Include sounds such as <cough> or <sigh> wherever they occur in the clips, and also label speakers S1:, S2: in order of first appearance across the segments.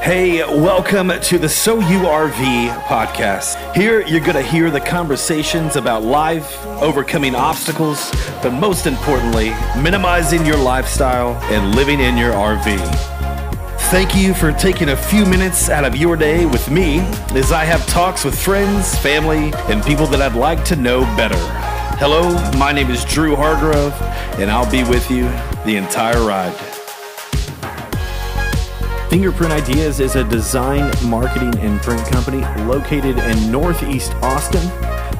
S1: Hey, welcome to the So You RV podcast. Here, you're going to hear the conversations about life, overcoming obstacles, but most importantly, minimizing your lifestyle and living in your RV. Thank you for taking a few minutes out of your day with me as I have talks with friends, family, and people that I'd like to know better. Hello, my name is Drew Hargrove, and I'll be with you the entire ride. Fingerprint Ideas is a design, marketing, and print company located in Northeast Austin.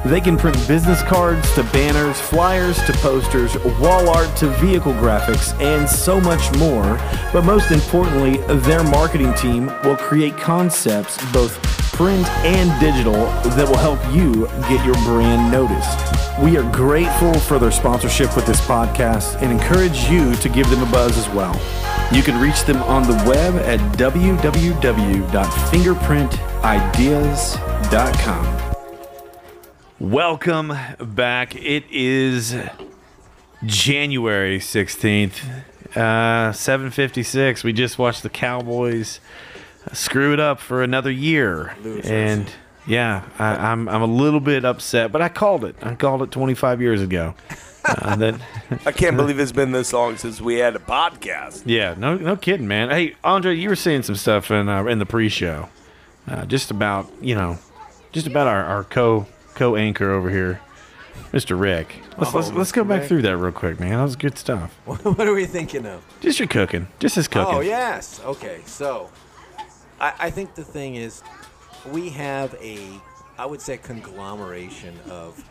S1: They can print business cards to banners, flyers to posters, wall art to vehicle graphics, and so much more. But most importantly, their marketing team will create concepts, both print and digital, that will help you get your brand noticed. We are grateful for their sponsorship with this podcast and encourage you to give them a buzz as well. You can reach them on the web at www.fingerprintideas.com. Welcome back. It is January 16th, uh, 756. We just watched the Cowboys screw it up for another year. And yeah, I, I'm, I'm a little bit upset, but I called it. I called it 25 years ago. Uh, that
S2: I can't believe it's been this long since we had a podcast.
S1: Yeah, no, no kidding, man. Hey, Andre, you were seeing some stuff in uh, in the pre-show, uh, just about you know, just about our, our co co anchor over here, Mr. Rick. Let's let's,
S2: Oh,
S1: let's
S2: Mr.
S1: go back
S2: Rick.
S1: through that real quick, man. That was good stuff.
S3: <laughs> what are we thinking of?
S1: Just your cooking, just his cooking.
S3: Oh yes. Okay. So, I, I think the thing is, we have a, I would say, conglomeration of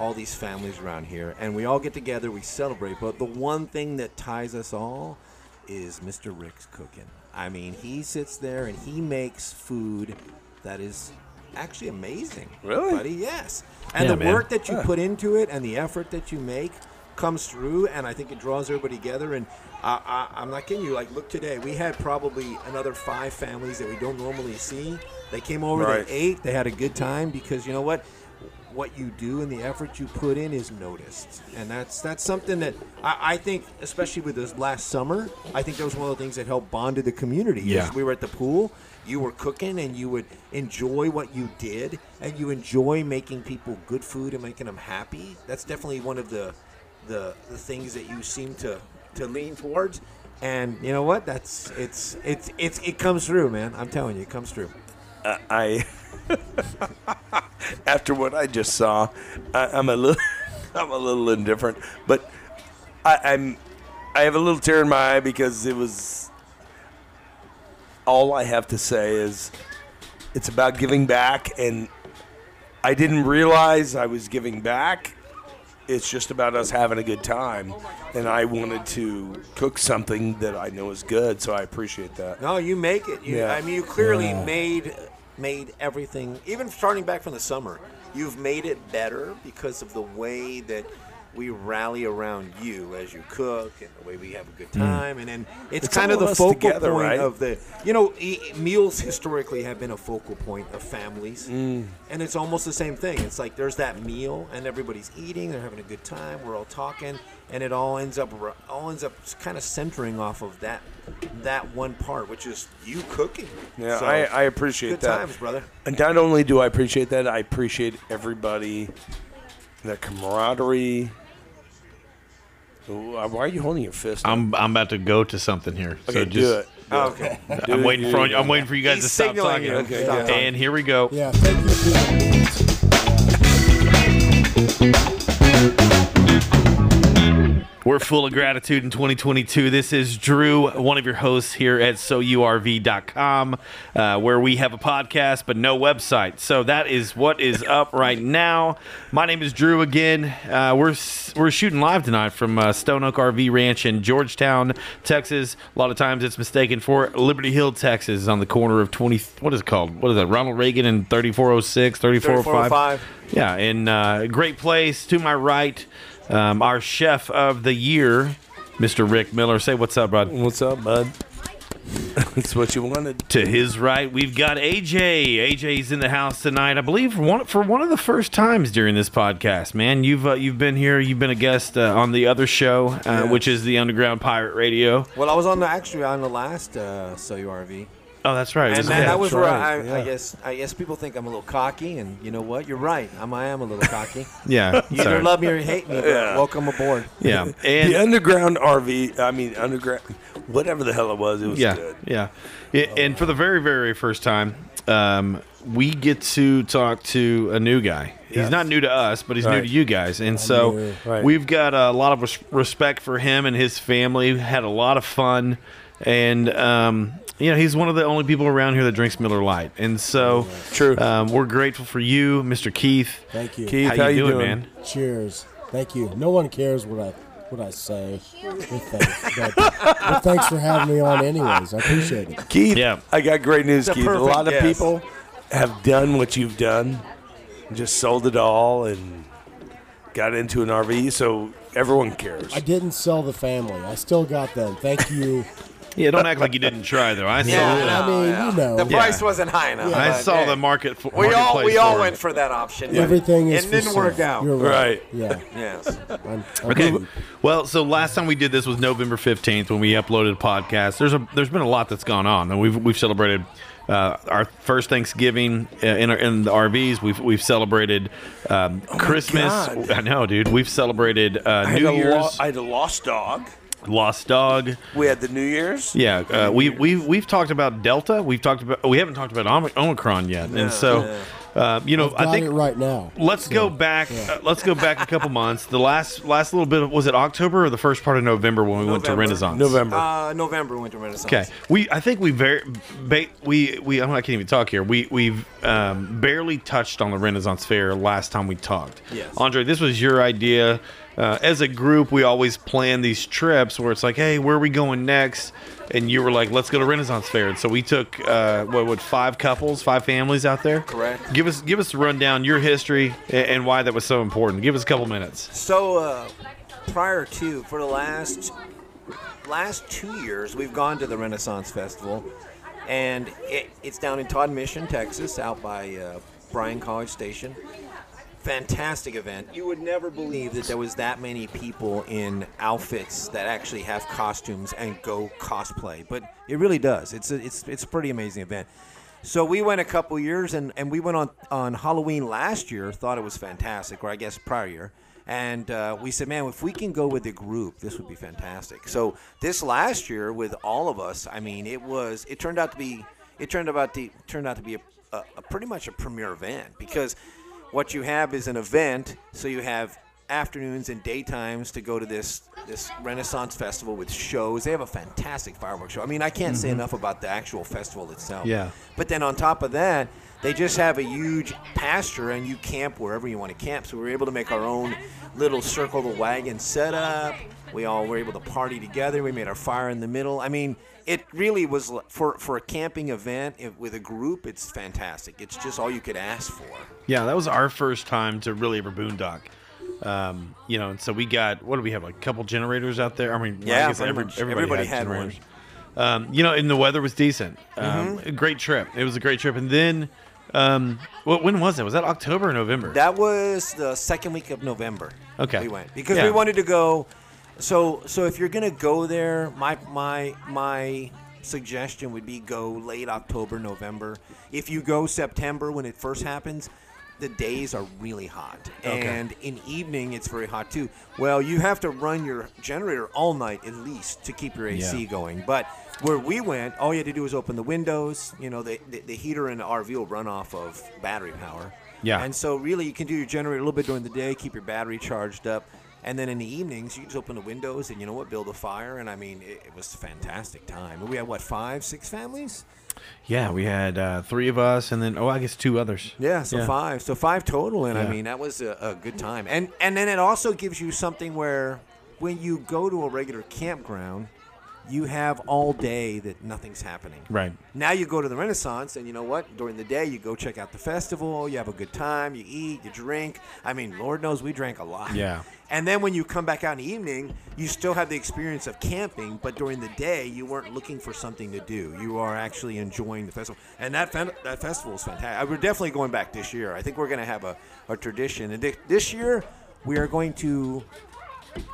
S3: all these families around here, and we all get together, we celebrate. But the one thing that ties us all is Mr. Rick's cooking. I mean, he sits there and he makes food that is actually amazing.
S2: Really?
S3: buddy? Yes. And
S1: Yeah,
S3: the
S1: man.
S3: work that you put into it and the effort that you make comes through, and I think it draws everybody together. And I, I, I'm not kidding you. Like, look today, we had probably another five families that we don't normally see. They came over,
S2: Right.
S3: they ate, they had a good time because you know what? What you do and the effort you put in is noticed, and that's that's something that I, I think, especially with this last summer, I think that was one of the things that helped bonded the community. is
S1: Yeah.
S3: we were at the pool, you were cooking, and you would enjoy what you did, and you enjoy making people good food and making them happy. That's definitely one of the the, the things that you seem to to lean towards. And you know what? That's it's it's it's it comes through, man. I'm telling you, it comes through.
S2: I, <laughs> after what I just saw, I, I'm a little, <laughs> I'm a little indifferent. But I, I'm, I have a little tear in my eye because it was. All I have to say is, it's about giving back, and I didn't realize I was giving back. It's just about us having a good time, and I wanted to cook something that I know is good, so I appreciate that.
S3: No, you make it. You,
S2: Yeah.
S3: I mean, you clearly made made everything. Even starting back from the summer, you've made it better because of the way that we rally around you as you cook and the way we have a good time. And then it's,
S2: Hmm. It's
S3: kind of
S2: all
S3: the
S2: us
S3: focal
S2: together,
S3: point
S2: right?
S3: of the you know e- e- meals historically have been a focal point of families
S2: Mm.
S3: and it's almost the same thing it's like there's that meal and everybody's eating they're having a good time we're all talking and it all ends up ro- all ends up kind of centering off of that that one part which is you cooking
S2: Yeah,
S3: So,
S2: I, I appreciate
S3: good
S2: that.
S3: times brother
S2: And not only do I appreciate that, I appreciate everybody, the camaraderie. Ooh, uh, why are you holding your fist? up?
S1: I'm I'm about to go to something here.
S2: okay,
S1: so
S2: do
S1: just,
S2: it. <laughs>
S3: Oh, okay
S2: Do
S1: I'm
S2: it,
S1: waiting
S2: do
S1: for
S2: it.
S1: I'm waiting for you guys
S3: He's
S1: to stop
S3: signaling
S1: talking.
S3: you.
S2: Okay,
S3: Stop
S2: yeah.
S3: talking.
S1: And here we go.
S4: Yeah, thank you.
S1: We're full of gratitude in 2022. This is Drew, one of your hosts here at SoURV.com, uh, where we have a podcast but no website. So that is what is up right now. My name is Drew again. Uh, we're s- we're shooting live tonight from uh, Stone Oak RV Ranch in Georgetown, Texas. A lot of times it's mistaken for Liberty Hill, Texas, on the corner of 20. What is it called? What is that? Ronald Reagan and 3406, 3405.
S3: 3405.
S1: Yeah, and uh, great place to my right, um, our chef of the year, Mr. Rick Miller. Say what's up, bud.
S2: What's up, bud? <laughs> That's what you wanted.
S1: To his right, we've got AJ. AJ's in the house tonight, I believe, for one for one of the first times during this podcast. Man, you've uh, you've been here. You've been a guest uh, on the other show, uh, which is the Underground Pirate Radio.
S3: well i was on the actually on the last uh so you rv
S1: Oh, that's right.
S3: And
S1: Isn't
S3: that,
S1: it?
S3: that was where
S2: right,
S3: I, I
S2: yeah.
S3: guess I guess people think I'm a little cocky, and you know what? You're right. I'm, I am a little
S2: <laughs>
S3: cocky.
S1: yeah.
S3: <laughs> You either
S1: sorry.
S3: love me or you hate me. But
S2: Yeah.
S3: Welcome aboard.
S1: yeah.
S2: the
S1: And
S2: underground RV, I mean, underground, whatever the hell it was, it was
S1: yeah,
S2: good.
S1: yeah. I- and for the very, very first time, um, we get to talk to a new guy. He's
S2: Yes.
S1: not new to us, but he's new
S2: Right.
S1: to you guys, and so
S2: knew, right.
S1: we've got a lot of res- respect for him and his family. We Had a lot of fun, and um, you know he's one of the only people around here that drinks Miller Lite, and so
S2: True.
S1: Um, we're grateful for you, Mr. Keith.
S5: Thank you.
S2: Keith,
S1: How, you doing, man?
S5: Cheers. Thank you. No one cares what I what I say. But thanks, but, but thanks for having me on, anyways. I appreciate it.
S2: Keith,
S1: Yeah.
S2: I got great news,
S3: It's a
S2: Keith. A
S3: perfect
S2: lot of
S3: guess.
S2: people have done what you've done, and just sold it all and got into an RV, so everyone cares.
S5: I didn't sell the family. I still got them. Thank you.
S1: Yeah, don't act like you didn't try though. I saw
S3: Yeah,
S1: the,
S5: I mean, you know,
S3: The price
S1: Yeah.
S3: wasn't high enough.
S1: I
S3: but,
S1: saw
S3: hey,
S1: the market. For,
S3: We all we
S1: marketplace
S3: all
S1: for it.
S3: went for that option.
S5: everything is
S3: It
S5: for
S3: didn't
S5: sale.
S3: work out.
S5: You're right.
S2: Right.
S5: Yeah.
S3: Yes.
S5: I'm- I'm
S1: Okay.
S5: with you.
S1: Well, so last time we did this was November fifteenth when we uploaded a podcast. There's a there's been a lot that's gone on, and we've we've celebrated uh, our first Thanksgiving uh, in our, in the RVs. We've we've celebrated um, Christmas.
S2: Oh God.
S1: I know, dude. We've celebrated uh,
S2: I had,
S1: New
S2: a
S1: Year's,
S2: lo- I had a lost dog.
S1: Lost Dog.
S2: We had the New Year's.
S1: Yeah, uh, we we we've talked about Delta. We've talked about we haven't talked about Omi- Omicron yet, and so uh, you know I
S5: Got
S1: think
S5: it right now.
S1: Let's go back. Uh, let's go back a couple months. The last last little bit of, was it October or the first part of November when we went to
S3: November.
S1: Renaissance?
S2: November.
S3: Uh, November Winter
S1: Okay.
S3: Renaissance.
S1: We I think we very ba- we we I'm not- I can't even talk here. We we've um, barely touched on the Renaissance Fair last time we talked.
S3: Yes.
S1: Andre, this was your idea. Uh, as a group, we always plan these trips where it's like, hey, where are we going next? And you were like, let's go to Renaissance Fair. And so we took uh, what would five couples, five families out there.
S3: Correct.
S1: Give us give us a rundown your history a- and why that was so important. Give us a couple minutes.
S3: So uh, prior to for the last last two years, we've gone to the Renaissance Festival, and it, it's down in Todd Mission, Texas, out by uh, Bryan College Station. Fantastic event. You would never believe that there was that many people in outfits that actually have costumes and go cosplay, but it really does. It's a, it's it's a pretty amazing event. So we went a couple years, and, and we went on on Halloween last year. Thought it was fantastic, or I guess prior year. And uh, we said, man, if we can go with the group, this would be fantastic. So this last year with all of us, I mean, it was it turned out to be it turned about to turned out to be a, a, a pretty much a premier event because what you have is an event, so you have afternoons and daytimes to go to this this Renaissance festival with shows. They have a fantastic fireworks show. I mean, I can't say enough about the actual festival itself.
S1: Yeah.
S3: But then on top of that, they just have a huge pasture and you camp wherever you want to camp. So we were able to make our own little circle the wagon setup. We all were able to party together. We made our fire in the middle. I mean, it really was l- for for a camping event it, with a group. It's fantastic. It's just all you could ask for.
S1: Yeah, that was our first time to really ever boondock. Um, you know, and so we got what do we have? Like a couple generators out there. I mean, well, I
S3: Yeah,
S1: guess
S3: pretty
S1: every-
S3: much.
S1: everybody,
S3: Everybody
S1: had,
S3: had one.
S1: generators. Um, you know, and the weather was decent. Um,
S3: Mm-hmm.
S1: a Great trip. It was a great trip. And then, um, what? When was it? Was that October or November?
S3: That was the second week of November.
S1: Okay.
S3: We went because
S1: Yeah.
S3: we wanted to go. So so if you're gonna go there, my my my suggestion would be go late October, November. If you go September when it first happens, the days are really hot, and in evening it's very hot too. Well, you have to run your generator all night at least to keep your AC
S1: Yeah.
S3: going. But where we went, all you had to do was open the windows. You know, the the, the heater in the RV will run off of battery power.
S1: Yeah.
S3: And so really, you can do your generator a little bit during the day, keep your battery charged up, and then in the evenings, you just open the windows and you know what, build a fire. And I mean, it, it was a fantastic time. We had what five, six families?
S1: yeah, we had uh, three of us, and then oh, I guess two others.
S3: Yeah, so five, so five total. And
S1: Yeah.
S3: I mean, that was a, a good time. And and then it also gives you something where when you go to a regular campground, you have all day that nothing's happening.
S1: Right.
S3: Now you go to the Renaissance, and you know what? During the day, you go check out the festival, you have a good time, you eat, you drink. I mean, Lord knows we drank a lot.
S1: Yeah.
S3: And then when you come back out in the evening, you still have the experience of camping, but during the day, you weren't looking for something to do. You are actually enjoying the festival. And that, fen- that festival is fantastic. We're definitely going back this year. I think we're going to have a, a tradition. And thi- this year, we are going to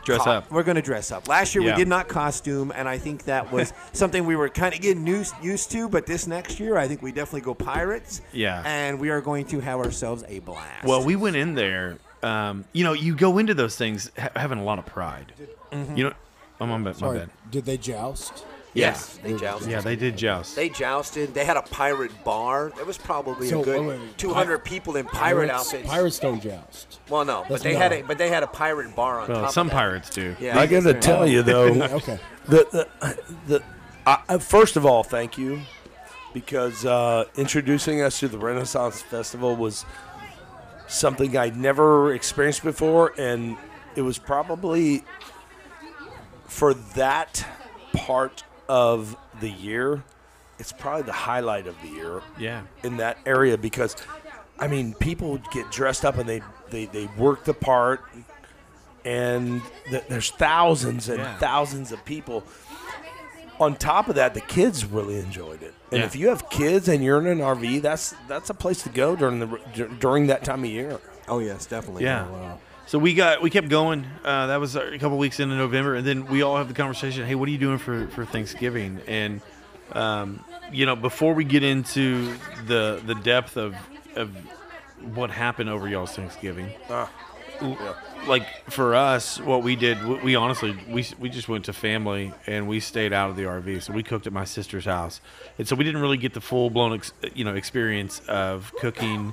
S1: Dress
S3: co-
S1: up.
S3: We're going to dress up. Last year
S1: Yeah.
S3: we did not costume, and I think that was
S1: <laughs>
S3: something we were kind of getting used, used to. But this next year, I think we definitely go pirates.
S1: Yeah.
S3: And we are going to have ourselves a blast.
S1: Well, we went in there. Um, you know, you go into those things ha- having a lot of pride.
S3: Mm-hmm.
S1: You know, oh, my bad. My
S5: Sorry,
S1: bad.
S5: did they joust?
S3: yes, they jousted.
S1: Yeah, they did joust.
S3: They jousted. They had a pirate bar. There was probably
S5: So,
S3: a good
S5: wait, wait, wait.
S3: 200 people in pirate
S5: Pirates-
S3: outfits.
S5: Pirates don't joust.
S3: Well, no, but
S5: That's
S3: they
S5: no.
S3: had a but they had a pirate bar on top.
S1: well,
S3: of
S1: some
S3: that.
S1: pirates do.
S3: Yeah.
S2: I got to tell you
S1: <laughs>
S2: though,
S5: Okay.
S2: the the, the I, I- first of all, thank you because uh, introducing us to the Renaissance Festival was something I'd never experienced before, and it was probably for that part of the year. It's probably the highlight of the year
S1: Yeah.
S2: in that area because I mean people would get dressed up and they they, they work the part and th- there's thousands and
S1: Yeah.
S2: thousands of people on top of that the kids really enjoyed it and
S1: Yeah.
S2: if you have kids and you're in an RV that's that's a place to go during the dur- during that time of year
S3: Oh yes, definitely.
S1: Yeah.
S5: wow.
S1: So we got we kept going. Uh, that was a couple weeks into November, and then we all have the conversation. Hey, what are you doing for for Thanksgiving? And um, you know, before we get into the the depth of of what happened over y'all's Thanksgiving, l- like for us, what we did, w- we honestly we we just went to family and we stayed out of the RV. So we cooked at my sister's house, and so we didn't really get the full blown ex- you know experience of cooking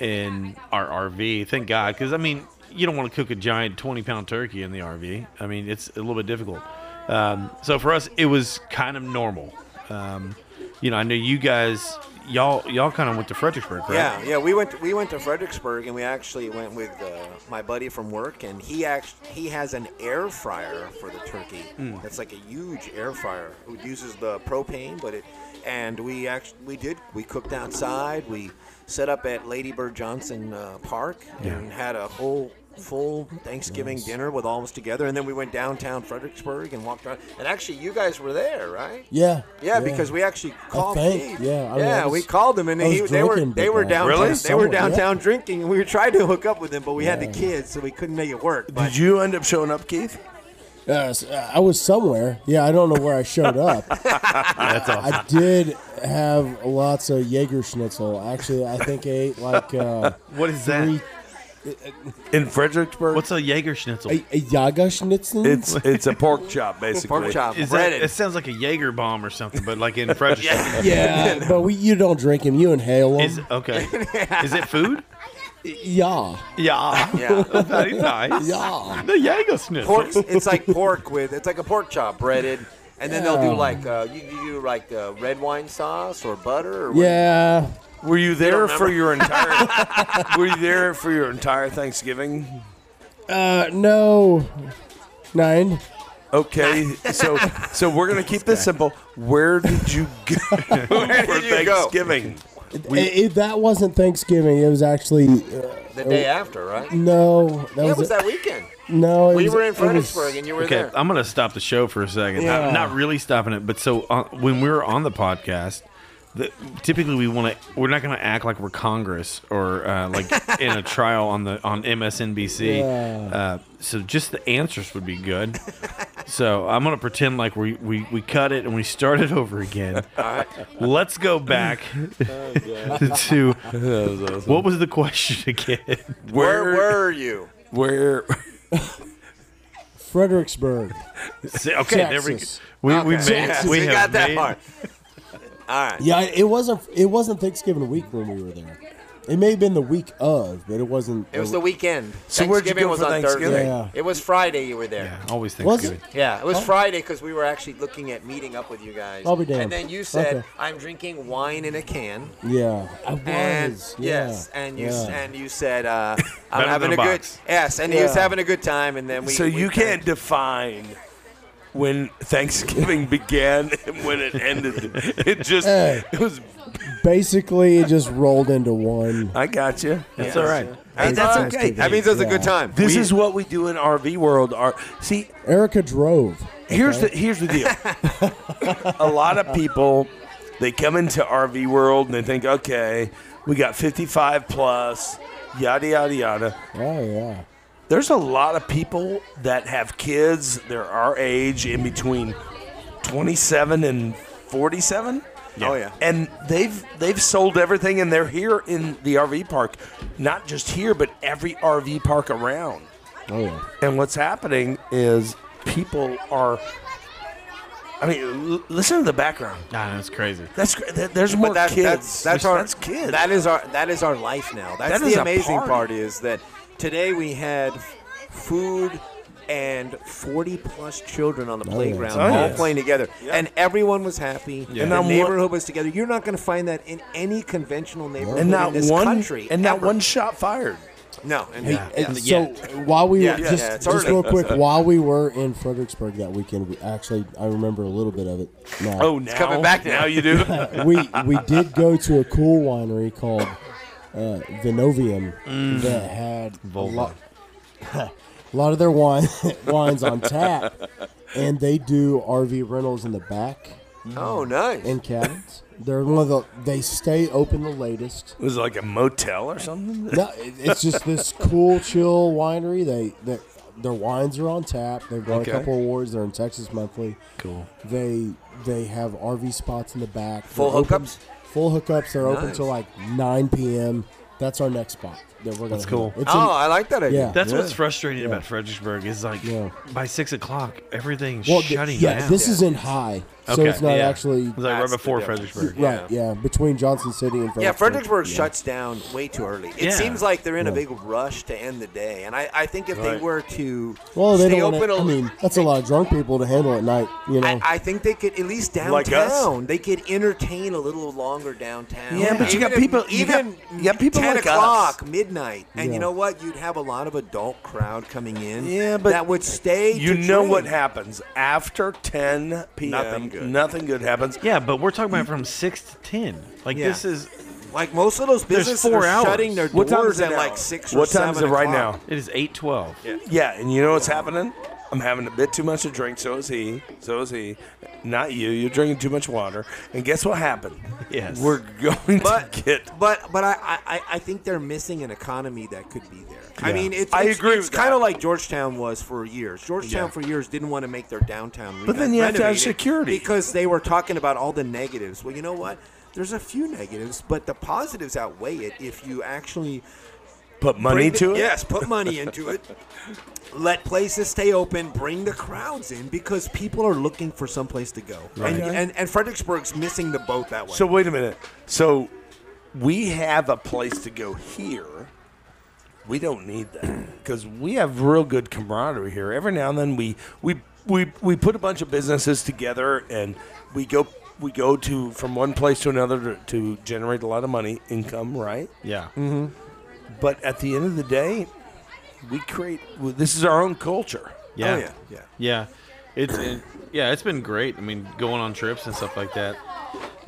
S1: in our RV. Thank God, because I mean you don't want to cook a giant twenty pound turkey in the RV. I mean it's a little bit difficult. Um, so for us, it was kind of normal. Um, you know, I know you guys, y'all y'all kind of went to Fredericksburg, right?
S3: Yeah, yeah, we went we went to Fredericksburg and we actually went with uh, my buddy from work and he act he has an air fryer for the turkey. That's like a huge air fryer. It uses the propane, but it and we actually we did we cooked outside. We set up at Lady Bird Johnson uh, Park and had a whole full Thanksgiving dinner with all of us together and then we went downtown Fredericksburg and walked around. And actually you guys were there, right?
S5: Yeah.
S3: Yeah, because we actually called
S5: think,
S3: Dave.
S5: yeah, I mean,
S3: yeah,
S5: I was-
S3: we called them and
S5: I was
S3: he, they were
S5: drinking,
S3: they
S5: but,
S3: were
S5: uh,
S3: downtown.
S5: Really?
S3: They were
S5: somewhat, yeah.
S3: downtown drinking, and we were trying to hook up with them, but we had the kids, so we couldn't make it work. But
S2: did you end up showing up Keith
S5: Uh, s- I was somewhere. Yeah, I don't know where I showed
S3: <laughs>
S5: up.
S1: <laughs>
S5: I did have lots of Jaeger Schnitzel. Actually, I think I ate like uh,
S1: What is
S5: three,
S1: that?
S2: in Fredericksburg
S1: What's a Jaeger Schnitzel?
S5: a, a Jaga Schnitzel.
S2: <laughs>
S3: <laughs>
S2: it's it's a pork chop basically
S3: pork chop,
S1: Is that,
S3: breaded.
S1: it sounds like a Jaeger bomb or something, but like
S5: <laughs>
S1: in Fredericksburg.
S5: yeah, but we, you don't drink him. You inhale him.
S1: Is
S5: <laughs>
S1: okay. Is it food?
S5: yeah,
S1: Yeah. <laughs>
S5: <laughs>
S3: yeah,
S1: Very nice.
S5: yeah.
S1: The Jaeger schnitzel.
S3: pork. It's like pork with it's like a pork chop breaded, and then they'll do
S5: Yeah.
S3: like uh, you, you do like uh, red wine sauce or butter. Or what-
S5: Yeah,
S2: Were you there for your entire? were you there for your entire Thanksgiving?
S5: uh, no, nine.
S3: <laughs>
S2: Okay, so so we're gonna keep this simple. Where did you go
S3: <laughs>
S2: for
S3: you go?
S2: Thanksgiving?
S5: I- I- that wasn't Thanksgiving. It was actually uh,
S3: the day after, right?
S5: no. That
S3: Yeah,
S5: was,
S3: it was that weekend.
S5: no. It
S3: We
S5: was,
S3: were in
S5: it was-
S3: Fredericksburg, and you were
S1: Okay,
S3: there.
S1: I'm gonna stop the show for a second.
S5: Yeah.
S1: Not, not really stopping it, but so uh, when we were on the podcast, the, typically we want to. We're not gonna act like we're Congress or uh, like in a trial on the on MSNBC.
S5: Yeah.
S1: Uh, so just the answers would be good. so I'm gonna pretend like we, we we cut it and we start it over again. Let's go back to what was the question again? <laughs>
S3: Where were you?
S2: where?
S5: Fredericksburg.
S1: See, okay,
S5: Texas.
S1: there we go. We, we
S3: Okay.
S1: made <laughs>
S3: Yes,
S1: we,
S3: we
S1: have
S3: got that
S1: made-
S3: part. <laughs> All right.
S5: Yeah, it wasn't. It wasn't Thanksgiving week when we were there. It may have been the week of, but it wasn't.
S3: It was the weekend.
S2: So where'd you
S3: Thanksgiving
S2: go
S3: was
S2: for
S3: on
S2: Thanksgiving?
S3: Thursday.
S5: Yeah.
S3: It was Friday you were there.
S1: Yeah, always
S5: Was
S1: Thanksgiving.
S3: Yeah, it was Friday because we were actually looking at meeting up with you guys.
S5: I'll be damned.
S3: And then you said,
S5: Okay.
S3: "I'm drinking wine in a can."
S5: Yeah, I was.
S3: And
S5: yeah.
S3: yes, and you
S5: yeah.
S3: and you said, uh,
S1: Better
S3: "I'm
S1: than
S3: having
S1: a
S3: a, good."
S1: box.
S3: Yes, and he was
S5: Yeah.
S3: having a good time, and then we.
S2: so
S3: we
S2: you can't define when Thanksgiving
S3: <laughs>
S2: began and when it ended. It just
S5: Hey.
S2: it was.
S5: basically it just rolled into one.
S2: I got you. That's all right.
S3: Hey,
S2: that's
S5: It's
S2: okay.
S5: Thanksgiving.
S3: That means it was a
S5: Yeah.
S3: good time.
S2: This is what we do in RV world. Are see
S5: Erica drove.
S2: Here's the here's the deal.
S3: <laughs>
S2: a lot of people they come into RV world and they think, okay, we got 55 plus, yada yada yada.
S5: Oh yeah.
S2: there's a lot of people that have kids. They're our age, in between 27 and 47.
S3: Oh, yeah.
S2: And they've they've sold everything, and they're here in the RV park, not just here, but every RV park around.
S5: Oh yeah.
S2: And what's happening is people are. I mean, l- listen to the background.
S1: Nah, that's crazy.
S2: That's cr- th- there's more
S3: that-
S2: kids.
S3: That's, that's
S2: There's-
S3: our
S2: that's kids.
S3: That is our that is our life now. That's
S2: That is
S3: the
S2: a
S3: amazing
S2: party.
S3: part is that today we had f- food and 40 plus children on the playground
S2: Oh,
S3: all
S2: yes.
S3: playing together and everyone was happy
S2: And
S3: and the
S2: not one-
S3: neighborhood was together you're not going to find that in any conventional neighborhood
S2: and not
S3: in this
S2: one
S3: country
S2: and not
S3: ever.
S2: one shot fired.
S3: no and
S5: Hey,
S3: yeah.
S5: and
S1: Yeah.
S5: So while we
S3: Yeah,
S5: were
S3: yeah,
S5: just,
S3: yeah, it's
S5: just
S3: early.
S5: real
S3: <laughs>
S5: quick, while we were in Fredericksburg that weekend, we actually I remember a little bit of it. Now.
S3: Oh,
S2: now
S1: coming back now.
S2: you do.
S5: we we did go to a cool winery called uh, Vinovium
S3: Mm.
S5: that had a lot, <laughs> a lot of their wine <laughs> wines on tap, and they do RV rentals in the back
S3: oh nice
S5: in cabins. They're one of the they stay open the latest.
S2: was it like a motel or something.
S5: No, it- it's just this cool, chill winery. They they their wines are on tap. They've won
S2: Okay.
S5: a couple awards. They're in Texas Monthly.
S1: Cool.
S5: They they have RV spots in the back.
S3: Full
S5: They're open-
S3: hookups?
S5: Full hookups. They're open
S3: Nice.
S5: till like 9 p.m. That's our next spot that we're gonna.
S1: That's
S5: hit
S1: cool.
S5: up. It's
S3: oh
S5: in-
S3: i like that idea
S5: yeah.
S1: That's what's frustrating about Fredericksburg is like
S5: Yeah.
S1: by six o'clock everything's
S5: well, th-
S1: shutting
S5: yeah,
S1: down.
S5: this is in High, so
S1: Okay,
S5: it's not
S1: yeah.
S5: actually
S1: It's like right
S3: That's the
S1: before
S3: difference.
S1: Fredericksburg.
S5: right. Yeah, between Johnson City and Fredericksburg.
S3: Yeah, Fredericksburg
S5: Yeah.
S3: shuts down way too early. It
S1: Yeah.
S3: seems like they're in a
S5: Yeah.
S3: big rush to end the day, and I, I think if they
S2: Right.
S3: were to
S5: Well, they
S3: stay
S5: don't.
S3: open,
S5: Wanna,
S3: a-
S5: I mean, that's a lot of drunk people to handle at night. You know.
S3: I, I think they could at least downtown.
S2: Like us?
S3: They could entertain a little longer downtown.
S2: Yeah, but you
S3: Even
S2: got
S3: if-
S2: people- you got-
S3: Even
S2: you got people
S3: ten
S2: like us.
S3: o'clock, midnight, and you
S5: Yeah.
S3: know what? You'd have a lot of adult crowd coming in.
S2: Yeah, but
S3: that would stay.
S2: You
S3: to
S2: know
S3: drink.
S2: what happens after 10 p.m.
S3: Nothing good.
S2: Nothing good happens.
S1: Yeah, but we're talking about from six to ten. Like
S3: Yeah.
S1: this is
S3: Like most of those
S1: There's
S3: businesses
S1: four
S3: are
S1: hours.
S3: shutting their
S2: What time
S3: doors
S2: is it
S3: at
S2: now?
S3: like six or
S2: What time is
S3: seven
S2: it right
S3: o'clock.
S2: now?
S1: it is eight twelve.
S2: Yeah, and you know what's happening? I'm having a bit too much to drink. So is he. So is he. Not you. You're drinking too much water. And guess what <laughs> happened?
S1: Yes.
S2: We're going
S3: But-
S2: to <laughs> get
S3: But but I, I- I, I think they're missing an economy that could be there. I mean, it's,
S2: I
S3: it's-
S2: agree
S3: It's
S2: with
S3: kind of
S2: that.
S3: like Georgetown was for years. Georgetown
S1: Yeah.
S3: for years didn't want to make their downtown. But
S2: then you have to have security.
S3: because they were talking about all the negatives. Well, you know what? There's a few negatives, but the positives outweigh it if you actually
S2: put money
S3: bring the-
S2: to it.
S3: Yes, put money
S2: <laughs>
S3: into it. Let places stay open. Bring the crowds in because people are looking for someplace to go, and,
S2: Okay.
S3: and and Fredericksburg's missing the boat that way.
S2: So wait a minute. So we have a place to go here. We don't need <clears throat> that because we have real good camaraderie here. Every now and then we we we we put a bunch of businesses together and we go we go to from one place to another to, to generate a lot of money income, right?
S1: Yeah.
S2: But at the end of the day, we create well, this is our own culture.
S1: Yeah.
S3: Oh, yeah, yeah.
S1: Yeah. It's it, yeah, it's been great. I mean, going on trips and stuff like that.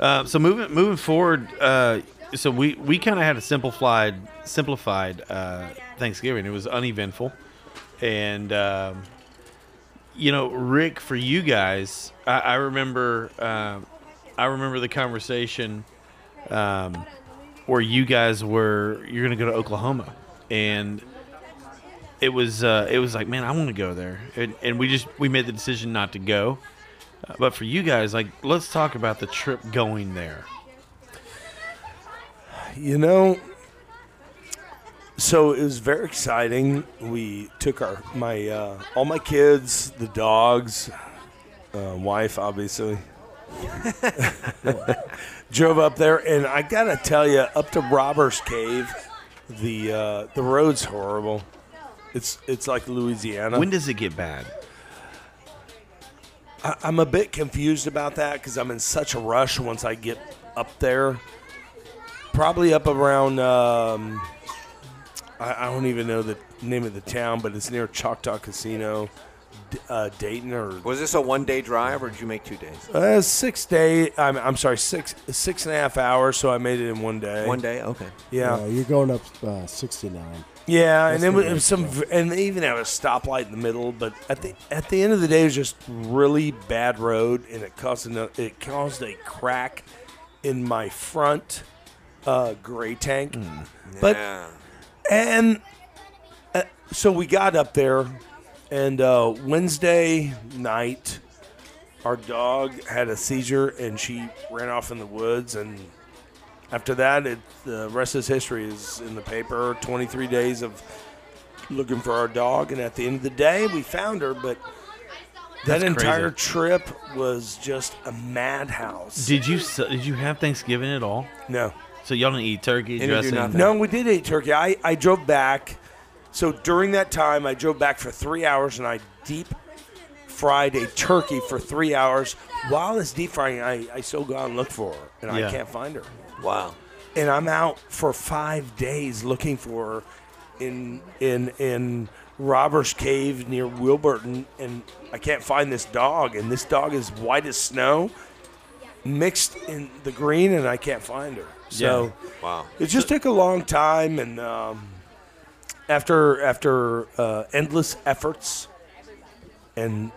S1: Uh, so moving moving forward, uh, so we we kind of had a simplified simplified uh, Thanksgiving. It was uneventful, and um, you know, Rick, for you guys, I, I remember um I remember the conversation um, where you guys were you're gonna go to Oklahoma, and it was uh, it was like man i want to go there and, and we just we made the decision not to go Uh, but for you guys like let's talk about the trip going there
S2: You know, so it was very exciting. We took our my uh, all my kids, the dogs, uh, wife, obviously. <laughs> Drove up there, and I gotta tell you, up to Robbers Cave, the uh, the road's horrible. It's it's like Louisiana.
S1: when does it get bad
S2: I, I'm a bit confused about that because I'm in such a rush once I get up there. Probably up around, um, I, I don't even know the name of the town, but it's near Choctaw Casino, D- uh, Dayton, or
S3: Was this a one day drive or did you make two days?
S2: uh, six day. I'm, I'm sorry, six six and a half hours. So I made it in one day.
S3: One day, okay.
S2: yeah,
S5: Uh, you're going up uh, 69.
S2: Yeah, and
S5: the
S2: then
S5: way
S2: it
S5: to
S2: was some,
S5: go.
S2: and they even have a stoplight in the middle. But at the at the end of the day, it was just really bad road, and it caused an, it caused a crack in my front
S5: Hmm.
S2: uh, gray tank. But
S3: Yeah.
S2: and uh, so we got up there, and uh, Wednesday night, our dog had a seizure and she ran off in the woods. And after that, it, the rest is history. Is in the paper. Twenty three days of looking for our dog, and at the end of the day, we found her. But that
S1: That's
S2: entire
S1: crazy.
S2: trip was just a madhouse.
S1: Did you s- did you have Thanksgiving at all?
S2: no.
S1: So y'all didn't eat turkey
S3: do
S1: dressing?
S3: nothing.
S2: No, we did eat turkey. I, I drove back. So during that time, I drove back for three hours and I deep fried a turkey for three hours. While it's deep frying, I, I still go out and look for her and
S1: Yeah.
S2: I can't find her.
S3: Wow.
S2: And I'm out for five days looking for her in in in Robbers Cave near Wilburton and I can't find this dog and this dog is white as snow mixed in the green and I can't find her. So
S1: Yeah.
S3: Wow.
S2: it just took a long time, and um, after after uh, endless efforts, and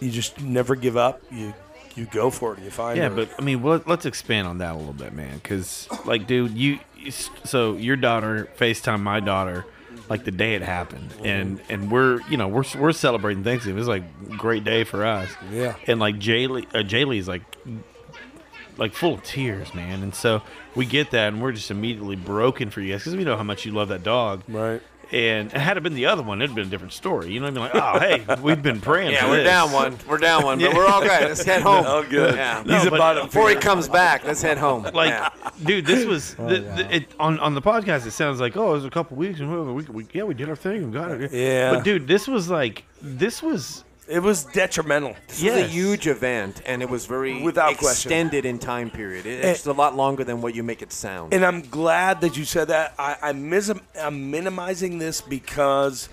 S2: you just never give up. You you go for it. You find
S1: Yeah,
S2: her.
S1: but I mean, let, let's expand on that a little bit, man. Because, like, dude, you you s- so your daughter Facetime my daughter, like the day it happened,
S2: Mm-hmm.
S1: and and we're you know we're we're celebrating Thanksgiving. It's like a great day for us.
S2: Yeah.
S1: And like Jaylee, uh, Jaylee's like like full of tears, man. And so we get that, and we're just immediately broken for you guys because we know how much you love that dog.
S2: right.
S1: And had it been the other one, it'd been a different story. You know what I mean? Like, oh, hey, we've been praying.
S3: Yeah,
S1: for
S3: we're
S1: this.
S3: down one. We're down <laughs> one, but we're all good. Let's head home.
S2: Oh, good.
S3: Yeah.
S2: He's
S1: No,
S2: a
S1: but-
S2: bottom.
S3: Before he
S2: feeder.
S3: comes back, let's head home.
S1: like
S3: Yeah.
S1: dude this <laughs> was the, the, it, on on the podcast it sounds like oh it was a couple weeks and whatever we, we yeah we did our thing and got it
S2: Yeah.
S1: but dude this was like this was
S2: It was detrimental.
S3: It was a
S1: yes.
S3: huge event, and it was very
S2: Without question.
S3: extended in time period. It, it's a lot longer than what you make it sound.
S2: And I'm glad that you said that. I, I mis- I'm minimizing this because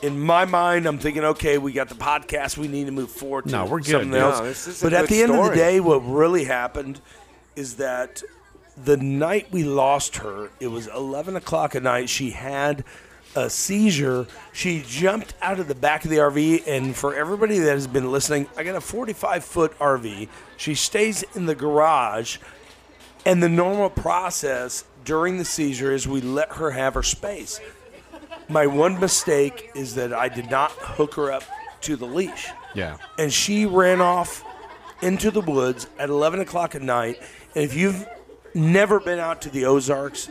S2: in my mind, I'm thinking, okay, we got the podcast. We need to move forward to
S1: No, we're good,
S2: something
S1: dude.
S2: else.
S3: No, this is a
S2: but at
S3: good
S2: the end of the
S3: story.
S2: day, what really happened is that the night we lost her, it was 11 o'clock at night. She had a seizure. She jumped out of the back of the RV. And for everybody that has been listening, I got a 45 foot RV. She stays in the garage. And the normal process during the seizure is we let her have her space. My one mistake is that I did not hook her up to the leash.
S1: yeah
S2: And she ran off into the woods at 11 o'clock at night. And if you've never been out to the Ozarks,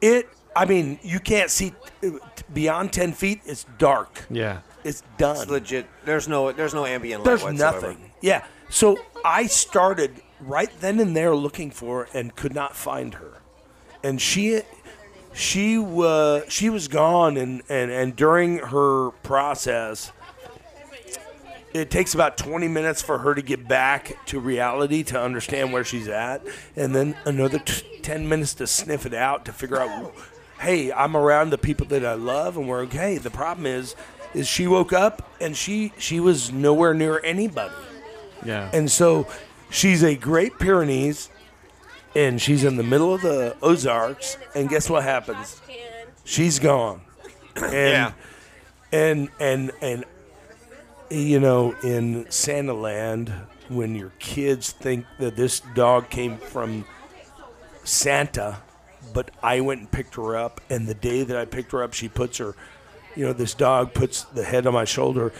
S2: it, I mean, you can't see uh, beyond 10 feet. It's dark.
S1: yeah
S2: It's done.
S3: It's legit. There's no. There's no ambient light
S2: There's
S3: whatsoever.
S2: nothing. Yeah. So I started right then and there looking for her and could not find her. And she she was she was gone and, and, and during her process it takes about 20 minutes for her to get back to reality to understand where she's at and then another t- 10 minutes to sniff it out to figure out hey i'm around the people that i love and we're okay the problem is is she woke up and she she was nowhere near anybody
S1: yeah
S2: and so she's a great pyrenees and she's in the middle of the ozarks and guess what happens she's gone <clears throat> and
S3: Yeah.
S2: and and and you know in santa land when your kids think that this dog came from santa but i went and picked her up and the day that i picked her up she puts her you know this dog puts the head on my shoulder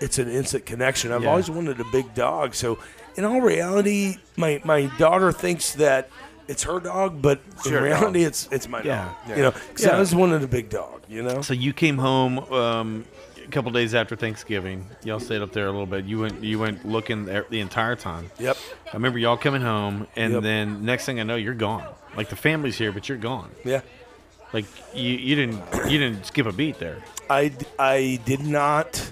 S2: it's an instant connection i've
S1: Yeah.
S2: always wanted a big dog so in all reality my my daughter thinks that it's her dog but
S3: your
S2: in
S3: dog.
S2: reality it's it's my
S1: Yeah.
S2: dog you know 'cause i
S1: Yeah.
S2: always wanted a big dog you know
S1: so you came home um a couple days after Thanksgiving y'all stayed up there a little bit you went you went looking there the entire time
S2: Yep.
S1: I remember y'all coming home and
S2: Yep.
S1: then next thing I know you're gone like the family's here but you're gone
S2: Yeah.
S1: like you you didn't you didn't skip a beat there
S2: I, I did not.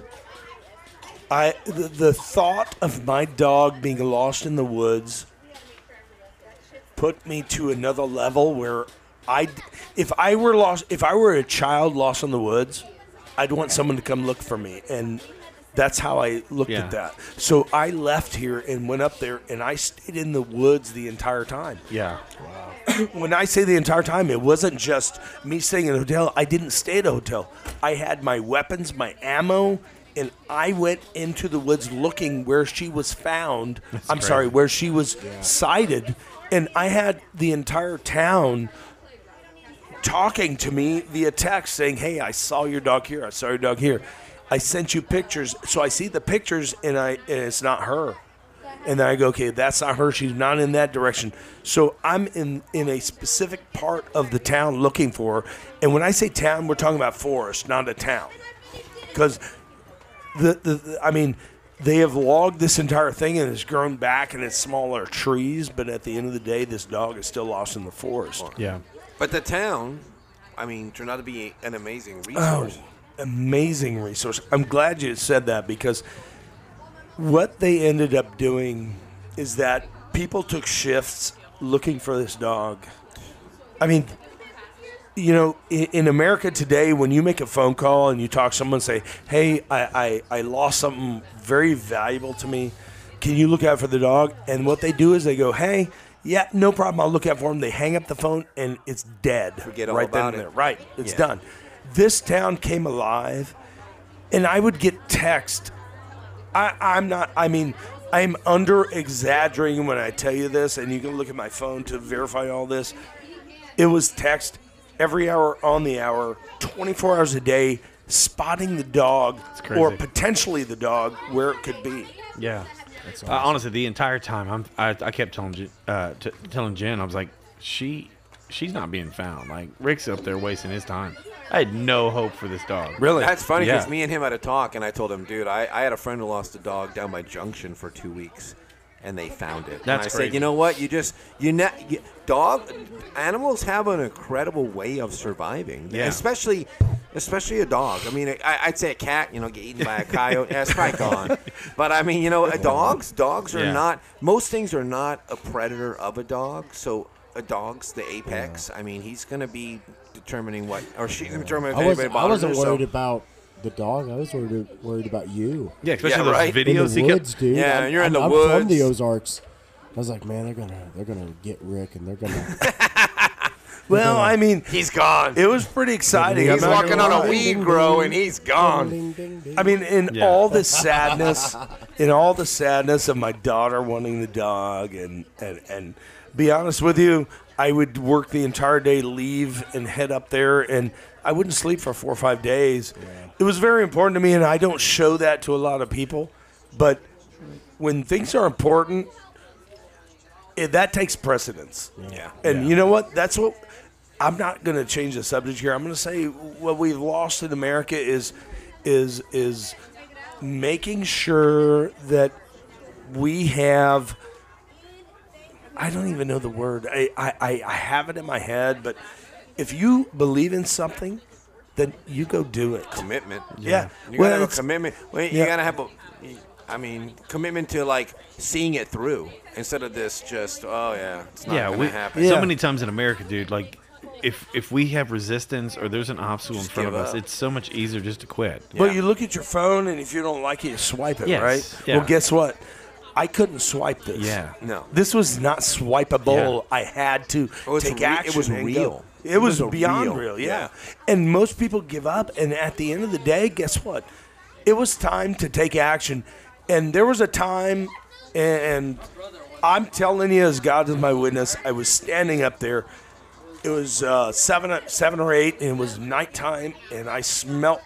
S2: I the, the thought of my dog being lost in the woods put me to another level where I if I were lost if I were a child lost in the woods, I'd want someone to come look for me and that's how I looked
S1: Yeah.
S2: at that. So I left here and went up there and I stayed in the woods the entire time.
S1: yeah
S2: <laughs> when I say the entire time, it wasn't just me staying in a hotel. I didn't stay at a hotel. I had my weapons, my ammo, and I went into the woods looking where she was found. I'm
S1: crazy.
S2: sorry, where she was sighted. And I had the entire town talking to me via text saying, Hey, I saw your dog here. I saw your dog here. I sent you pictures. So I see the pictures and I and it's not her. And then I go, okay, that's not her. She's not in that direction. So I'm in in a specific part of the town looking for her. And when I say town, we're talking about forest, not a town. Because the, the, the- I mean, they have logged this entire thing and it's grown back and it's smaller trees, but at the end of the day, this dog is still lost in the forest.
S1: Yeah.
S3: But the town, I mean, turned out to be an amazing resource.
S2: amazing resource. I'm glad you said that because what they ended up doing is that people took shifts looking for this dog. I mean, you know, in, in America today, when you make a phone call and you talk to someone and say, hey, I, I, I lost something very valuable to me. Can you look out for the dog? And what they do is they go, hey, yeah, no problem. I'll look out for him. They hang up the phone and it's dead.
S3: Forget all
S2: right then
S3: about
S2: and
S3: it.
S2: there. Right. It's
S3: Yeah.
S2: done. This town came alive and I would get text. I, I'm not. I mean, I'm under exaggerating when I tell you this, and you can look at my phone to verify all this. It was text every hour on the hour, 24 hours a day, spotting the dog
S1: crazy.
S2: or potentially the dog where it could be.
S1: Yeah. Uh, honestly, the entire time I'm, I, I kept telling Jen- uh, t- telling Jen, I was like, she, she's not being found. Like Rick's up there wasting his time. I had no hope for this dog.
S2: Really?
S3: That's funny because
S1: Yeah.
S3: me and him had a talk, and I told him, dude, I, I had a friend who lost a dog down by Junction for two weeks, and they found it. and I
S1: That's
S3: said,
S1: crazy.
S3: you know what? You just you, ne- you dog animals have an incredible way of surviving.
S1: Yeah.
S3: especially especially a dog. I mean, I, I'd say a cat, you know, get eaten by a coyote, that's
S1: <laughs>
S3: probably gone. But I mean, you know, dogs dogs are
S1: Yeah.
S3: not most things are not a predator of a dog. So a dog's the apex. I mean, he's gonna be determining what or she's gonna determine if
S4: I, was,
S3: anybody
S4: I
S3: bothers
S4: wasn't
S3: her, so-
S4: worried about the dog. I was worried, worried about you.
S1: Yeah, especially
S3: Yeah,
S1: those
S3: right.
S4: In
S3: In
S4: the
S1: videos he
S4: woods,
S1: kept.
S4: dude.
S3: Yeah,
S4: I'm-
S3: you're in
S4: I'm-
S3: the
S4: I'm from the
S3: woods.
S4: Ozarks. I was like, man, they're gonna they're gonna get Rick, and they're gonna.
S2: Well, I mean,
S3: He's gone.
S2: it was pretty exciting. I'm
S3: He's
S2: not
S3: walking
S2: gonna
S3: on
S2: lie.
S3: a weed grow and he's <laughs> gone.
S4: ding, ding, ding.
S2: I mean, in
S1: Yeah.
S2: all the sadness, in all the sadness of my daughter wanting the dog, and and and be honest with you, I would work the entire day, leave, and head up there, and I wouldn't sleep for four or five days. It was very important to me, and I don't show that to a lot of people, but when things are important, it, that takes precedence.
S3: Yeah.
S2: And you know what? That's what I'm not going to change the subject here. I'm going to say what we've lost in America is is is making sure that we have I don't even know the word. I, I, I- I have it in my head, but if you believe in something, then you go do it.
S3: Commitment.
S2: Yeah.
S3: You
S2: Well,
S3: gotta have a
S2: it's-
S3: commitment. Well, you
S2: Yeah.
S3: gotta have a. I mean, commitment to like seeing it through instead of this just oh yeah, it's not
S1: Yeah,
S3: gonna
S1: we,
S3: happen.
S1: so
S2: Yeah.
S1: many times in America, dude. Like, if if we have resistance or there's an obstacle in
S3: Just
S1: front of
S3: give
S1: us,
S3: up.
S1: it's so much easier just to quit.
S2: But you look at your phone, and if you don't like it, you swipe it,
S1: Yes,
S2: right?
S1: yeah.
S2: Well, guess what? I couldn't swipe this.
S1: Yeah.
S3: No.
S2: This was not swipeable. I had to
S3: Oh, it's
S2: take
S3: re- it
S2: action.
S3: was
S2: and
S3: real.
S2: go. It,
S3: It
S2: was,
S3: was a
S2: beyond real,
S3: real,
S2: yeah. And most people give up. And at the end of the day, guess what? It was time to take action. And there was a time, and I'm telling you, as God is my witness, I was standing up there it was uh, seven, seven or eight, and it was nighttime, and I smelt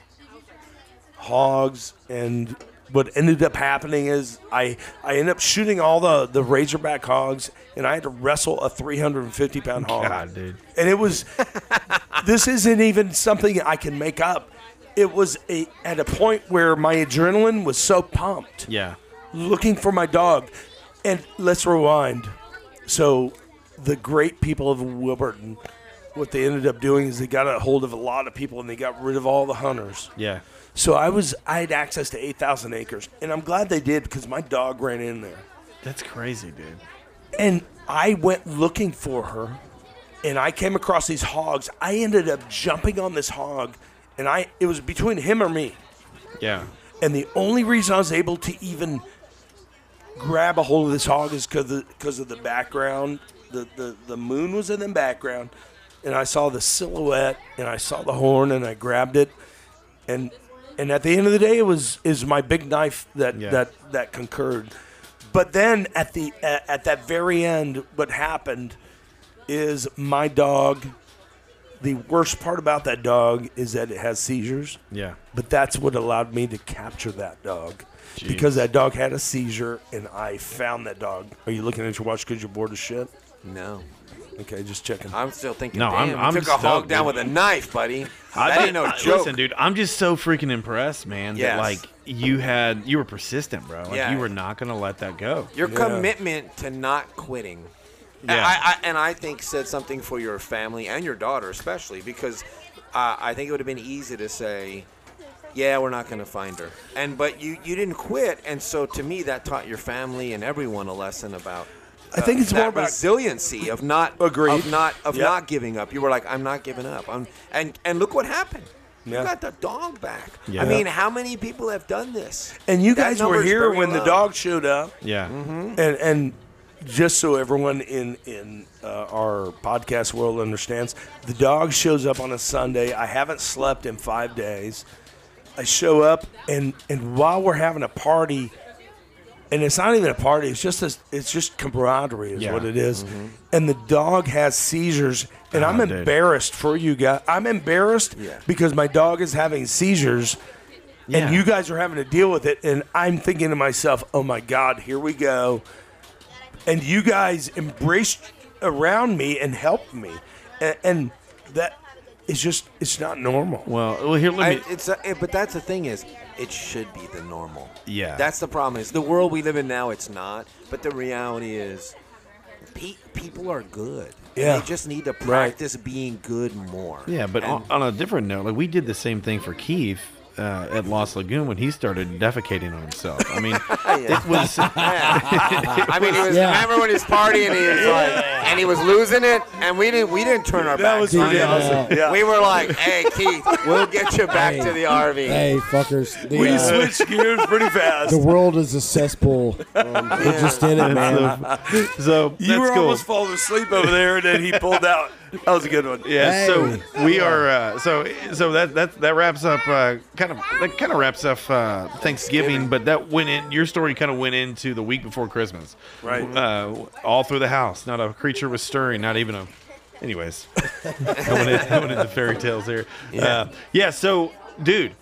S2: hogs. And what ended up happening is I, I ended up shooting all the, the Razorback hogs, and I had to wrestle a 350 pound hog.
S1: God, dude.
S2: And it was, this isn't even something I can make up. It was a, at a point where my adrenaline was so pumped
S1: Yeah.
S2: looking for my dog. And let's rewind. So, the great people of Wilburton, what they ended up doing is they got a hold of a lot of people and they got rid of all the hunters.
S1: Yeah.
S2: So I was I had access to eight thousand acres, and I'm glad they did because my dog ran in there,
S1: That's crazy, dude.
S2: and I went looking for her, and I came across these hogs. I ended up jumping on this hog, and I it was between him or me.
S1: Yeah.
S2: And the only reason I was able to even grab a hold of this hog is because of the background. The, the, the moon was in the background, and I saw the silhouette, and I saw the horn, and I grabbed it. And and at the end of the day, it was is my big knife that
S1: Yeah.
S2: that that concurred. But then at the at, at that very end, what happened is my dog The worst part about that dog is that it has seizures.
S1: Yeah.
S2: But that's what allowed me to capture that dog.
S1: Jeez.
S2: Because that dog had a seizure and I found that dog. Are you looking at your watch because you're bored as shit?
S3: No.
S2: Okay, just checking.
S3: I'm still thinking,
S1: No, I'm-
S3: damn,
S1: I'm
S3: you took a
S1: stoked,
S3: hog down
S1: dude.
S3: with a knife, buddy.
S1: I
S3: that
S1: bet-
S3: ain't no
S1: I-
S3: joke.
S1: Listen, dude, I'm just so freaking impressed, man.
S3: Yes.
S1: That like you had you were persistent, bro. Like
S3: Yeah.
S1: you were not gonna let that go.
S3: Your
S2: Yeah.
S3: commitment to not quitting.
S1: Yeah.
S3: I, I, and I think said something for your family and your daughter, especially because uh, I think it would have been easy to say, "Yeah, we're not going to find her," and but you you didn't quit, and so to me that taught your family and everyone a lesson about. uh,
S2: I think it's
S3: that
S2: more about-
S3: resiliency of not
S2: Agreed.
S3: of not of
S2: Yeah.
S3: not giving up. You were like, "I'm not giving up." I'm and and look what happened.
S2: Yeah.
S3: You got the dog back.
S1: Yeah.
S3: I mean, how many people have done this?
S2: and you
S3: That
S2: guys were
S3: number's
S2: here
S3: very
S2: when the
S3: low.
S2: dog showed up.
S1: Yeah.
S3: Mm-hmm.
S2: Mm-hmm. and and just so everyone in in uh, our podcast world understands, the dog shows up on a Sunday. I haven't slept in five days. I show up, and and while we're having a party, and it's not even a party. It's just a, it's just camaraderie is
S1: Yeah. Mm-hmm.
S2: what it is. And the dog has seizures, and
S1: Ah,
S2: I'm
S1: dude.
S2: embarrassed for you guys. I'm embarrassed
S3: Yeah.
S2: because my dog is having seizures.
S1: Yeah.
S2: And you guys are having to deal with it. And I'm thinking to myself, oh my God, here we go. And you guys embraced around me and helped me. And, and that is just, it's not normal.
S1: Well, well, here
S3: I,
S1: let me.
S3: it's a, it, but that's the thing is, it should be the normal.
S1: Yeah.
S3: That's the problem is the world we live in now. It's not, but the reality is, pe- people are good.
S2: Yeah.
S3: They just need to practice being good more.
S1: yeah, but on,
S3: <laughs>
S1: on
S3: And-
S1: a different note, like we did the same thing for Keith uh, at Lost Lagoon when he started defecating on himself. I
S3: <laughs>
S1: mean, it was.
S3: Yeah. I mean, he was,
S4: Yeah.
S3: remember when he was partying and he was like, and he was losing it, and we didn't, we didn't turn our
S2: That
S3: backs
S2: was
S3: on him.
S4: ridiculous.
S2: Yeah.
S3: We were like, "Hey, Keith, we'll get you back to the RV."
S4: Hey, fuckers. The,
S2: We
S4: uh,
S2: switched gears
S3: <laughs>
S2: pretty
S4: the
S2: fast.
S4: world is a cesspool. Um, We're just in it, man.
S1: <laughs> so
S2: You
S1: that's
S2: were
S1: cool.
S2: almost falling asleep over there, and then he pulled out. That was a good one.
S1: Yeah,
S4: Hey.
S1: so we are uh, so so that that that wraps up uh, kind of that kind of wraps up uh, Thanksgiving, but that went in your story kind of went into the week before Christmas,
S2: Right.
S1: Uh, all through the house, not a creature was stirring, not even a. Anyways, <laughs> going, in, going into fairy tales here. Yeah, uh, yeah. So, dude,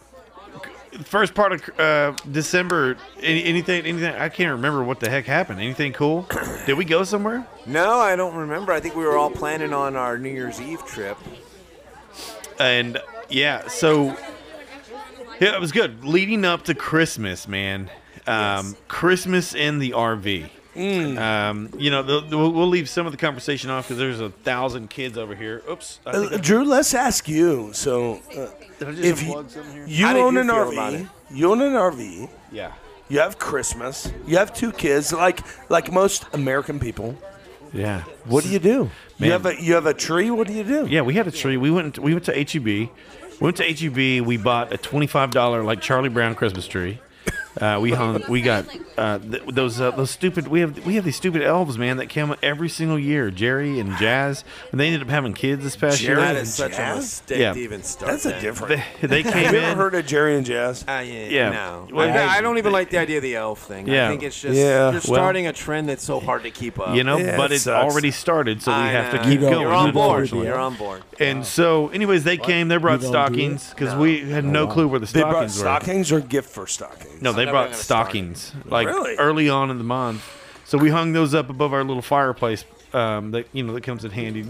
S1: first part of uh, December, any, anything, anything. I can't remember what the heck happened. Anything cool? Did we go somewhere?
S3: No, I don't remember. I think we were all planning on our New Year's Eve trip.
S1: and yeah, so yeah, it was good. Leading up to Christmas, man. Um, Christmas in the RV.
S2: Mm.
S1: Um, you know, the, the, we'll we'll leave some of the conversation off because there's a thousand kids over here. Oops, I think
S2: Uh, Drew, let's ask you. So, uh,
S1: I, did I just
S2: if you,
S1: unplug something here?
S2: you
S3: How did
S2: own
S3: you
S2: an
S3: feel about
S2: RV,
S3: it?
S2: you own an RV,
S1: yeah,
S2: you have Christmas, you have two kids, like like most American people.
S1: yeah,
S2: What do you do?
S1: Man.
S2: You have a you have a tree. What do you do?
S1: yeah. We had a tree. We went we went to HEB. We went to HEB. We bought a twenty five dollar like Charlie Brown Christmas tree. Uh, we hung. We got uh, th- those uh, those stupid. We have we have these stupid elves, man, that come every single year. Jerry and Jazz, and they ended up having kids this past
S2: Jerry
S1: year.
S3: That is such
S2: Jazz?
S3: a mistake
S1: Yeah.
S3: to even start.
S2: that's a
S3: that.
S2: different.
S1: They, they came
S2: Have you ever
S1: in.
S2: heard of Jerry and Jazz?
S3: Uh, yeah,
S1: Yeah.
S3: No.
S1: Well,
S3: I,
S1: hey,
S3: I don't even like the idea of the elf thing.
S1: Yeah.
S3: I think it's just
S2: Yeah,
S3: you're
S1: well-
S3: starting a trend that's so hard to keep up.
S1: you know,
S2: Yeah,
S1: but
S2: it
S1: it's
S2: sucks.
S1: already started, so we
S3: I
S1: have
S3: know.
S1: to keep
S4: You don't-
S1: going.
S3: You're on board.
S1: unfortunately.
S3: You're on <laughs> board.
S1: And so, anyways, they came. They brought
S4: You don't do
S1: stockings because
S3: No.
S1: we had no clue where the
S2: They brought
S1: stockings were.
S2: stockings or gift for stockings.
S1: No, they
S3: never
S1: brought
S3: gonna start
S1: stockings like
S2: Really?
S1: early on in the month. So we hung those up above our little fireplace um, that you know that comes in handy.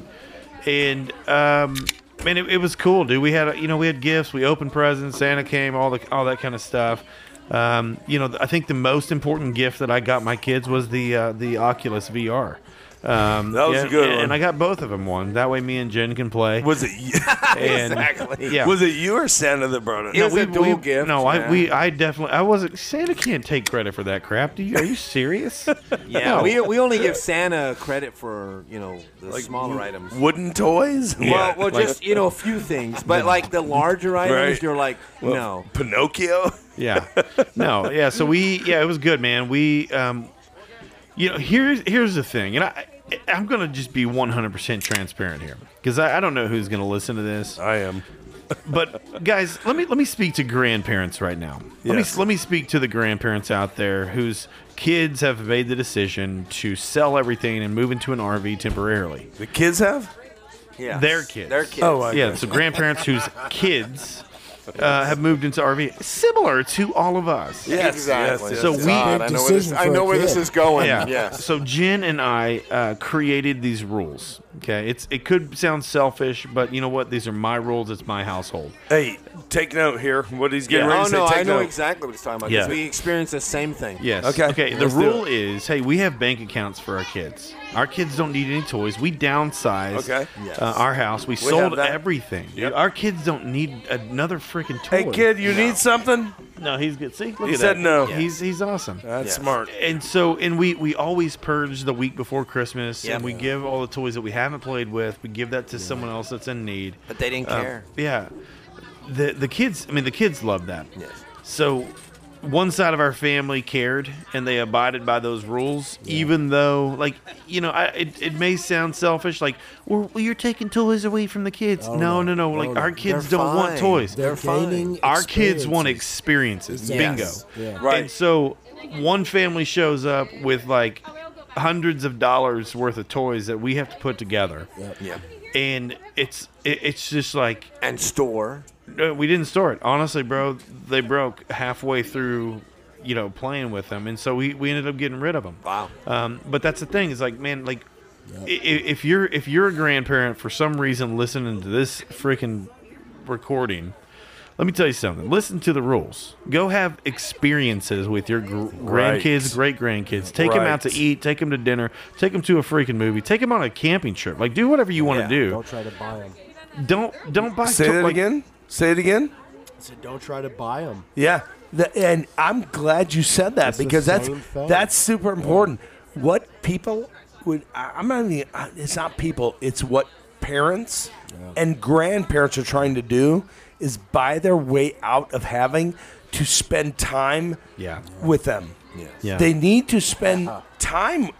S1: And um, man, it, it was cool, dude. We had uh, you know we had gifts. We opened presents. Santa came. All the all that kind of stuff. Um, you know, I think the most important gift that I got my kids was the uh, the Oculus VR. Um,
S2: That was
S1: yeah,
S2: a good
S1: and,
S2: one.
S1: And I got both of them one. That way, me and Jen can play.
S2: was it you,
S1: and,
S3: <laughs> Exactly.
S1: <laughs> Yeah.
S2: was it you or Santa that brought it?
S3: It was a dual gift,
S1: No, I
S3: man.
S1: we I definitely I wasn't. Santa can't take credit for that crap. Do you? Are you serious?
S3: <laughs> Yeah.
S1: No.
S3: We, we only give Santa credit for you know the smaller items.
S2: Wooden toys.
S1: Yeah,
S3: well, well,
S1: like-
S3: just you know a few things, but like the larger items,
S2: Right.
S3: you're like
S2: Well,
S3: no.
S2: Pinocchio.
S1: yeah. No. Yeah. So we. Yeah, it was good, man. We. Um, you know, here's here's the thing, and I I'm gonna just be 100% transparent here because I, I don't know who's gonna listen to this.
S2: I am.
S1: but guys, let me let me speak to grandparents right now. Let
S2: Yes.
S1: me let me speak to the grandparents out there whose kids have made the decision to sell everything and move into an RV temporarily.
S2: The kids have. Yeah.
S1: Their kids.
S2: Their kids.
S3: Oh,
S2: I
S1: Yeah, so grandparents whose kids uh, have moved into RV, similar to all of us.
S2: Yes,
S6: exactly.
S2: yes, yes.
S1: So we-
S6: God, I know where this,
S5: Decision
S6: I
S5: for a
S6: know where this
S5: kid.
S6: is going.
S1: Yeah.
S6: Yes.
S1: So Jen and I uh, created these rules. Okay, it's it could sound selfish, but you know what? These are my rules. It's my household.
S2: Hey, take note here. What he's getting
S1: Yeah.
S2: ready
S3: Oh
S2: to
S3: no,
S2: say. Take
S3: I know
S2: note.
S3: exactly what he's talking about.
S1: Yeah.
S3: because We experienced the same thing.
S1: Yes.
S2: Okay,
S1: Okay. The
S2: let's do
S1: rule is, hey, we have bank accounts for our kids. Our kids don't need any toys. We downsized
S2: Okay.
S3: Yes.
S1: uh, our house. We,
S2: have
S1: sold
S2: that.
S1: everything. dude.
S2: Yep.
S1: Our kids don't need another freaking toy.
S2: Hey, kid, you need something?
S1: No, he's good. See, look
S2: He
S1: at
S2: said
S1: that.
S2: no.
S1: He's he's awesome.
S2: That's
S3: Yes.
S2: smart.
S1: and so and we we always purge the week before christmas
S3: Yep.
S1: and we give all the toys that we haven't played with we give that to someone else that's in need
S3: But they didn't
S1: Um,
S3: care.
S1: yeah the the kids i mean the kids love that
S3: Yes.
S1: so one side of our family cared and they abided by those rules even though like you know I, it, it may sound selfish like well you're taking toys away from the kids
S5: Oh,
S1: no
S5: no.
S1: no no, like
S5: No, no.
S1: our kids
S3: They're
S1: don't want
S3: fine.
S1: toys
S5: They're,
S3: They're fine.
S5: gaining
S1: our kids want
S5: experiences.
S1: experiences
S3: Yes.
S1: bingo
S5: Yeah.
S2: Right.
S1: and so one family shows up with like hundreds of dollars worth of toys that we have to put together.
S3: Yeah.
S1: And it's it, it's just like
S3: And store.
S1: uh, we didn't store it. Honestly, bro, they broke halfway through, you know, playing with them. And so we, we ended up getting rid of them.
S3: Wow.
S1: Um, but that's the thing is like, man, like i i- if you're if you're a grandparent for some reason listening to this freaking recording, let me tell you something. Listen to the rules. Go have experiences with your gr- grandkids, great grandkids. Take them out to
S2: Right.
S1: eat. Take them to dinner. Take them to a freaking movie. Take them on a camping trip. Like do whatever you want to
S3: Yeah,
S1: do.
S5: Don't try to buy them.
S1: Don't don't buy.
S2: Say
S1: to-
S2: that
S1: like-
S2: again. Say it again.
S5: So don't try to buy them.
S2: Yeah. The- and I'm glad you said that
S5: It's the
S2: because that's
S5: same thing.
S2: that's super important. What people would I- I'm not even I- it's not people, it's what parents and grandparents are trying to do is buy their way out of having to spend time
S1: Yeah.
S2: with them.
S1: Yeah.
S2: They need to spend time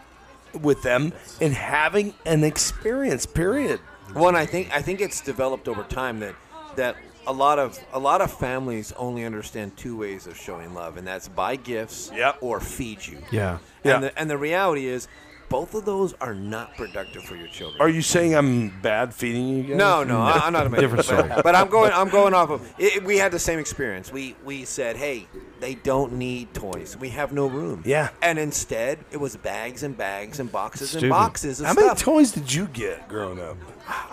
S2: with them and having an experience, period.
S3: Well, and I think I think it's developed over time that that a lot of a lot of families only understand two ways of showing love, and that's buy gifts
S2: Yep.
S3: or feed you.
S1: Yeah.
S2: Yeah.
S3: And, the, and the reality is, both of those are not productive for your children.
S2: Are you saying I'm bad feeding you guys?
S3: No,
S2: <laughs>
S3: no, I, I'm not a man.
S1: Different
S3: but,
S1: story.
S3: but I'm going. I'm going off of. It, it- we had the same experience. We we said, hey, they don't need toys. We have no room.
S2: Yeah.
S3: And instead, it was bags and bags and boxes
S1: Stupid.
S3: and boxes of
S2: How many
S3: stuff.
S2: toys did you get growing up?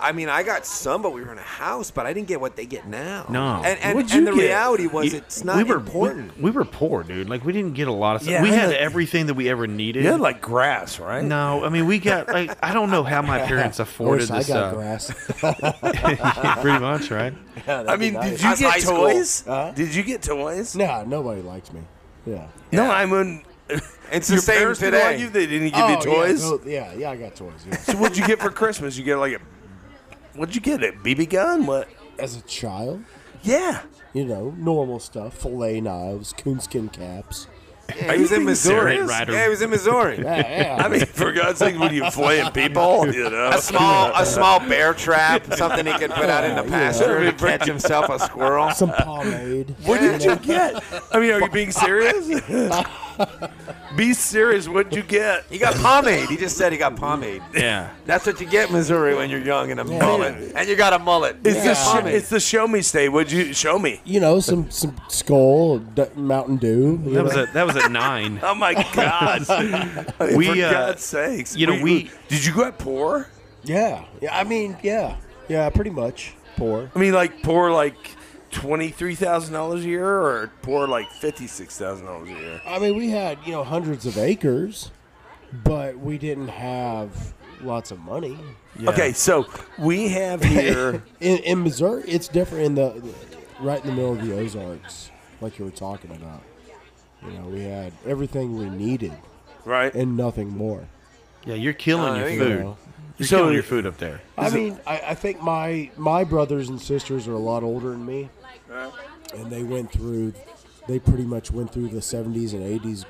S3: I mean, I got some, but we were in a house, but I didn't get what they get now.
S1: No.
S3: And and,
S2: What'd you
S3: and the
S2: get?
S3: reality was,
S1: You-
S3: it's not important.
S1: We, we were poor, dude. Like we didn't get a lot of stuff.
S2: Yeah,
S1: we
S2: I
S1: had
S2: know.
S1: everything that we ever needed.
S2: You had like grass, right?
S1: no, I mean we got like I don't know how my parents afforded
S5: Wish I
S1: this
S3: uh,
S1: <laughs>
S5: got
S1: stuff.
S5: grass.
S3: <laughs>
S1: Pretty much, right?
S2: I mean, did you
S3: That's high
S2: get
S3: school.
S2: toys? Did you get toys?
S5: <laughs> nah, nobody liked me. Yeah.
S2: No, I <laughs> mean,
S3: It's
S2: your
S3: the same
S2: parents didn't want
S3: today.
S2: you. They didn't give
S5: Oh,
S2: you toys.
S5: Yeah, no, yeah, yeah, I got toys. Yeah.
S2: <laughs> so what'd you get for Christmas? You get like a what'd you get? A BB gun? What?
S5: As a child,
S2: Yeah.
S5: you know, normal stuff: fillet knives, coonskin caps.
S3: Yeah, he was in
S2: being
S3: Missouri.
S2: serious?
S1: Rider.
S3: Yeah, he was in Missouri.
S5: <laughs> Yeah, yeah.
S2: I mean, for God's sake, when you flaying <laughs> people, you know,
S3: a small a small bear trap, something he could put out in the
S5: Yeah,
S3: pasture
S2: yeah.
S3: to catch himself a squirrel.
S5: some pomade.
S2: <laughs> what did you get? I mean, are you being <laughs> serious? Be serious. What'd you get?
S3: He got pomade. He just said he got pomade.
S1: Yeah.
S3: That's what you get, Missouri, when you're young and a
S5: Yeah.
S3: mullet. And you got a mullet.
S2: It's
S5: Yeah.
S2: the sh-
S3: Pomade.
S2: it's the show me stay. What'd you show me?
S5: You know, some some skull, d- Mountain Dew. you
S1: That was
S5: know.
S1: a that was a <laughs> nine.
S2: Oh my God! I mean,
S1: We,
S2: for
S1: uh,
S2: God's sakes,
S1: you know,
S2: Wait,
S1: we-
S2: did you go out poor?
S5: Yeah, yeah. I mean, yeah, yeah. Pretty much poor.
S2: I mean, like poor like twenty three thousand dollars a year, or poor like fifty six thousand dollars a year.
S5: I mean, we had you know hundreds of acres, but we didn't have lots of money.
S2: Okay, so we
S1: <laughs>
S2: have here.
S5: In, in Missouri, it's different. In the right in the middle of the Ozarks, like you were talking about. You know, we had everything we needed
S2: Right.
S5: and nothing more.
S1: Yeah, you're killing
S3: Oh,
S1: your
S3: there you
S1: food.
S5: go.
S1: You're
S2: So-
S1: killing your food up there.
S5: I mean, I, I think my my brothers and sisters are a lot older than me, and they went through, they pretty much went through the '70s and '80s,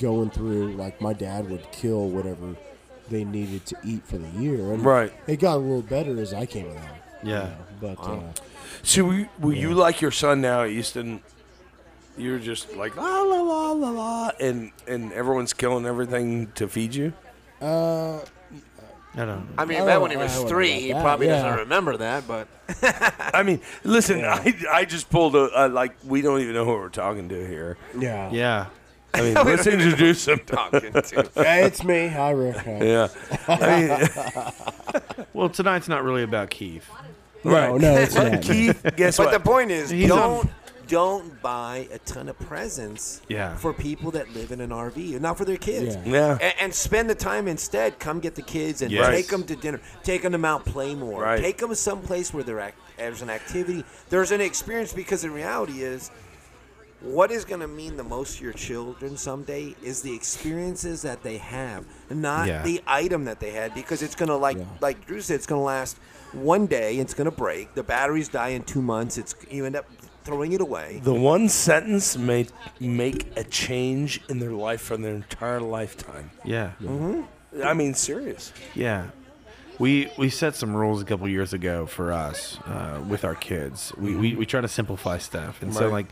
S5: going through like my dad would kill whatever they needed to eat for the year, and
S2: Right.
S5: It got a little better as I came along. you
S1: Yeah.
S5: know, but uh,
S2: So we, were you like your son now, Easton? You're just like la la la la la, and and everyone's killing everything to feed you.
S1: I don't.
S3: I mean,
S4: I
S3: that
S4: don't-
S3: when he
S4: I
S3: was
S4: wouldn't
S3: three,
S4: like
S3: he
S4: that,
S3: probably
S4: yeah.
S3: doesn't remember that, but
S2: I mean, listen, <laughs> I, I just pulled a, a like we don't even know who we're talking to here.
S4: Yeah.
S1: Yeah.
S2: I
S1: <laughs>
S2: mean, let's introduce him.
S3: talking to.
S4: Hey, it's me. Hi, Rick. Hi.
S2: Yeah, I
S1: Well, tonight's not really about Keith.
S4: <laughs>
S2: <laughs>
S4: No, no, it's
S2: mean,
S4: not.
S2: Keith. Guess
S3: But
S2: what?
S3: the point is,
S1: He's
S3: don't don't buy a ton of presents.
S1: Yeah.
S3: For people that live in an RV, not for their kids.
S4: Yeah.
S2: Yeah.
S3: And, and spend the time instead. Come get the kids and
S1: Yes.
S3: take them to dinner. Take them out, play more.
S2: Right.
S3: Take them someplace where they're act- there's an activity. There's an experience because the reality is, what is going to mean the most to your children someday is the experiences that they have, not
S1: Yeah.
S3: the item that they had, because it's going to like
S4: Yeah.
S3: like Drew said, it's going to last one day. It's going to break. The batteries die in two months. It's you end up throwing it away.
S2: The one sentence may make a change in their life from their entire lifetime.
S1: Yeah. Mm-hmm.
S2: I mean, serious.
S1: Yeah. We we set some rules a couple years ago for us uh, with our kids. We, we we try to simplify stuff, and so like,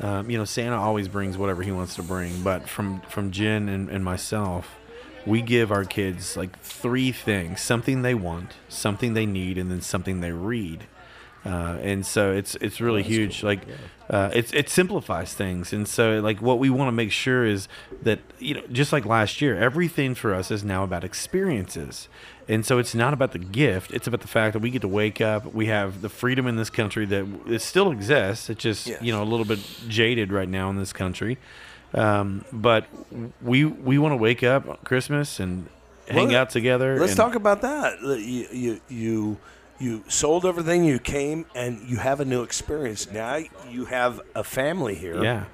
S1: um, you know, Santa always brings whatever he wants to bring. But from from Jen and, and myself, we give our kids like three things: something they want, something they need, and then something they read. Uh, and so it's it's really huge. Like, uh, it's it simplifies things. And so like what we want to make sure is that you know just like last year, everything for us is now about experiences. And so it's not about the gift; it's about the fact that we get to wake up. We have the freedom in this country that it still exists. It's just
S3: Yes.
S1: you know a little bit jaded right now in this country. Um, but we we want to wake up on Christmas and hang
S2: Well,
S1: out together.
S2: Let's
S1: and-
S2: talk about that. L- You, you you you sold everything. You came and you have a new experience. Now you have a family here.
S1: Yeah.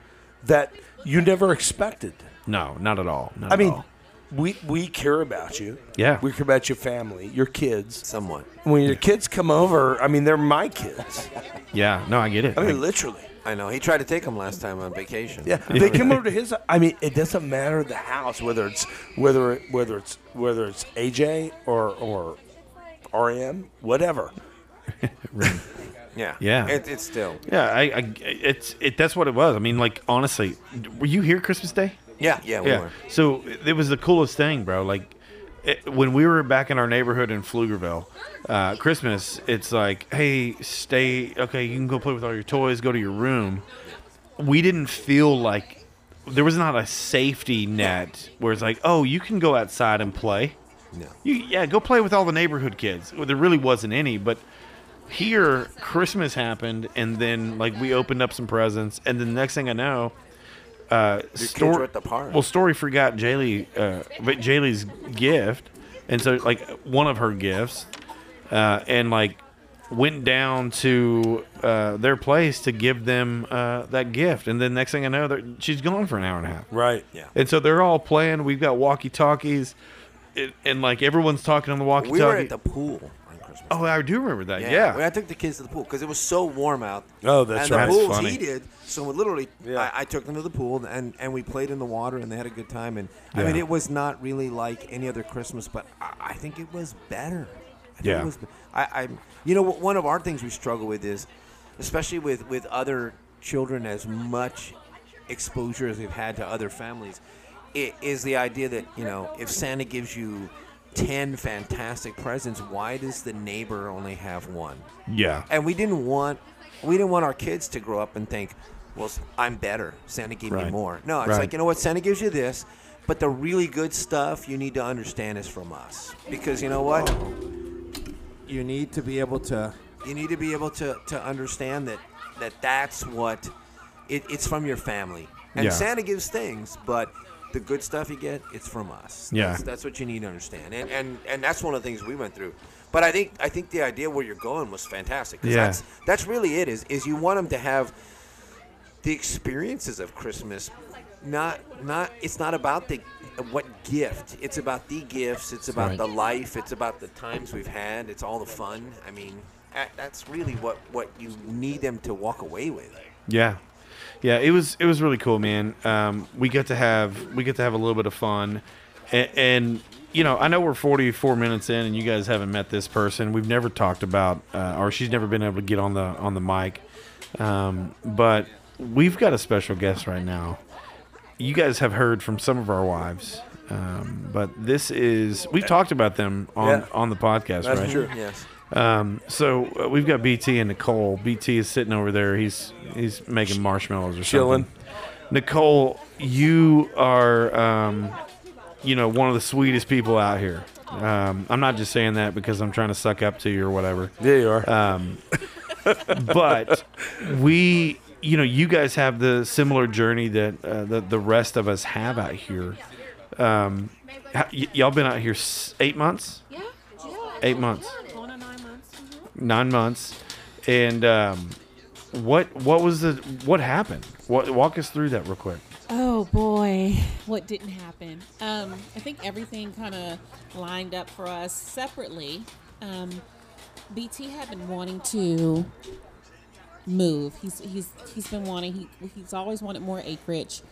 S2: That you never expected.
S1: No, not at all. Not
S2: I
S1: at
S2: mean,
S1: all.
S2: we we care about you.
S1: Yeah.
S2: We care about your family, your kids.
S3: Somewhat.
S2: When your kids come over, I mean, they're my kids.
S1: yeah. No, I get it.
S2: I
S1: Like-
S2: mean, literally.
S3: I know. He tried to take them last time on vacation.
S2: <laughs> Yeah, they come over to his. I mean, it doesn't matter the house whether it's whether it- whether it's whether it's AJ or or RM, whatever.
S3: Yeah.
S1: Yeah.
S3: It, it's still.
S1: <laughs> Yeah, I, I it's it. That's what it was. I mean, like honestly, were you here Christmas Day?
S3: Yeah. Yeah. We were.
S1: So it was the coolest thing, bro. Like it, when we were back in our neighborhood in Pflugerville, uh, Christmas, it's like, hey, stay. Okay, you can go play with all your toys. Go to your room. We didn't feel like there was not a safety net where it's like, oh, you can go outside and play.
S3: No.
S1: You, yeah, go play with all the neighborhood kids. Well, there really wasn't any, but here Christmas happened, and then like we opened up some presents, and then the next thing I know, uh,
S3: kids were at the park.
S1: Well, Story forgot Jaylee, uh, but Jaylee's gift, and so like one of her gifts, uh, and like went down to uh, their place to give them uh, that gift, and then next thing I know, they're- she's gone for an hour and a half.
S2: Right. Yeah.
S1: And so they're all playing. We've got walkie talkies, and, and like everyone's talking on the walkie
S3: We were at
S1: talkie.
S3: the pool on Christmas.
S1: oh, I do remember that. Yeah.
S3: Well, I took the kids to the pool because it was so warm out.
S2: Oh, that's
S3: and
S2: right.
S3: the
S1: That's
S3: pool's
S1: funny.
S3: heated, so we literally,
S2: Yeah.
S3: I, I took them to the pool and, and we played in the water and they had a good time. And I mean, it was not really like any other Christmas, but I, I think it was better. I think
S1: Yeah.
S3: It was, be- I, I, you know, one of our things we struggle with is, especially with with other children, as much exposure as we've had to other families, it is the idea that you know if Santa gives you. 10 fantastic presents why does the neighbor only have one
S1: yeah.
S3: and we didn't want we didn't want our kids to grow up and think, well, I'm better. Santa gave me
S1: Right.
S3: more. No, it's
S1: Right.
S3: like you know what Santa gives you this, but the really good stuff you need to understand is from us because you know what you need to be able to you need to be able to to understand that that that's what it, it's from your family and
S1: Yeah.
S3: Santa gives things, but. The good stuff you get, it's from us.
S1: Yeah.
S3: that's, that's what you need to understand, and, and and that's one of the things we went through. But I think I think the idea where you're going was fantastic. 'Cause
S1: Yeah.
S3: That's, that's really it is is you want them to have the experiences of Christmas. Not not it's not about the what gift. It's about the gifts. It's about
S1: Right.
S3: the life. It's about the times we've had. It's all the fun. I mean, that- that's really what what you need them to walk away with.
S1: Yeah, yeah. It was it was really cool, man. Um, we got to have we got to have a little bit of fun, and, and you know I know we're forty four minutes in, and you guys haven't met this person. We've never talked about, uh, or she's never been able to get on the on the mic. Um, but we've got a special guest right now. You guys have heard from some of our wives. Um, but this is we've talked about them on
S2: Yeah.
S1: on the podcast,
S2: That's
S1: right?
S3: Mm-hmm.
S2: true. Yes.
S1: Um, so uh, we've got BT and Nicole. BT is sitting over there. He's he's making marshmallows or
S2: Chilling.
S1: something. Nicole, you are um, you know one of the sweetest people out here. Um, I'm not just saying that because I'm trying to suck up to you or whatever.
S2: There you are.
S1: Um, but we, you know, you guys have the similar journey that uh, the, the rest of us have out here. Um, ha- y- y'all been out here s- eight months,
S7: Yeah, yeah.
S1: eight months,
S7: Going on nine months. Mhm.
S1: nine months, and um, what what was the what happened? What, walk us through that real quick.
S7: Oh boy, what didn't happen? Um, I think everything kind of lined up for us separately. Um, BT had been wanting to move. He's he's he's been wanting. He he's always wanted more acreage.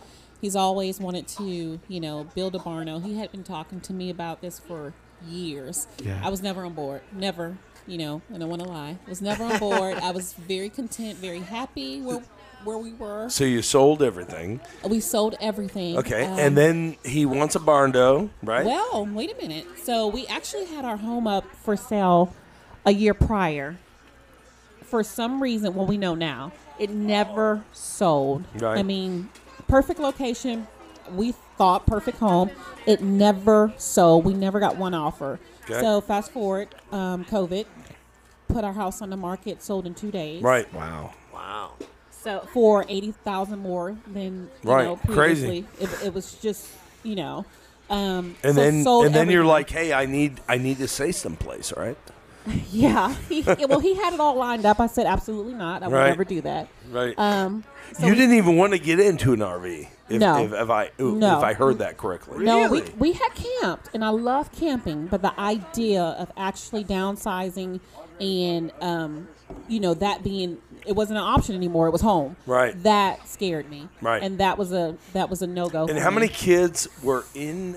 S7: He's always wanted to you know build a barno. He had been talking to me about this for years.
S1: Yeah.
S7: I was never on board. Never. You know, I don't want to lie. Was never on board. I was very content, very happy where where we were.
S2: So you sold everything.
S7: We sold everything.
S2: Okay.
S7: Um,
S2: and then he wants a barn dough, right?
S7: Well, wait a minute. So we actually had our home up for sale a year prior. For some reason, well, we know now, it never sold.
S2: Right.
S7: I mean, perfect location. We thought perfect home. It never sold. We never got one offer.
S2: Okay.
S7: So fast forward, um, COVID put our house on the market, sold in two days.
S2: right. Wow.
S3: Wow.
S7: So for eighty thousand more than you
S2: Right.
S7: know,
S2: Crazy.
S7: previously. It, it was just you know, um,
S2: And
S7: so
S2: then and
S7: sold
S2: then you're
S7: everything.
S2: like, hey, I need I need to say someplace, all right?
S7: <laughs> yeah. He, yeah, well, he had it all lined up. I said, absolutely not. I would
S2: Right.
S7: never do that.
S2: Right.
S7: Um, so
S2: you
S7: we-
S2: didn't even want to get into an RV. If,
S7: No.
S2: If, if I ooh,
S7: No.
S2: if I heard that correctly.
S7: No,
S3: Really?
S7: we, we had camped, and I love camping, but the idea of actually downsizing and, um, you know, that being it wasn't an option anymore. It was home.
S2: Right.
S7: That scared me.
S2: Right.
S7: And that was a that was a no go.
S2: And how many kids were in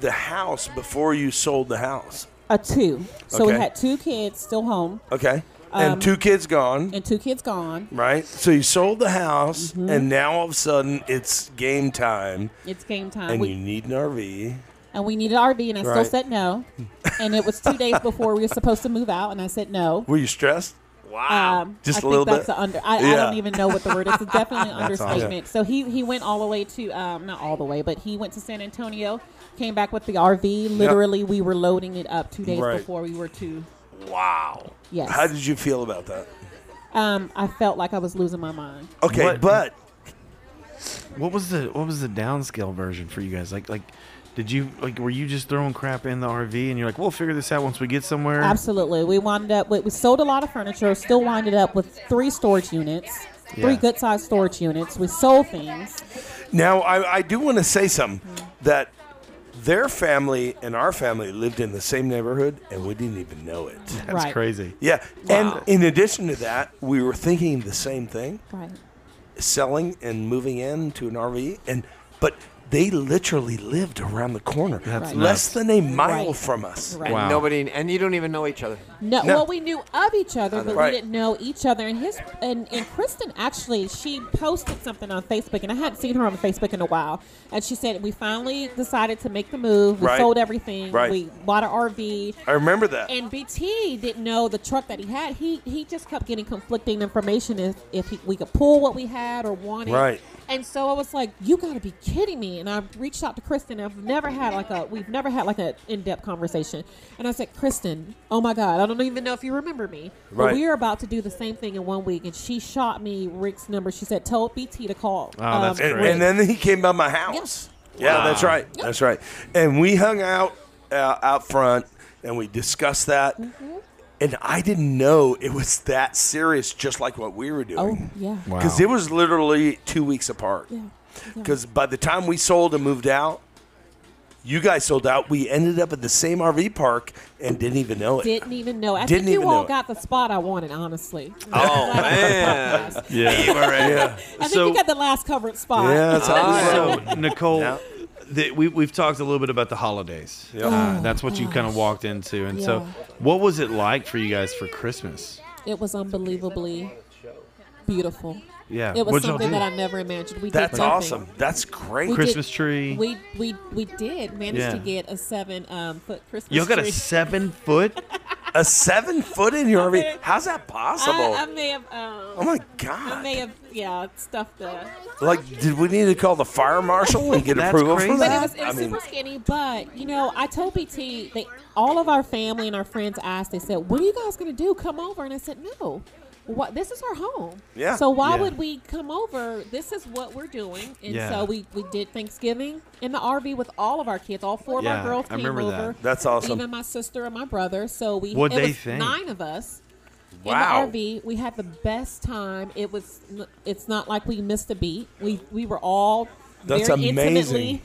S2: the house before you sold the house?
S7: A two. So we
S2: Okay.
S7: had two kids still home
S2: Okay. And
S7: Um,
S2: two kids gone,
S7: and Mm-hmm. two kids gone.
S2: right? So you sold the house, and now all of a sudden it's game time,
S7: It's game time.
S2: and
S7: we,
S2: you need an RV.
S7: and we needed an RV, and I still
S2: Right. <laughs>
S7: said no. and it was two days before we were supposed to move out, and I said no.
S2: Were you stressed?
S3: Wow.
S7: Um,
S2: Just
S7: I
S2: a
S7: think
S2: little
S7: that's
S2: bit.
S7: a under. I,
S2: Yeah.
S7: I don't even know what the
S2: <laughs>
S7: word is. It's definitely an
S1: That's awesome.
S7: understatement. So he he went all the way to um not all the way, but he went to San Antonio, came back with the RV. Literally, we were loading it up two days
S2: Right.
S7: before we were to.
S2: Wow.
S7: Yes.
S2: How did you feel about that?
S7: Um, I felt like I was losing my mind.
S2: Okay,
S1: What-
S2: but
S1: What was the what was the downscale version for you guys? Like like did you like were you just throwing crap in the RV and you're like we'll figure this out once we get somewhere?
S7: Absolutely. We wound up with, we sold a lot of furniture, still winded up with three storage units,
S1: Yeah.
S7: three good sized storage units. We sold things.
S2: now I, I do want to say something
S7: Mm-hmm.
S2: that their family and our family lived in the same neighborhood, and we didn't even know it.
S1: That's
S7: right.
S1: crazy.
S2: Yeah,
S7: Wow.
S2: and in addition to that, we were thinking the same thing.
S7: Right.
S2: selling and moving in to an RV, and but they literally lived around the corner,
S1: That's
S2: less
S1: nuts.
S2: than a mile
S7: Right.
S2: from us.
S7: Right.
S1: Wow.
S3: Nobody, and you don't even know each other.
S7: No,
S2: No.
S7: well, we knew of each other, but
S2: Right.
S7: we didn't know each other. And his and, and Kristen actually, she posted something on Facebook, and I hadn't seen her on Facebook in a while. And she said, "We finally decided to make the move. We
S2: Right.
S7: sold everything.
S2: Right.
S7: We bought an RV."
S2: I remember that.
S7: And BT didn't know the truck that he had. He he just kept getting conflicting information if if he, we could pull what we had or wanted.
S2: Right.
S7: And so I was like, "You got to be kidding me!" And I reached out to Kristen. I've never had like a we've never had like an in depth conversation. And I said, "Kristen, oh my God, I don't even know if you remember me,
S2: Right.
S7: but we are about to do the same thing in one week." And she shot me Rick's number. She said, "Tell BT to call." Um,
S1: Oh, that's
S2: and,
S1: great.
S2: Ah, and then he came by my house. Yeah, that's right. That's right. And we hung out uh, out front, and we discussed that.
S7: Mm-hmm.
S2: And I didn't know it was that serious, just like what we were
S7: Oh
S2: doing.
S7: yeah.
S2: Because it was literally two weeks apart.
S7: Yeah. Yeah.
S2: Because by the time we sold and moved out, you guys sold out. We ended up at the same RV park and didn't even know it.
S7: Didn't even know. I
S2: Didn't
S7: think you
S2: even know
S7: all
S2: it.
S7: got the spot I wanted, honestly. <laughs>
S3: Oh, man.
S1: Yeah.
S2: yeah.
S7: I think
S1: So-
S7: you got the last covered spot.
S2: Yeah, that's all right.
S1: so Nicole, the, we we've talked a little bit about the holidays. Uh, that's what you kind of walked into, and so
S7: Oh, Yeah.
S1: what was it like for you guys for Christmas?
S7: It was unbelievably beautiful.
S1: Yeah.
S7: It was
S1: What'd y'all
S7: something
S1: do?
S7: that I never imagined. We
S2: That's
S7: did nothing.
S2: awesome. That's great.
S7: We
S1: Christmas tree.
S7: We we we did manage
S1: Yeah.
S7: to get a seven um, foot Christmas
S1: Y'all got <laughs>
S7: tree.
S1: a seven foot?
S2: A seven foot in your RV. How's that possible?
S7: I, I may have. Um,
S2: oh my
S7: I may
S2: god!
S7: have, yeah, stuffed the.
S2: Like, did we need to call the fire marshal and get
S1: That's
S2: approval
S1: crazy.
S2: for
S7: But
S2: that?
S7: it was, it was
S2: I mean,
S7: super skinny. But you know, I told BT they all of our family and our friends asked. They said, "What are you guys going to do? Come over?" And I said, "No, what? This is our home.
S2: Yeah.
S7: So why
S1: Yeah.
S7: would we come over? This is what we're doing." And
S1: Yeah.
S7: so we we did Thanksgiving in the RV with all of our kids. All four of
S1: Yeah,
S7: our girls
S1: I
S7: came
S1: remember that.
S7: over.
S2: That's awesome.
S7: Even my sister and my brother. So we
S1: What'd
S7: it
S1: they
S7: was
S1: think?
S7: nine of us.
S2: Wow.
S7: In the RV, we had the best time. It was. It's not like we missed a beat. We we were all
S2: That's
S7: very
S2: amazing.
S7: intimately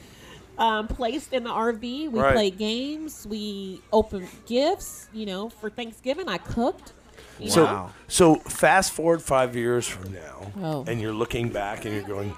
S7: um, placed in the RV. We
S2: Right.
S7: played games. We opened gifts. You know, for Thanksgiving, I cooked. you
S2: so
S7: know.
S1: Wow.
S2: so fast forward five years from now,
S7: Oh.
S2: and you're looking back and you're going,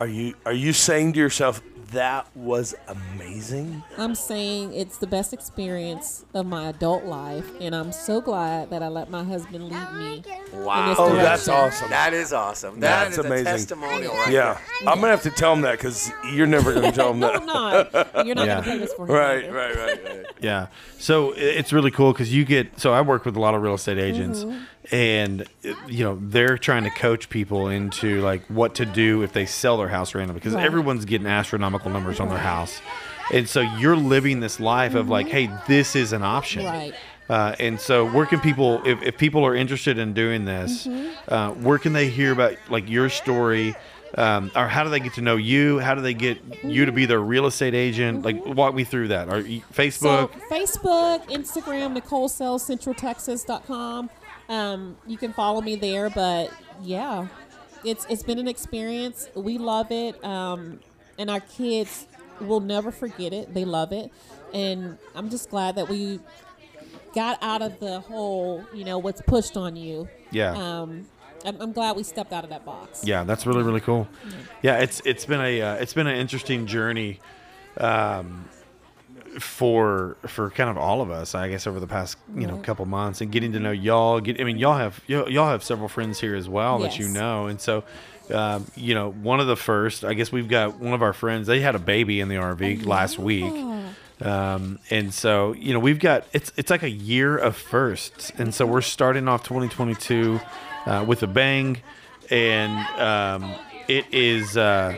S2: are you are you saying to yourself that was amazing?
S7: I'm saying it's the best experience of my adult life, and I'm so glad that I let my husband lead me. in
S3: Wow.
S7: this
S2: Oh,
S7: direction.
S2: that's awesome.
S3: That is awesome. That
S2: That's
S3: is a
S2: amazing.
S3: testimonial right
S2: Yeah, I'm gonna have to tell him that because you're never gonna
S7: <laughs>
S2: tell him
S7: No,
S2: that.
S7: I'm not. You're not
S1: Yeah.
S7: going to play this for him.
S2: <laughs> Right,
S7: either.
S2: right, right, right.
S1: Yeah. So i- it's really cool because you get. So I work with a lot of real estate agents,
S7: Mm-hmm.
S1: and uh, you know they're trying to coach people into like what to do if they sell their house randomly because
S7: Right.
S1: everyone's getting astronomical numbers on their house, and so you're living this life of like, hey, this is an option.
S7: Mm-hmm. Right.
S1: Uh, and so, where can people, if, if people are interested in doing this,
S7: Mm-hmm.
S1: uh, where can they hear about like your story, um, or how do they get to know you? How do they get you to be their real estate agent? Like, walk me through that. Or
S7: Mm-hmm. So
S1: Facebook?
S7: Facebook, Instagram, Nicole Sells Central Texas.com. Um, you can follow me there, but yeah, it's it's been an experience. We love it, um, and our kids will never forget it. They love it, and I'm just glad that we got out of the whole, you know, what's pushed on you.
S1: Yeah.
S7: Um, I'm, I'm glad we stepped out of that box.
S1: Yeah, that's really really cool. Yeah, it's it's been a uh, it's been an interesting journey, um, for for kind of all of us, I guess, over the past you know
S7: Right.
S1: couple months and getting to know y'all. Get, I mean, y'all have y'all, y'all have several friends here as well that you
S7: Yes.
S1: know, and so. Um, you know, one of the first, I guess we've got one of our friends, they had a baby in the RV last
S7: Oh.
S1: week. Um, and so, you know, we've got it's it's like a year of firsts, and so we're starting off 2022 uh, with a bang, and um, it is uh,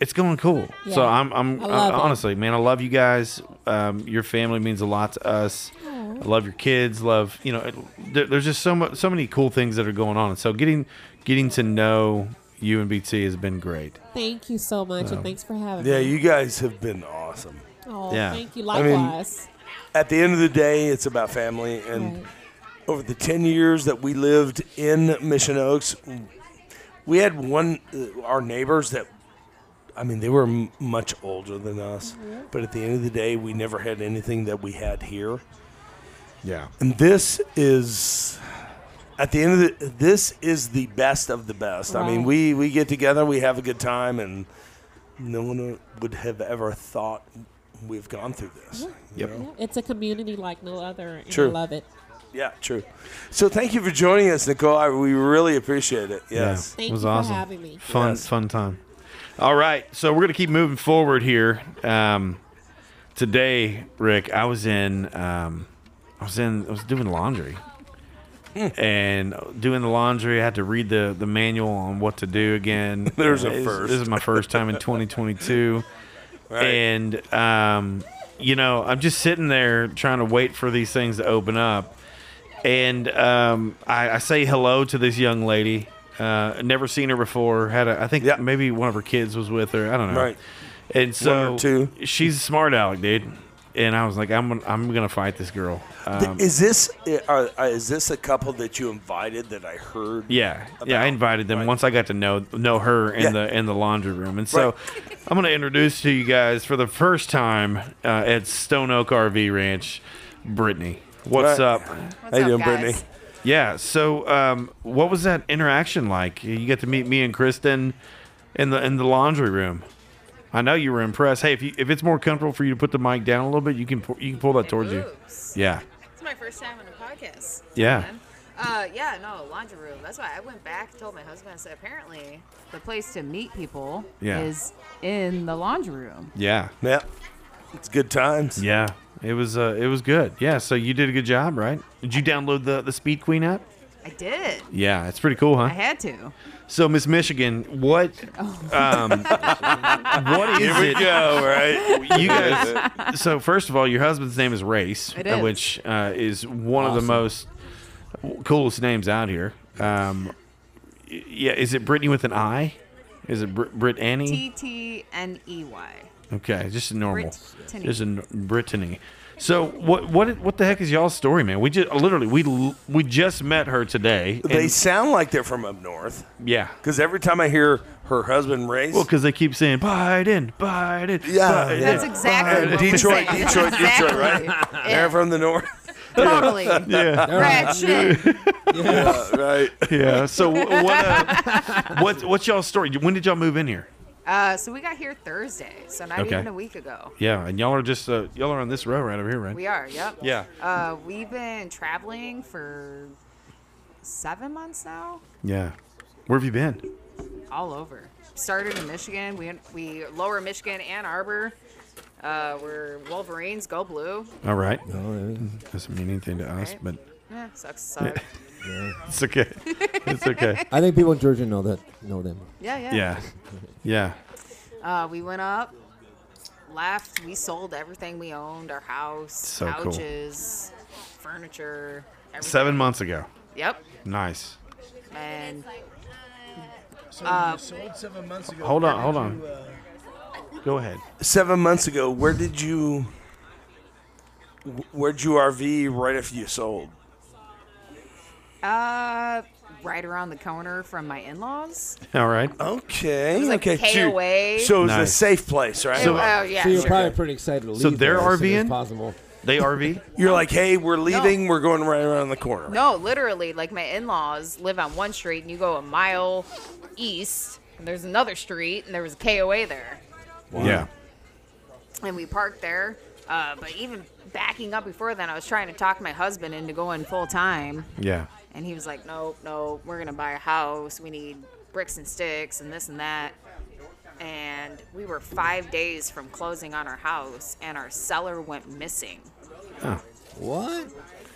S1: it's going cool. So
S7: Yeah.
S1: I'm I'm uh,
S7: I love it.
S1: honestly, man, I love you guys. Um, your family means a lot to us. I love your kids. Love you know, it, there, there's just so much so many cool things that are going on. And so getting getting to know you and BT has been great.
S7: Thank you so much, and thanks for having
S2: Yeah,
S7: me.
S2: you guys have been awesome.
S7: Oh,
S1: Yeah.
S7: thank you.
S2: I mean,
S7: Likewise.
S2: At the end of the day, it's about family. And
S7: Right.
S2: over the 10 years that we lived in Mission Oaks, we had one, uh, our neighbors that, I mean, they were m- much older than us.
S7: Mm-hmm.
S2: But at the end of the day, we never had anything that we had here.
S1: Yeah.
S2: And this is at the end of the this is the best of the best. I mean, we
S7: Right.
S2: we get together, we have a good time, and no one would have ever thought we've gone through this.
S1: Yep.
S7: Yeah, it's a community like no other. And
S2: True.
S7: I love it.
S2: Yeah, true. So thank you for joining us, Nicole. I, we really appreciate it. Yes.
S7: Thank
S1: was
S7: you for
S1: awesome.
S7: having me.
S1: Fun,
S2: Yes.
S1: fun time. All right, so we're gonna keep moving forward here. Um, today, Rick, I was in, um, I was in, I was doing laundry,
S2: Hmm.
S1: and doing the laundry. I had to read the the manual on what to do again.
S2: <laughs> There's a
S1: This-
S2: first.
S1: This is my first time in
S2: <laughs>
S1: 2022 and um, you know i'm just sitting there trying to wait for these things to open up and um, I, I say hello to this young lady uh, never seen her before had a, i think
S2: Yeah.
S1: maybe one of her kids was with her i don't know
S2: Right.
S1: and so
S2: or two.
S1: she's a smart aleck dude and i was like i'm, gonna- I'm gonna fight this girl
S2: Th-
S1: um,
S2: is this uh, are, uh, is this a couple that you invited that I heard?
S1: yeah, yeah. I
S2: about-
S1: invited them
S2: right.
S1: once I got to know know her in
S2: Yeah.
S1: the in the laundry room, and so I'm going to introduce to you guys for the first time uh, at Stone Oak RV Ranch, Brittany. What's
S2: Right.
S1: up?
S2: How
S8: What's
S2: you
S8: up,
S2: doing,
S8: guys?
S2: Brittany?
S1: Yeah. So, um, what was that interaction like? You got to meet me and Kristen in the in the laundry room. I know you were impressed. Hey, if you, if it's more comfortable for you to put the mic down a little bit, you can pu- you can pull that towards you.
S8: Moves.
S1: Yeah.
S8: It's my first time on a podcast.
S1: Yeah.
S8: Man. Uh, yeah, no, laundry room. That's why I went back, told my husband, I said, apparently the place to meet people
S1: Yeah.
S8: is in the laundry room.
S1: Yeah.
S2: Yeah. It's good times.
S1: Yeah. It was uh, it was good. Yeah. So you did a good job, right? Did you download the the Speed Queen app?
S8: I did.
S1: Yeah, it's pretty cool,
S8: I
S1: huh?
S8: had to.
S1: So Miss Michigan, what um, what is
S2: Here we
S1: it?
S2: go, right?
S1: <laughs> You guys. So first of all, your husband's name is Race,
S8: It
S1: uh,
S8: is.
S1: which uh, is one of the most coolest names out here. Um, y- yeah, is it Brittany with an I? Is it Brit, Brit Annie?
S8: T T N E Y.
S1: Okay, just a normal.
S8: Brittany.
S1: Just a n- Brittany. So what what i- what the heck is y'all's story, man? We just literally we l- we just met her today. and-
S2: They sound like they're from up north.
S1: yeah.
S2: Because every time I hear her husband race,
S1: Well, because they keep saying Biden, Biden.
S2: Yeah,
S1: Biden,
S2: yeah.
S8: That's exactly
S2: Uh,
S8: what
S2: Detroit,
S8: we say.
S2: Detroit, Detroit, right? <laughs>
S8: Exactly.
S2: they're from the north.
S1: <laughs>
S8: Totally.
S1: Yeah,
S8: Ratchet.
S2: yeah, <laughs> right.
S1: yeah. So wh- what uh, what what's y'all's story? When did y'all move in here?
S8: Uh, so we got here Thursday, so not
S1: Okay.
S8: even a week ago.
S1: Yeah, and y'all are just uh, y'all are on this row right over here, right?
S8: We are, yep.
S1: Yeah.
S8: Uh, we've been traveling for seven months now,
S1: Yeah. Where have you been?
S8: all over. Started in Michigan. We we Lower Michigan, Ann Arbor. Uh, we're Wolverines. Go blue.
S1: All right. Doesn't mean anything to us,
S8: Right.
S1: but
S8: Eh, sucks. Suck.
S1: it's okay. It's
S8: <laughs>
S1: okay.
S5: I think people in Georgia know that know them.
S8: Yeah, yeah.
S1: Yeah. Yeah.
S8: Uh, we went up, left. We sold everything we owned: our house,
S1: So cool.
S8: couches, furniture. Everything.
S1: Seven months ago.
S8: Yep.
S1: Nice.
S8: And
S9: So you sold seven months ago.
S1: Hold on,
S9: Where
S1: hold
S9: did
S1: on.
S9: you, uh,
S1: Go ahead. <laughs>
S2: Seven months ago, where did you, wh- where'd you RV right after you sold?
S8: uh, right around the corner from my in-laws.
S1: All right.
S2: Okay.
S8: was like
S2: okay.
S8: K
S2: shoot.
S8: away.
S2: So it was a
S1: Nice.
S2: safe place, right?
S1: So-
S8: oh yeah.
S5: so you're
S8: sure.
S5: probably pretty excited to leave.
S1: So they're
S5: there as soon as
S1: RVing?
S5: possible.
S1: They RV.
S2: You're like, hey, we're leaving. We're going right around the corner.
S8: No, literally, like my in-laws live on one street, and you go a mile east, and there's another street, and there was a KOA there,
S1: Yeah.
S8: and we parked there. Uh, but even backing up before then, I was trying to talk my husband into going full time,
S1: Yeah.
S8: and he was like, "Nope, no, we're gonna buy a house. We need bricks and sticks, and this and that." And we were five days from closing on our house, and our seller went missing.
S5: What?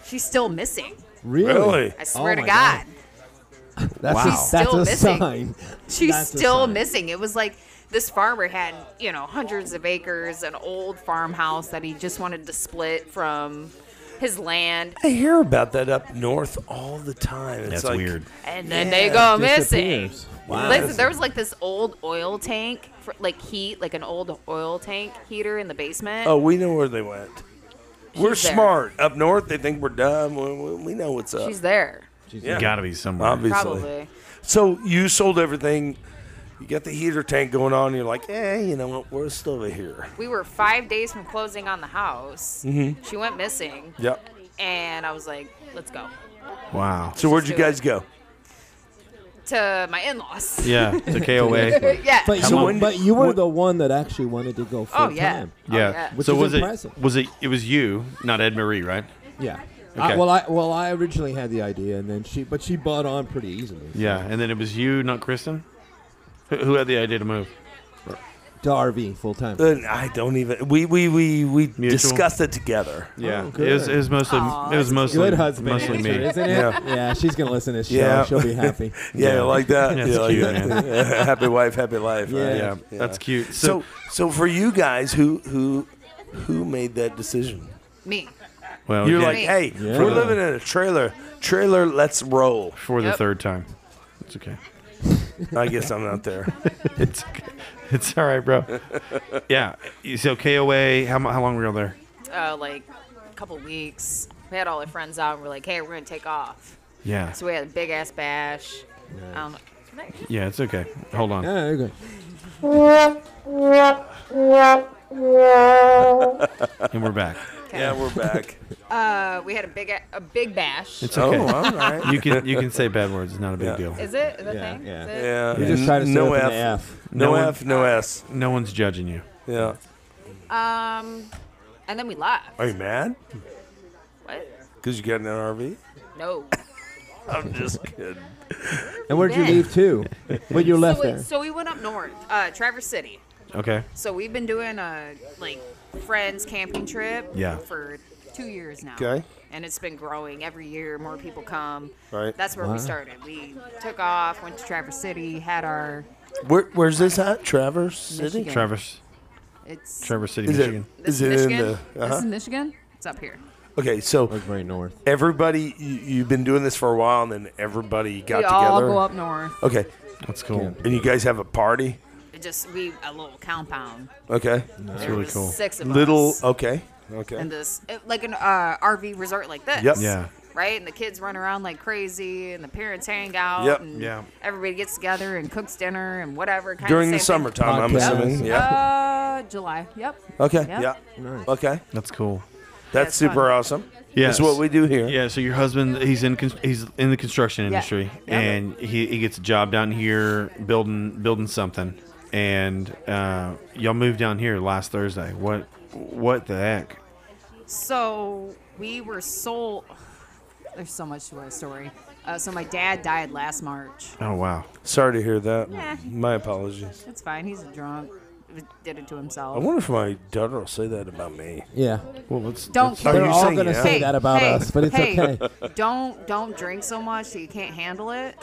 S8: She's still missing.
S5: Really?
S2: Really?
S4: Oh
S8: I swear to
S5: Oh my
S8: God.
S5: God. That's
S1: Wow.
S5: a,
S1: She's
S5: that's
S8: still
S5: a
S8: missing.
S5: sign.
S8: She's
S5: That's a
S8: still
S5: sign.
S8: missing. It was like this farmer had, you know, hundreds of acres, an old farmhouse that he just wanted to split from his land,
S2: I hear about that up north all the time. It's
S1: That's
S2: like,
S1: weird.
S8: and then they go missing.
S5: Disappears.
S8: Listen, there was like this old oil tank, for, like heat, like an old oil tank heater in the basement.
S2: Oh, we know where they went. we're
S8: She's there.
S2: smart. Up north, they think we're dumb. We, we- we know what's up.
S8: She's there,
S2: yeah.
S1: Got to be somewhere.
S2: Obviously.
S8: probably.
S2: So you sold everything. You got the heater tank going on. You're like, eh, you know what? We're still over here.
S8: We were five days from closing on the house. She went missing,
S2: Yep.
S8: and I was like, "Let's go
S1: Wow.
S2: So where'd you
S8: do it.
S2: guys go?
S8: to my in-laws."
S1: Yeah. The KOA.
S8: yeah.
S5: But
S1: How
S5: you,
S1: long-
S5: but you were
S1: what-
S5: the one that actually wanted to go full
S8: Oh yeah.
S5: time.
S8: Oh,
S1: Yeah.
S5: Which
S1: So
S5: is
S1: was it
S5: impressive.
S1: was it it was you, not Ed Marie, right?
S5: Yeah.
S1: Okay.
S5: I, well, I well I originally had the idea, and then she but she bought on pretty easily.
S1: Yeah. And then it was you, not Kristen. Who, who had the idea to move?
S5: To RVing full time.
S2: Uh, I don't even. We we we we
S1: Mutual.
S2: discussed it together.
S1: Yeah.
S5: good.
S1: it, was, it was mostly
S8: Aw,
S1: it was
S8: that's
S1: mostly
S5: Good husband,
S1: mostly
S5: answer,
S1: me.
S5: isn't it?
S2: Yeah.
S5: Yeah. she's gonna listen to this show.
S2: Yeah.
S5: She'll
S1: <laughs>
S5: be happy.
S2: Yeah, like that.
S1: That's
S2: yeah, like
S1: cute,
S2: that.
S1: man.
S2: Yeah, <laughs> happy wife, happy life. right?
S1: Yeah. That's cute.
S2: So
S1: So,
S2: so for you guys, who who who made that decision?
S8: Me.
S1: well,
S2: You're
S1: Oh, yeah,
S2: like, hey,
S5: Yeah.
S2: we're living in a trailer. Trailer, let's roll.
S1: for the
S8: Yep.
S1: third time. It's okay. <laughs>
S2: I guess I'm not <laughs> there.
S1: It's okay. It's all right, bro. yeah. So KOA, how, mu- how long were you there?
S8: uh, like a couple weeks. We had all our friends out and we're like, hey, we're gonna take off.
S1: Yeah.
S8: So we had a big ass bash. Um, nice.
S1: Yeah, it's okay. Hold on.
S5: Yeah, there you go.
S1: And we're back.
S2: yeah, we're back. <laughs>
S8: uh, we had a big a, a big bash.
S1: It's okay.
S2: Oh, all right.
S1: You can you can say bad words. It's not a big
S2: Yeah.
S1: deal.
S8: Is it? Is that
S5: Yeah,
S8: thing?
S5: yeah.
S8: Is it?
S2: Yeah.
S5: You just try to
S2: no
S5: no
S2: F,
S5: F. An F.
S2: no
S1: No
S2: F, no S.
S1: No one's judging you.
S2: Yeah.
S8: Um, and then we left.
S2: Are you mad?
S8: What?
S2: Because you got in an RV?
S8: No.
S2: I'm just kidding.
S5: And where'd you
S8: been?
S5: leave to? When you left
S8: so, we,
S5: there?
S8: so we went up north, uh, Traverse City.
S1: Okay.
S8: So we've been doing a like friends camping trip
S10: Yeah.
S8: for two years now.
S2: Okay.
S8: And it's been growing every year. More people come.
S2: Right.
S8: That's where we started. We took off, went to Traverse City, had our
S2: Where, where's this at? Traverse City?
S8: Michigan.
S1: Traverse,
S8: It's
S1: Traverse City,
S2: Is it,
S1: Michigan.
S8: this
S2: is it in
S8: Michigan.
S2: the.
S8: This is
S2: Uh-huh.
S8: Michigan. It's up here.
S2: Okay, so
S3: That's very north.
S2: everybody, you, you've been doing this for a while and then everybody got
S8: we
S2: together.
S8: all go up north.
S2: Okay,
S1: That's cool.
S2: and you guys have a party?
S8: It just we a little compound.
S2: Okay.
S8: That's
S1: really cool.
S8: Six of
S2: Little, uh,
S8: us
S2: okay. Okay.
S8: in this it- like an uh, RV resort like this.
S2: Yep.
S1: Yeah.
S8: Right, and the kids run around like crazy, and the parents hang out.
S2: Yep.
S8: And
S1: Yeah.
S8: Everybody gets together and cooks dinner and whatever. Kind
S2: During the
S8: of same thing.
S2: summertime, I'm
S5: Podcast.
S2: assuming. Yeah.
S8: Uh, July. Yep.
S2: Okay.
S8: yeah.
S2: Yeah. Okay.
S1: That's cool.
S2: That's
S8: it's fun.
S2: super awesome.
S1: Yes.
S2: That's what we do here.
S1: Yeah, so your husband he's in con- he's in the construction industry
S8: Yeah.
S1: and he, he gets a job down here building building something and uh, y'all moved down here last Thursday. What what the heck?
S8: So we were sold. <sighs> There's so much to our story. Uh, so my dad died last March.
S1: Oh wow.
S2: Sorry to hear that.
S8: Yeah.
S2: My apologies.
S8: It's fine. He's a drunk. Did it to himself.
S2: I wonder if my daughter will say that about me.
S5: Yeah.
S1: Well, let's
S8: Don't
S2: Are
S8: care.
S2: you
S5: They're all
S2: saying
S5: going to
S2: yeah?
S5: say that about
S8: hey,
S5: us, but it's
S8: hey,
S5: okay.
S8: Don't don't drink so much that you can't handle it.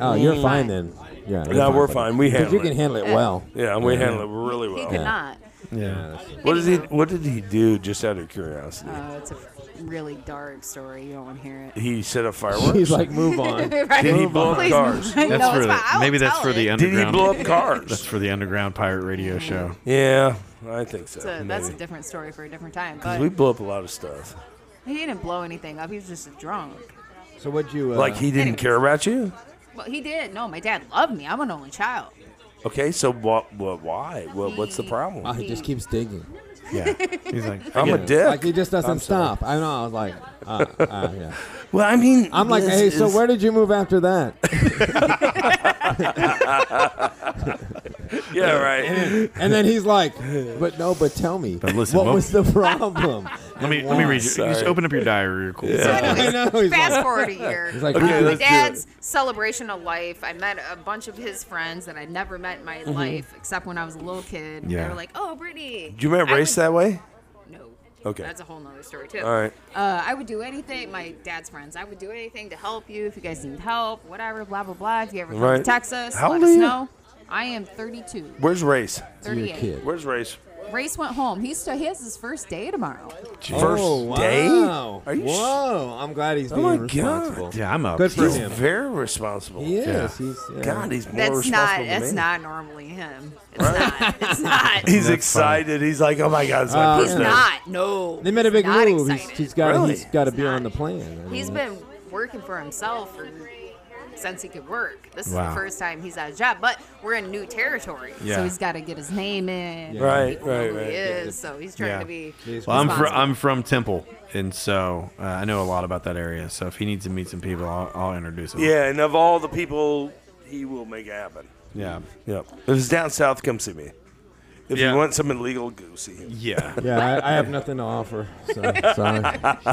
S5: Oh, you're fine then. Yeah. you're
S2: No, we're
S5: buddy.
S2: fine. We
S5: 'Cause
S2: handle
S5: you can
S2: it.
S5: handle it well.
S2: yeah, and we handle it really
S8: He
S2: well.
S8: could not.
S1: yeah.
S2: What did he What did he do? Just out of curiosity,
S8: Uh, it's a really dark story. You don't want to hear it.
S2: he set up
S8: <laughs>
S2: fireworks.
S5: <laughs> He's like, move on.
S8: right?
S2: Did he blow up
S8: Please,
S2: cars?
S8: no,
S1: That's for
S8: it's fine.
S1: the,
S8: I'll
S1: maybe that's
S8: tell
S1: for the
S8: it.
S2: did he
S1: underground.
S2: blow up
S1: <laughs> That's
S8: <laughs>
S2: cars?
S1: for the underground pirate radio show.
S2: yeah, I think so.
S8: It's a- that's a
S2: maybe.
S8: different story for a different time.
S2: 'Cause
S8: But
S2: we blew up a lot of stuff.
S8: he didn't blow anything up. He was just drunk.
S5: So what'd you. Uh,
S2: Like he didn't
S8: anyways.
S2: care about you.
S8: Well, he did. No, my dad loved me. I'm an only child.
S2: Okay, so what? What? Why? What, what's the
S5: Oh,
S2: problem?
S5: he just keeps digging.
S1: Yeah. <laughs> He's like
S2: I'm a
S1: "Forget it."
S2: dick.
S5: Like he just doesn't
S2: I'm sorry.
S5: stop. I know. I was like, uh, uh,
S8: <laughs>
S5: yeah.
S2: Well, I mean,
S5: I'm like,
S2: this
S5: hey, so
S2: is-
S5: where did you move after that?
S2: Yeah, right.
S5: And then he's like, but no, but tell me,
S1: But listen,
S5: what
S1: well-
S5: was the
S8: <laughs>
S5: problem? <laughs>
S1: Let me let me read you.
S2: Sorry.
S1: Just open up your diary real quick.
S8: So
S5: I
S8: anyways,
S5: know, he's
S8: fast
S5: like-
S8: forward a
S5: <laughs>
S8: year.
S5: He's like,
S2: Okay,
S5: "Ah."
S8: my
S2: let's do it.
S8: dad's celebration of life. I met a bunch of his friends that I'd never met in my
S5: Mm-hmm.
S8: life, except when I was a little kid.
S1: Yeah.
S8: They were like, "Oh, Brittany."
S2: Do you remember
S8: I
S2: race
S8: would-
S2: that way?
S8: No.
S2: Okay.
S8: That's a whole nother story too.
S2: All right.
S8: Uh, I would do anything. My dad's friends. I would do anything to help you if you guys need help. Whatever. Blah blah blah. If you ever come
S2: Right.
S8: to Texas,
S2: How
S8: let
S2: old are
S8: us
S2: you?
S8: know. I am 32,
S2: Where's race?
S5: You're a
S8: 38.
S5: kid.
S2: Where's race?
S8: Race went home. He's still. He has his first day tomorrow.
S2: First
S5: oh,
S2: day?
S5: Wow.
S2: Are you? sh- Oh
S5: Whoa! I'm glad he's being
S2: my God.
S5: responsible.
S1: Yeah, I'm up.
S5: Good for
S2: He's
S5: him.
S2: very responsible.
S5: He is. He's, yeah.
S2: God, he's more
S8: That's
S2: responsible
S8: not.
S2: than
S8: That's
S2: me.
S8: not normally him. It's not. It's not.
S2: He's
S1: That's
S2: excited. He's like, oh my God, it's my
S5: Uh,
S2: first
S8: He's
S2: day.
S8: not. No.
S5: They made a
S8: he's
S5: big
S8: not
S5: move. He's,
S8: excited.
S5: he's got.
S2: Really?
S5: He's got to be
S8: He's
S5: on the
S8: not.
S5: plan. I
S8: He's
S5: mean,
S8: been working for himself for since he could work. This is
S1: Wow.
S8: the first time he's out of job, but we're in new territory,
S1: Yeah.
S8: so he's got to get his name in.
S5: Yeah.
S2: Right,
S8: know
S2: right,
S8: who
S2: right.
S8: He is, so he's trying
S1: Yeah.
S8: to be.
S5: He's
S1: Well, I'm from
S8: responsible.
S1: I'm from Temple, and so uh, I know a lot about that area. So if he needs to meet some people, I'll, I'll introduce him.
S2: Yeah, and of all the people, he will make it happen.
S1: yeah,
S2: Yep. If it's down south, come see me. If
S1: Yeah.
S2: you want something legal, go see him.
S1: yeah,
S5: yeah, I, I
S1: <laughs>
S5: have nothing to offer. So, sorry.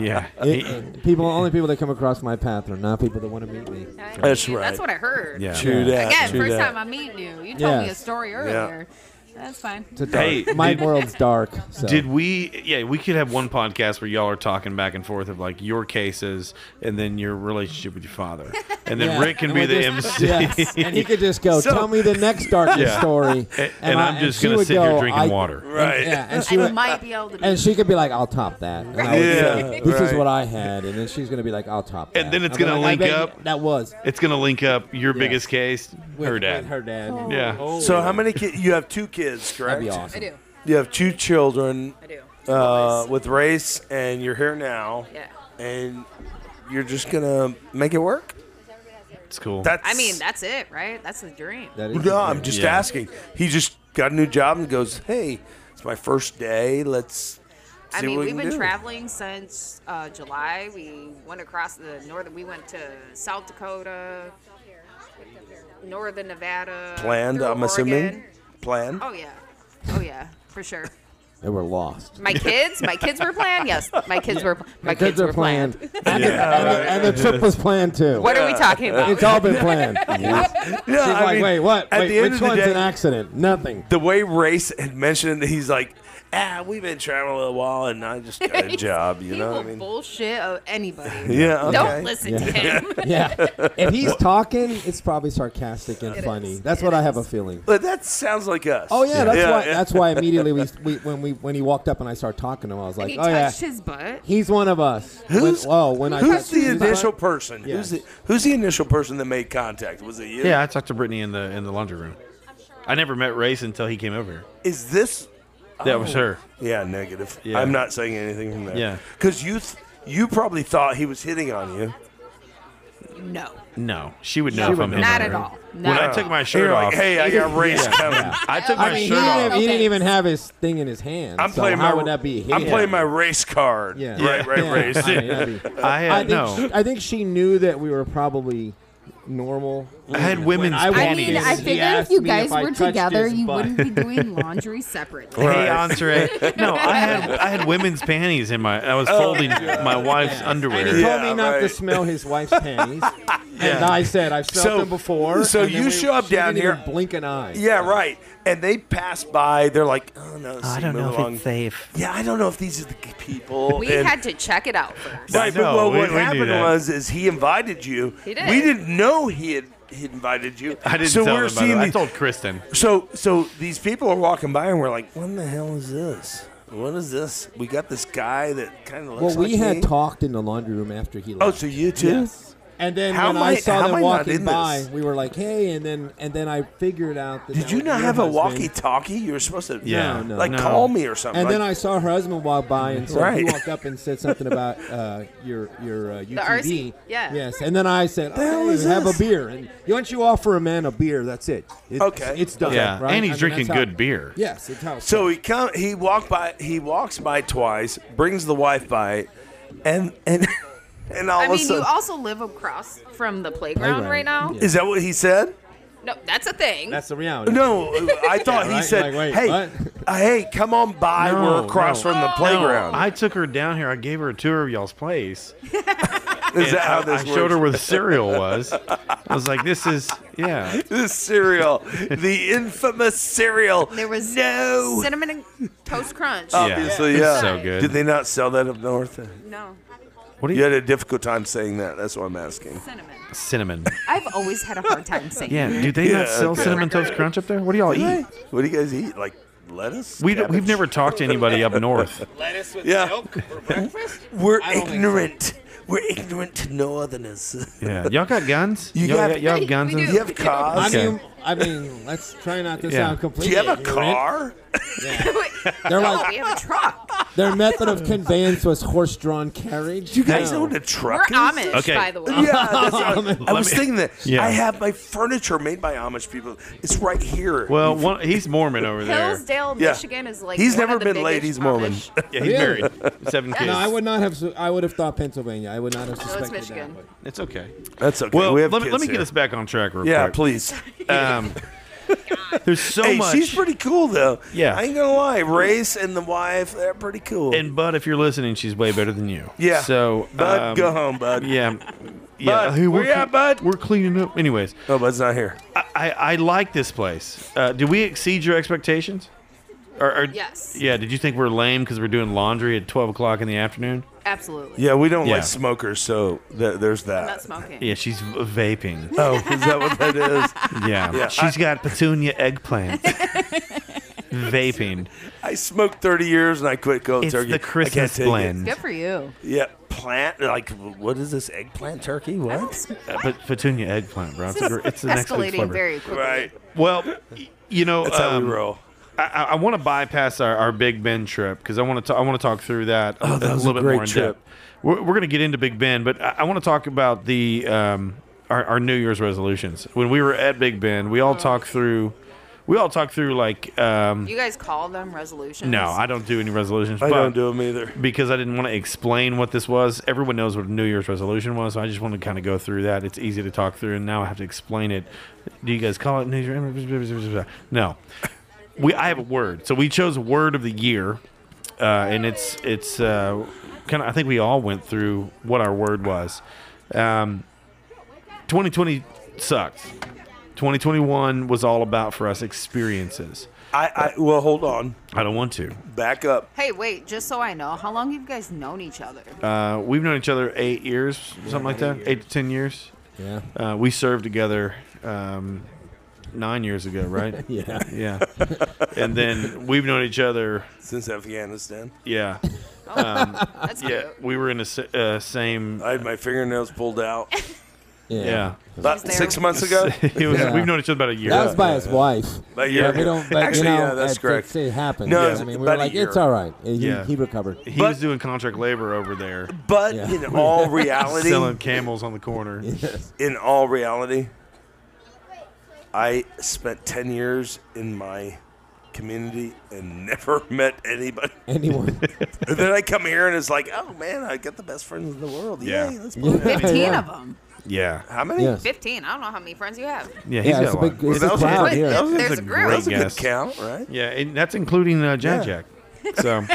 S1: yeah.
S5: It- uh, people, only people that come across my path are not people that want to meet me.
S2: That's right.
S8: That's what I heard.
S1: Yeah.
S2: Chew that.
S8: Again,
S2: chew
S8: first
S2: that.
S8: time I'm meeting you. You told me
S5: Yeah.
S8: a story earlier. That's fine.
S5: It's a dark-
S1: Hey,
S5: my
S1: did-
S5: world's dark. So.
S1: Did we? Yeah, we could have one podcast where y'all are talking back and forth of like your cases, and then your relationship with your father, and then
S5: Yeah.
S1: Rick can
S5: And
S1: be
S5: we'll
S1: the
S5: just-
S1: MC.
S5: <laughs> yeah. And he could
S1: <laughs>
S5: just go, tell me the next darkest
S1: Yeah.
S5: story.
S1: <laughs> And- and I'm just gonna
S5: would
S1: sit here drinking water.
S5: and-
S2: Right.
S5: yeah, and
S8: I
S5: she would,
S8: might be able to.
S5: and she could be like, I'll top that. And I would say,
S2: Yeah,
S5: this is
S2: right.
S5: what I had. And then she's going to be like, I'll top that.
S1: And then it's
S5: I'll be
S1: gonna
S5: like, I
S1: link
S5: bet
S1: up
S5: That was
S1: It's gonna link up your biggest case,
S5: with
S1: her dad.
S5: With her dad.
S1: Yeah.
S2: So how many kids? You have two kids, correct?
S5: That'd be
S8: I
S5: awesome.
S8: do.
S2: You have two children
S8: I do.
S2: uh, with race, and you're here now.
S8: Yeah.
S2: And you're just gonna make it work.
S1: It's cool.
S2: That's.
S8: I mean, that's it, right? That's the dream.
S5: That
S2: <laughs>
S5: is
S2: No, I'm just
S1: Yeah.
S2: asking. He just got a new job and goes, "Hey, it's my first day. Let's." See
S8: I mean,
S2: what we
S8: we've
S2: can
S8: been
S2: do."
S8: traveling since uh, July. We went across the northern. We went to South Dakota, northern Nevada.
S2: Planned,
S8: through
S2: I'm assuming.
S8: Oregon.
S2: Planned.
S8: Oh yeah, oh yeah, for sure.
S5: They were
S8: <laughs>
S5: lost.
S8: My kids, my kids were planned. Yes, my kids were. My kids were planned.
S5: and, the, and, the, and the
S2: <laughs>
S5: trip was planned too.
S8: What are we talking about?
S5: It's all been
S8: <laughs>
S5: planned.
S2: No,
S5: She's
S2: I
S5: like,
S2: mean,
S5: wait, what?
S2: At
S5: Wait,
S2: the end
S5: which
S2: of the
S5: one's
S2: day,
S5: an
S2: <laughs>
S5: accident? Nothing.
S2: the way Race had mentioned, it, he's like, ah, we've been traveling a while, and I just
S5: <laughs>
S2: got a job. You
S8: he
S2: know
S8: will
S2: what I mean?
S8: bullshit of
S3: <laughs>
S8: anybody.
S2: yeah. Okay.
S8: Don't listen
S5: <laughs>
S8: to him.
S5: Yeah. if he's talking, it's probably sarcastic and funny.
S8: is.
S5: That's
S8: It
S5: what I have a
S8: is.
S5: feeling.
S2: But that sounds like us.
S5: Oh yeah, that's why.
S2: yeah.
S5: That's why immediately we, we when we when he walked up and I started talking to him, I was
S8: And
S5: like,
S8: he
S5: oh yeah,
S8: touched his butt.
S5: he's one of us.
S2: Who's,
S5: when, whoa, when I
S2: who's
S5: touched
S2: the
S5: his butt-
S2: initial person? Who's
S5: Yes.
S2: the Who's the initial person that made contact? Was it you?
S1: Yeah, I talked to Brittany in the in the laundry room. I never met Race until he came over here.
S2: Is this?
S1: That was her.
S2: Yeah, negative.
S1: Yeah.
S2: I'm not saying anything from there.
S1: Yeah.
S2: Because you th- you probably thought he was hitting on you.
S8: No,
S1: No, she would know if I'm hitting
S8: not
S1: on
S8: at
S1: her.
S8: all.
S1: When
S8: Not
S1: I
S8: at
S1: took
S8: all.
S1: my
S2: And
S1: shirt
S2: you're
S1: off,
S2: like, hey, I got race coming.
S1: I took
S5: I
S1: my
S5: mean, he
S1: shirt
S5: didn't,
S1: off.
S5: even, he didn't
S8: Thanks.
S5: even have his thing in his hand.
S2: I'm
S5: so
S2: playing
S5: how
S2: my.
S5: would that be? Him?
S2: I'm playing my race card.
S5: Yeah.
S2: Right, right,
S5: Yeah.
S2: race.
S5: I mean,
S2: <laughs>
S5: that'd be-
S1: I
S5: I
S1: had
S5: think
S1: no.
S5: she, I think she knew that we were probably normal.
S1: I had women's
S5: I
S11: I
S5: walked
S1: panties.
S11: mean,
S5: Yes.
S11: I
S5: He
S11: figured if
S5: asked
S11: you
S5: me if
S11: guys
S5: I
S11: were
S5: touched
S11: together,
S5: his
S11: you
S5: butt.
S11: wouldn't be doing laundry
S1: <laughs>
S11: separately.
S1: <laughs> Hey,
S2: Right. <laughs>
S1: entree. No, I had I had women's panties in my. I was folding my wife's
S5: And
S1: underwear.
S5: he
S2: Oh, Yeah,
S5: told me not to
S2: right.
S5: smell his
S2: <laughs>
S5: wife's panties. And I said, I've smelled
S2: So-
S5: them before.
S2: so
S5: and then
S2: you
S5: we-
S2: show up
S5: she
S2: down
S5: didn't even
S2: here-
S5: blink an eye.
S2: Yeah, right. And they pass by. They're like, oh no, see, move along.
S1: safe.
S2: Yeah, I don't know if these are the g- people.
S8: We
S2: and-
S8: had to check it out first.
S2: Right, but
S1: No,
S2: well,
S1: we-
S2: what
S1: we knew
S2: happened
S1: that.
S2: was is he invited you.
S8: He did.
S2: We didn't know he had he invited you.
S1: I didn't
S2: so
S1: tell
S2: we're
S1: her.
S2: seeing
S1: Seeing I
S2: the-
S1: told Kristen.
S2: so so these people are walking by and we're like, what the hell is this? What is this? We got this guy that kind of
S5: Well,
S2: looks
S5: we
S2: like
S5: had
S2: me.
S5: talked in the laundry room after he left.
S2: Oh, so you too?
S5: Yes. And then
S2: How
S5: when
S2: am
S5: I,
S2: I- how
S5: saw
S2: am I
S5: them
S2: not
S5: walking
S2: in this?
S5: by, we were like, "Hey!" And then and then I figured out that.
S2: Did
S5: that
S2: you
S5: was
S2: not
S5: your
S2: have a
S5: husband.
S2: walkie-talkie? You were supposed to,
S1: Yeah.
S5: No, no.
S2: like
S1: No.
S2: call me or something.
S5: And then
S2: like-
S5: I saw her husband walk by, and so he
S2: Right.
S5: walked up and said something about uh, your your uh, UTV.
S8: RC? Yeah.
S5: Yes. And then I said,
S2: hell
S5: "Okay,
S2: is
S5: have
S2: this?"
S5: a beer." And once you offer a man a beer, that's it. It's,
S2: Okay.
S5: It's done.
S1: Yeah,
S5: Right?
S1: and he's
S5: I mean,
S1: drinking
S5: that's how-
S1: good beer.
S5: Yes. It's how. it's
S2: So
S5: done.
S2: he come he walked by he walks by twice, brings the wife by, and and <laughs> and all
S8: I
S2: of a
S8: mean, you
S2: sudden
S8: also live across from the playground,
S5: Playground,
S8: right now.
S5: yeah.
S2: is that what he said?
S8: No, that's a thing.
S5: that's the reality.
S2: No,
S1: <laughs>
S2: I thought he
S5: right?
S2: said,
S5: Like, wait,
S2: "Hey,
S5: what?"
S2: uh, hey, come on by.
S1: No,
S2: We're across
S1: no.
S2: from
S8: Oh.
S2: the playground."
S1: I took her down here. I gave her a tour of y'all's place.
S2: Is that how
S1: I,
S2: this
S1: I
S2: works? <laughs>
S1: showed her where the cereal was. I was like, "This is yeah."
S2: this cereal, the infamous cereal.
S8: There was
S2: no. Oh.
S8: cinnamon and toast crunch.
S2: Obviously, yeah.
S1: It's so good.
S2: Did they not sell that up north?
S8: No,
S1: What do
S2: You
S1: you
S2: had a difficult time saying that. That's what I'm asking.
S8: cinnamon.
S1: cinnamon?
S8: I've always had a hard time saying.
S1: Yeah, do they
S2: Yeah,
S1: not sell
S2: okay.
S1: cinnamon toast crunch up there? What do y'all eat?
S2: What do you guys eat? Like lettuce?
S1: We don't, we've
S2: Cabbage?
S1: never talked to anybody up north.
S2: Yeah. <laughs> We're ignorant. We're ignorant to no otherness. <laughs>
S1: Yeah, y'all got guns.
S2: You
S1: y'all,
S2: got-
S1: got, y'all have guns.
S8: We
S1: and-
S8: do.
S2: You have
S5: I
S8: <laughs>
S2: cars.
S1: Okay.
S5: mean, I mean, let's try not to
S1: Yeah.
S5: sound
S2: Do
S5: completely.
S2: you have a
S5: ignorant.
S2: car?
S5: They're
S8: no,
S5: like
S8: we have a truck.
S5: their method of conveyance was horse-drawn carriage.
S2: Do you guys
S5: No.
S2: own a
S8: We're
S2: truck? is?
S8: Amish,
S1: Okay.
S8: by the way.
S2: <laughs> Yeah,
S1: <laughs>
S2: that's what I, I was thinking that.
S1: Yeah.
S2: I have my furniture made by Amish people. It's right here.
S1: Well, one, he's Mormon over there.
S8: Hillsdale,
S2: Yeah.
S8: Michigan is like
S2: He's
S8: one
S2: never
S8: of the
S2: been
S8: biggest
S2: late, he's Mormon.
S8: Amish-
S2: <laughs>
S1: Yeah, he's
S5: Really?
S1: married, seven kids.
S5: No, I would not have. su- I would have thought Pennsylvania. I would not have
S8: No,
S5: suspected
S8: Oh, it's Michigan.
S5: that.
S1: It's okay.
S2: that's okay.
S1: Well,
S2: we have
S1: let me, let
S2: kids
S1: me get
S2: here.
S1: us back on track real
S2: Yeah,
S1: quick.
S2: please. <laughs>
S1: Um, there's so
S2: hey,
S1: much.
S2: she's pretty cool though.
S1: Yeah.
S2: I ain't gonna lie. Race and the wife, they're pretty cool.
S1: and Bud, if you're listening, she's way better than you.
S2: yeah.
S1: So,
S2: bud,
S1: um,
S2: go home, bud. <laughs>
S1: Yeah. Yeah.
S2: Bud,
S1: Hey,
S2: where
S1: we're
S2: you at, bud? Oh.
S1: We're cleaning up. Anyways,
S2: No, bud's not here.
S1: I, I, I like this place. Uh, did we exceed your expectations? Or, or,
S8: Yes.
S1: Yeah. Did you think we're lame because we're doing laundry at 12 o'clock in the afternoon?
S8: Absolutely.
S2: Yeah, we don't
S1: Yeah.
S2: like smokers, so th- there's
S8: I'm not
S2: that.
S8: smoking.
S1: Yeah, she's v- vaping.
S2: Oh, is that what that
S8: <laughs>
S2: is?
S1: Yeah.
S2: Yeah,
S1: She's got petunia
S2: <laughs>
S1: eggplant. vaping.
S2: I smoked 30 years and I quit cold
S1: It's
S2: turkey.
S1: the
S2: I
S1: Christmas
S2: can't take it.
S1: blend.
S11: Good for you.
S2: Yeah, plant. Like, what is this eggplant turkey? What?
S1: Uh, but petunia eggplant, bro. It's, a gr- it's the next big
S8: Escalating
S1: flavor.
S8: very quickly.
S2: Right.
S1: Well, y- you know,
S2: That's how we
S1: um,
S2: roll.
S1: I, I, I want to bypass our, our Big Bend trip because I want to I want to talk through that, a-
S2: Oh, that
S1: a
S2: was
S1: little
S2: a
S1: bit
S2: great
S1: more in
S2: trip.
S1: depth. We're, we're going to get into Big Bend, but I, I want to talk about the um, our, our New Year's resolutions. When we were at Big Bend, we
S8: Oh.
S1: all talked through we all talked through like um,
S8: You guys call them resolutions?
S1: no, I don't do any resolutions.
S2: I
S1: but
S2: don't do them either.
S1: because I didn't want to explain what this was. Everyone knows what a New Year's resolution was, so I just want to kind of go through that. It's easy to talk through, and now I have to explain it. Do you guys call it New Year's? No, we. I have a word, so we chose word of the year uh, and it's it's uh, kind of. I think we all went through what our word was. Um, 2020 sucked. 2021 was all about for us experiences.
S2: I, I well, hold on,
S1: I don't want to.
S2: back up.
S8: Hey, wait, just so I know, how long have you guys known each other?
S1: Uh, we've known each other eight years, something like that, eight to ten years.
S5: Yeah.
S1: Uh, we served together um, nine years ago, right?
S5: Yeah.
S1: yeah. And then we've known each other.
S2: Since Afghanistan,
S1: Yeah.
S8: That's
S1: Yeah.
S8: cute.
S1: We were in the sa- uh, same.
S2: I had my fingernails pulled out
S1: Yeah.
S2: about
S8: there.
S2: six
S1: <laughs>
S2: months ago.
S1: It was,
S5: Yeah.
S1: We've known each other about a year.
S4: That was by his wife.
S2: About a year
S4: We
S2: ago.
S4: don't, but
S2: Actually,
S4: you know,
S2: yeah, that's
S4: it,
S2: correct.
S4: It, it happened.
S2: No, it's
S4: I mean, we
S2: about
S4: were
S2: a
S4: like,
S2: year.
S4: it's all right. And He,
S1: uh, Yeah.
S4: he recovered.
S1: he was doing contract labor over there,
S2: But
S4: Yeah.
S2: in all
S1: <laughs>
S2: reality,
S1: selling camels on the corner.
S2: in all reality, I spent 10 years in my community and <laughs> never met anybody.
S4: Anyone?
S2: <laughs> And then I come here and it's like, oh man, I got the best friends in the world.
S1: Yeah.
S2: Yay, let's
S4: Yeah.
S2: play.
S11: Fifteen
S4: Yeah.
S11: of them.
S1: Yeah.
S2: How many?
S4: Yes.
S8: 15. I don't know how many friends you have.
S1: Yeah. He's
S4: Yeah, it's
S1: got
S4: a
S1: a
S4: big,
S1: lot.
S4: it's a
S2: That was a
S4: crowd
S2: great-
S4: here.
S8: that was-
S1: That's
S8: There's
S1: a
S8: a
S1: great
S8: group.
S2: That was a
S1: guess.
S2: good count, right?
S1: Yeah, and that's including uh, Jack
S2: Yeah. <laughs>
S1: Jack. So,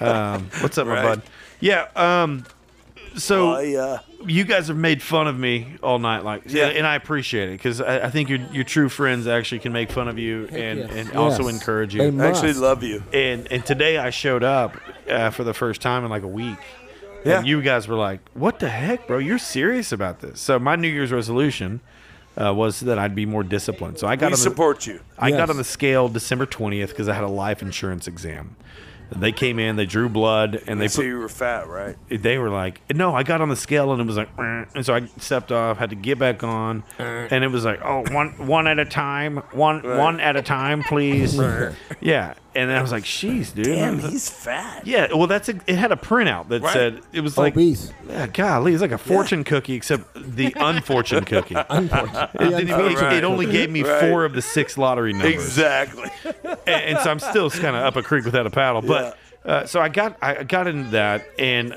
S1: um, what's up, my
S2: Right.
S1: bud? Yeah. Um, so
S2: I, uh,
S1: you guys have made fun of me all night, like,
S2: Yeah.
S1: and I appreciate it because I, I think your your true friends actually can make fun of you and,
S5: yes.
S1: and also
S4: Yes.
S1: encourage you.
S4: They
S2: I actually
S4: must. <laughs>
S2: love you.
S1: and and today I showed up uh, for the first time in like a week.
S2: Yeah.
S1: And you guys were like, "What the heck, bro? You're serious about this?" So my New Year's resolution uh, was that I'd be more disciplined. So I got on
S2: We
S1: the-
S2: support you.
S1: I
S4: Yes.
S1: got on the scale December 20th because I had a life insurance exam. They came in, they drew blood, and they
S2: They so
S1: put,
S2: you were fat, right?
S1: they were like, no, I got on the scale and it was like, "Eh," and so I stepped off, had to get back on, and it was like, oh, one one at a time, one one at a time, please, yeah. And I was like, jeez, dude,
S2: Damn, <laughs> he's fat.
S1: yeah. Well, that's a, it had a printout that
S2: Right.
S1: said it
S4: Oh,
S1: was like, <laughs>
S4: Obese.
S1: yeah, golly, it's like a fortune cookie except the unfortunate
S2: <laughs>
S1: cookie. <laughs> It, didn't even-
S2: Right.
S1: it only gave me
S2: Right.
S1: four of the six lottery numbers
S2: Exactly.
S1: and, and so I'm still kind of up a creek without a paddle. But uh, so I got I got into that, and uh,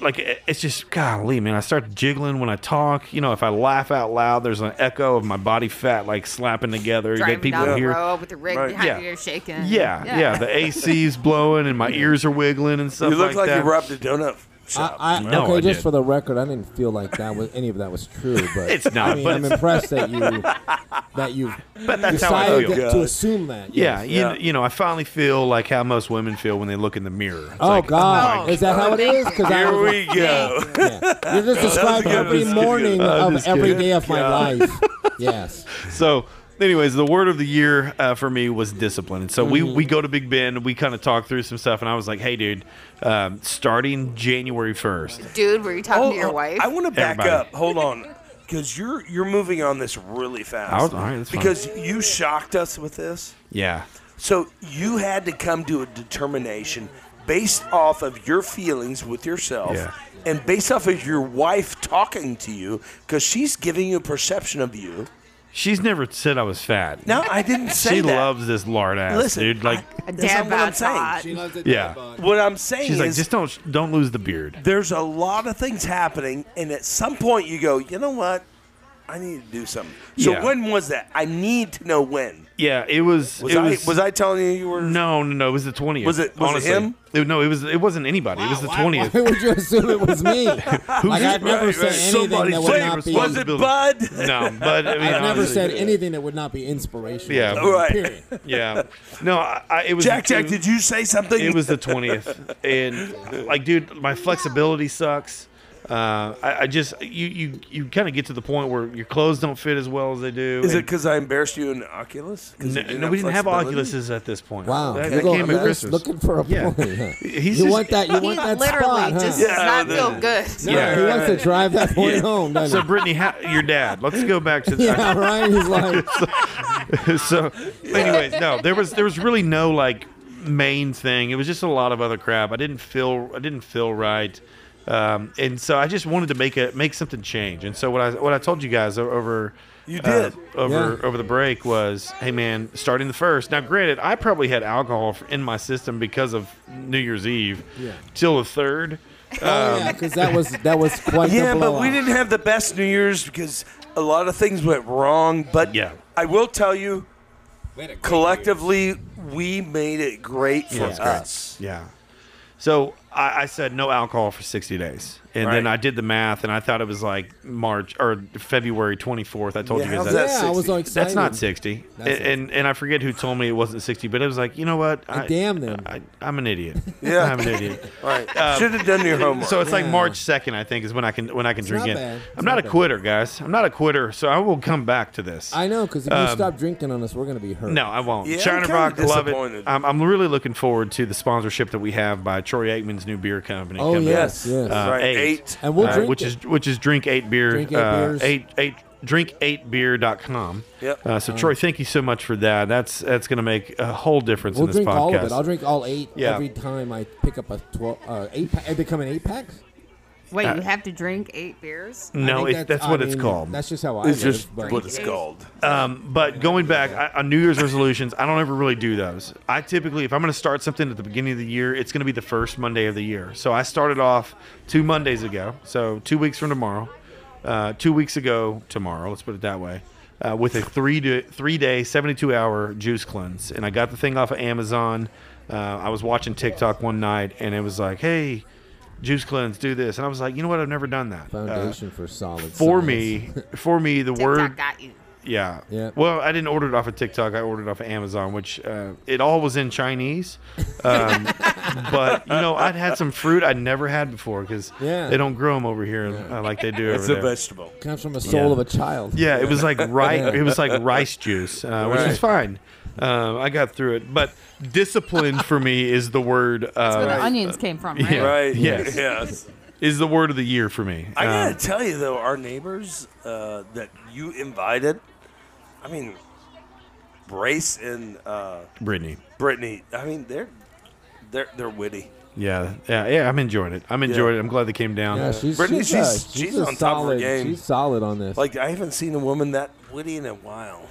S1: like it- it's just golly, man. I start jiggling when I talk. You know, if I laugh out loud, there's an echo of my body fat like slapping together that
S8: Driving
S1: people
S8: down the
S1: hear.
S8: road with the rig
S2: Right.
S8: behind
S1: Yeah.
S8: you shaking.
S1: Yeah, yeah, The AC's blowing and my ears are wiggling and stuff
S2: you look like,
S1: that.
S2: you robbed a donut shop.
S4: I, I,
S1: No,
S4: okay,
S1: I
S4: just
S1: did.
S4: for the record, I didn't feel like that was any of that was
S1: <laughs>
S4: true. But
S1: It's not,
S4: I mean,
S1: but
S4: I'm
S1: it's-
S4: impressed that
S1: <laughs>
S4: you that you
S1: But that's how I
S4: decided
S1: feel.
S4: that- to assume that.
S1: yeah,
S4: yes.
S1: you, kn- you know, I finally feel like how most women feel when they look in the mirror. It's
S4: Oh
S1: like,
S4: God,
S8: my
S4: is that how it is? Because I
S2: Here
S4: was,
S2: <laughs> we go.
S4: yeah. you're
S1: <laughs>
S4: just describing
S2: good.
S4: every
S2: That was good.
S4: morning
S1: Oh,
S4: of
S1: that's
S4: every
S1: good.
S4: day of my
S1: <laughs>
S4: life. Yes.
S1: So, anyways, the word of the year uh, for me was discipline. And so we, we
S2: Mm.
S1: go to Big Ben, we kind of talk through some stuff, and I was like, hey, dude, um, starting January 1st.
S8: Dude, were you talking
S1: Oh,
S2: Hold
S8: to your
S2: on.
S8: wife?
S2: I want to back
S1: Everybody.
S2: up. Hold on, because you're you're moving on this really
S1: I
S2: fast.
S1: was- all right, that's fine.
S2: because you shocked us with this.
S1: Yeah.
S2: So you had to come to a determination based off of your feelings with yourself
S1: Yeah.
S2: and based off of your wife talking to you because she's giving you a perception of you.
S1: She's never said I was fat.
S2: No, I didn't say
S1: She
S2: that.
S1: loves this lard ass,
S2: Listen,
S1: dude. Like,
S8: a
S2: That's
S8: dad
S2: not what I'm
S8: bod's
S2: saying.
S8: hot.
S1: yeah.
S2: What I'm saying
S1: She's
S2: is
S1: like, just don't don't lose the beard.
S2: there's a lot of things happening, and at some point you go, you know what? I need to do something. So
S1: Yeah.
S2: when was that? I need to know when.
S1: Yeah, it was.
S2: Was
S1: it
S2: I
S1: was,
S2: was I telling you you were
S1: No, no, no. It was the twentieth.
S2: Was it- was it
S1: honestly.
S2: him?
S1: It- no, it was. It wasn't anybody. it was the twentieth.
S4: Why <laughs> would you assume it was
S1: <laughs>
S4: me? like I've never
S1: right,
S4: said
S1: right.
S4: anything
S1: Somebody
S4: that
S1: say
S4: would
S1: it
S4: not
S1: was-
S4: be.
S2: Was it Bud?
S1: No, but I mean,
S4: I've never
S1: honestly,
S4: said anything that would not be inspirational.
S1: Yeah.
S2: Right.
S4: Period.
S1: Yeah. No, I, I, it was
S2: Jack Jack,
S1: it-
S2: did you say something?
S1: It was the twentieth, and like, dude, my flexibility sucks. Uh, I, I just you you you kind of get to the point where your clothes don't fit as well as they do.
S2: Is it
S1: and-
S2: because I embarrassed you in Oculus? 'Cause you
S1: No, no, we didn't have
S2: flexibility?
S1: Oculuses at this point.
S4: Wow.
S1: that,
S4: you're
S1: that
S4: going-
S1: came
S4: you're
S1: at
S4: just
S1: Christmas.
S4: looking for a
S1: Yeah.
S4: point. huh?
S1: <laughs> He's
S4: you
S1: just-
S4: want that? You
S8: He
S4: want that
S8: literally
S4: spot? huh?
S8: just
S2: Yeah,
S8: does not
S2: the-
S8: feel good.
S4: No,
S1: Yeah.
S4: he wants to drive that point home,
S1: So
S4: doesn't he?
S1: Brittany, how, your dad. Let's go back
S4: <laughs>
S1: to
S4: Yeah,
S1: that.
S4: right. He's like,
S1: <laughs> so, anyways, no, there was there was really no like main thing. It was just a lot of other crap. I didn't feel I didn't feel right, um, and so I just wanted to make a make something change. And so what I what I told you guys o- over
S2: You
S1: uh,
S2: did.
S1: over
S4: Yeah.
S1: over the break was, hey man, starting the first. Now, granted, I probably had alcohol in my system because of New Year's Eve
S4: Yeah.
S1: till the third.
S4: oh yeah, because that was that was quite
S2: Yeah,
S4: the
S2: but
S4: blowout.
S2: we didn't have the best New Year's because a lot of things went wrong. But
S1: Yeah.
S2: I will tell you, collectively we made it great for
S1: Yeah.
S2: us.
S1: Yeah. So I, I said no alcohol for 60 days. And then
S2: Right.
S1: I did the math and I thought it was like March or February 24th. I told
S2: Yeah,
S1: you guys
S2: how's
S1: that.
S2: that
S4: yeah, I was
S2: 60.
S4: like,
S1: That's not 60.
S4: That's
S1: and, and and I forget who told me it wasn't 60, but it was like, you know what? I,
S5: damn them.
S1: I, I'm an idiot.
S2: Yeah.
S1: I'm an idiot.
S2: All right, should have done your
S3: Oh,
S2: homework.
S1: Um, So it's like
S4: Yeah.
S1: March 2nd, I think, is when I can when I can drink
S5: not
S1: in.
S5: bad. It's
S1: I'm not,
S5: not
S1: a
S5: bad.
S1: quitter, guys. I'm not a quitter, so I will come back to this.
S5: I know, because if you
S1: Um,
S5: stop drinking on us, we're gonna be hurt.
S1: No, I won't.
S2: Yeah, I'm
S1: Shiner
S2: kinda
S1: Rock, love
S2: disappointed.
S1: it. I'm, I'm really looking forward to the sponsorship that we have by Troy Aikman's new beer company.
S5: Oh
S1: coming up.
S5: yes, yes.
S1: Uh,
S2: right,
S1: eight.
S2: eight.
S5: and we'll
S1: Uh,
S5: drink
S1: which
S5: it.
S1: is which is drink eight beer
S5: Drink eight
S1: uh,
S5: beers.
S1: eight eight drink eight beer.com.
S2: Yep.
S1: Uh, so Troy, thank you so much for that. That's that's going to make a whole difference
S5: We'll
S1: in this
S5: drink
S1: podcast.
S5: all of it. I'll drink all eight
S1: Yeah.
S5: every time I pick up a twelve uh, eight. Pack. They become an eight pack.
S11: Wait,
S1: Uh, mm,
S11: you have to drink eight beers?
S5: I
S1: no,
S5: think
S1: it, that's,
S5: I
S1: what it's
S5: mean,
S1: called.
S5: That's just how I
S2: It's
S5: live.
S2: just
S5: but
S2: what it's called.
S1: Um, but going back I, on New Year's resolutions, I don't ever really do those. I typically, if I'm going to start something at the beginning of the year, it's going to be the first Monday of the year. So I started off two Mondays ago, so two weeks from tomorrow, uh, two weeks ago tomorrow. Let's put it that way. Uh, with a three to three day, seventy two hour juice cleanse, and I got the thing off of Amazon. Uh, I was watching TikTok one night, and it was like, "Hey, juice cleanse, do this," and I was like, "You know what? I've never done that." Uh,
S5: foundation for solid.
S1: for
S5: science.
S1: me, for me, the
S8: TikTok
S1: word
S8: got you.
S1: yeah.
S5: Yeah.
S1: Well, I didn't order it off of TikTok. I ordered it off of Amazon, which uh, it all was in Chinese.
S5: <laughs>
S1: Um, but you know, I'd had some fruit I'd never had before because
S5: Yeah.
S1: they don't grow them over here uh, like they do
S2: It's
S1: over
S2: a
S1: there.
S2: vegetable.
S5: comes from a soul
S1: Yeah.
S5: of a child.
S1: Yeah, it was like rice. It was
S5: <laughs>
S1: like rice juice, uh, which
S2: Right.
S1: is fine. Um, I got through it, but discipline for me is the word. Uh,
S11: That's where the onions came from, right?
S1: Yeah.
S2: Right.
S1: Yes.
S2: <laughs> Yes.
S1: Is the word of the year for me.
S2: I
S1: Um,
S2: gotta tell you though, our neighbors uh, that you invited, I mean, Brace and uh,
S1: Brittany.
S2: Brittany, I mean they're they're they're witty.
S1: Yeah, yeah, yeah. I'm enjoying it. I'm enjoying it. I'm glad they came down.
S5: Yeah, she's
S2: Brittany,
S5: she's,
S2: she's-
S5: uh,
S2: she's
S5: a
S2: on top of her
S5: solid,
S2: game.
S5: She's solid on this.
S2: Like I haven't seen a woman that witty in a while.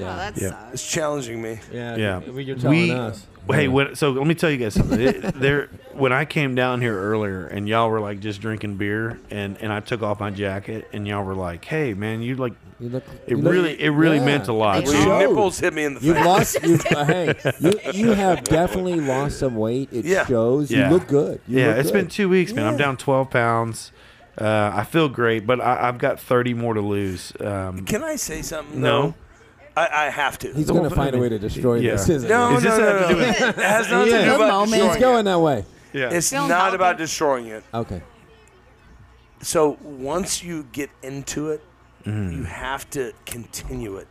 S8: Oh, that
S1: Yeah.
S8: sucks.
S2: It's challenging me.
S5: yeah,
S1: Yeah,
S5: I mean, you're telling
S1: we,
S5: us.
S1: Hey, when, so let me tell you guys something. It- there, when I came down here earlier, and y'all were like just drinking beer, and and I took off my jacket, and y'all were like, "Hey, man, you like
S5: You look-
S1: it
S5: you look-
S1: really it really
S5: yeah.
S1: meant a lot."
S2: Well, your
S5: showed.
S2: nipples hit me in
S1: <laughs>
S2: the
S5: You've
S2: face.
S5: lost. You've, uh, hey, you, you have definitely lost some weight. It
S2: Yeah.
S5: shows.
S1: Yeah.
S5: You look good. You
S1: yeah,
S5: look
S1: it's been
S5: good.
S1: two weeks, man. I'm down 12 pounds. Uh, I feel great, but I, I've got 30 more to lose. Um,
S2: Can I say something?
S1: No.
S2: though? I, I have to.
S5: He's going to find a way to destroy
S1: yeah.
S5: this, isn't
S2: no,
S5: he?
S2: no,
S1: Is this
S2: no,
S1: have to
S2: no.
S1: do with-
S2: It has nothing to do
S5: Yeah.
S2: about
S11: Moment.
S5: He's
S2: destroying
S5: going that way.
S1: yeah,
S2: it. It's
S8: Don't
S2: not
S8: help
S2: about
S8: it.
S2: destroying it.
S5: Okay.
S2: So once you get into it,
S1: Mm.
S2: you have to continue it.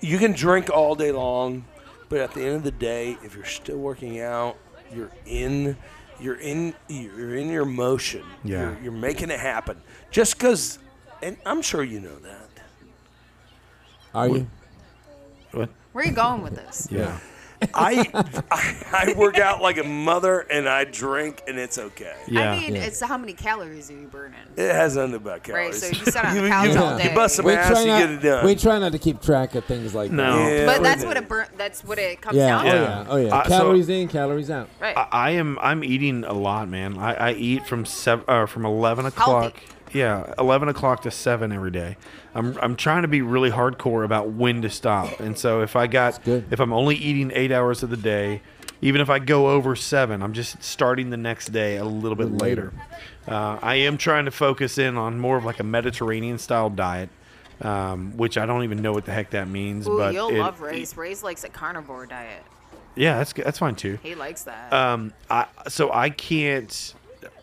S2: You can drink all day long, but at the end of the day, if you're still working out, you're in, you're in, you're in your motion.
S1: Yeah.
S2: you're, you're making it happen. Just because, and I'm sure you know
S1: <laughs>
S2: that.
S5: Are you?
S1: What?
S8: Where are you going with this?
S1: yeah.
S2: I, I I work out like a mother, and I drink, and it's okay.
S1: Yeah.
S8: I mean,
S5: Yeah.
S8: it's how many calories are you burning?
S2: It has nothing about
S8: Right,
S2: calories.
S8: so
S2: <laughs>
S8: you sit on
S2: you,
S8: the couch
S2: you-
S8: all
S5: Yeah.
S8: day.
S2: you bust some
S5: we
S2: ass,
S5: try
S2: you
S5: not.
S2: get it done.
S5: We try not to keep track of things like
S1: No.
S5: that.
S2: Yeah,
S8: but
S2: we
S8: that's
S2: do.
S8: what it burn. That's what it comes
S5: Yeah.
S8: down
S5: Oh
S8: to.
S5: yeah. Oh yeah.
S1: Uh, so-
S5: calories in, calories out.
S8: Right.
S1: I, I am I'm eating a lot, man. I, I eat from seven uh, from eleven o'clock. Yeah, eleven o'clock to seven every day. I'm I'm trying to be really hardcore about when to stop. And so if I got
S5: good.
S1: if I'm only eating eight hours of the day, even if I go over seven, I'm just starting the next day a little bit later. Uh, I am trying to focus in on more of like a Mediterranean style diet. Um, which I don't even know what the heck that means,
S8: Ooh,
S1: but
S8: you'll
S1: it-
S8: love Ray's. Ray's likes a carnivore diet.
S1: yeah, that's good- that's fine too.
S8: He likes that.
S1: Um, I so I can't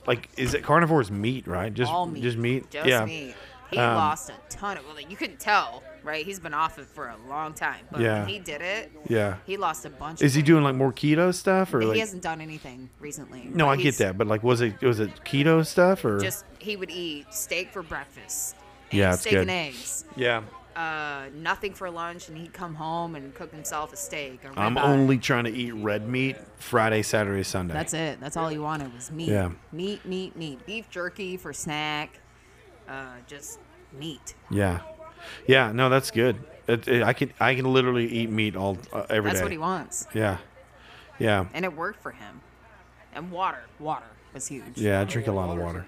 S1: like is it carnivore's meat right? Just
S8: All meat.
S1: just meat.
S8: Just
S1: yeah.
S8: meat. He
S1: Um,
S8: lost a ton of. Well, you couldn't tell, right? He's been off it for a long time. But
S1: Yeah.
S8: when he did it,
S1: Yeah.
S8: he lost a bunch.
S1: Is
S8: of
S1: he
S8: weight.
S1: doing like more keto stuff or
S8: He
S1: like?
S8: hasn't done anything recently.
S1: no,
S8: but
S1: I get
S8: he's
S1: that, but like, was it was it keto stuff or?
S8: Just he would eat steak for breakfast.
S1: Yeah,
S8: and
S1: it's
S8: steak and
S1: good.
S8: eggs.
S1: yeah.
S8: Uh, nothing for lunch, and he'd come home and cook himself a steak. A
S1: I'm
S8: ribeye.
S1: only trying to eat red meat Friday, Saturday, Sunday.
S8: That's it. That's all he wanted was meat.
S1: Yeah.
S8: Meat, meat, meat. Beef jerky for snack. Uh, just meat.
S1: Yeah, yeah. No, that's good. It, it- I can I can literally eat meat all uh, every day.
S8: That's what he wants.
S1: Yeah, yeah,
S8: And it worked for him. And water. Water was huge.
S1: yeah. I drink a lot of water.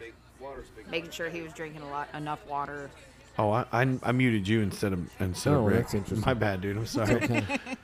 S8: Making sure he was drinking a lot enough water.
S1: Oh, I, I I muted you instead of instead of
S5: Oh,
S1: Rick.
S5: that's interesting.
S1: My bad,
S8: <laughs>
S1: dude. I'm sorry. Did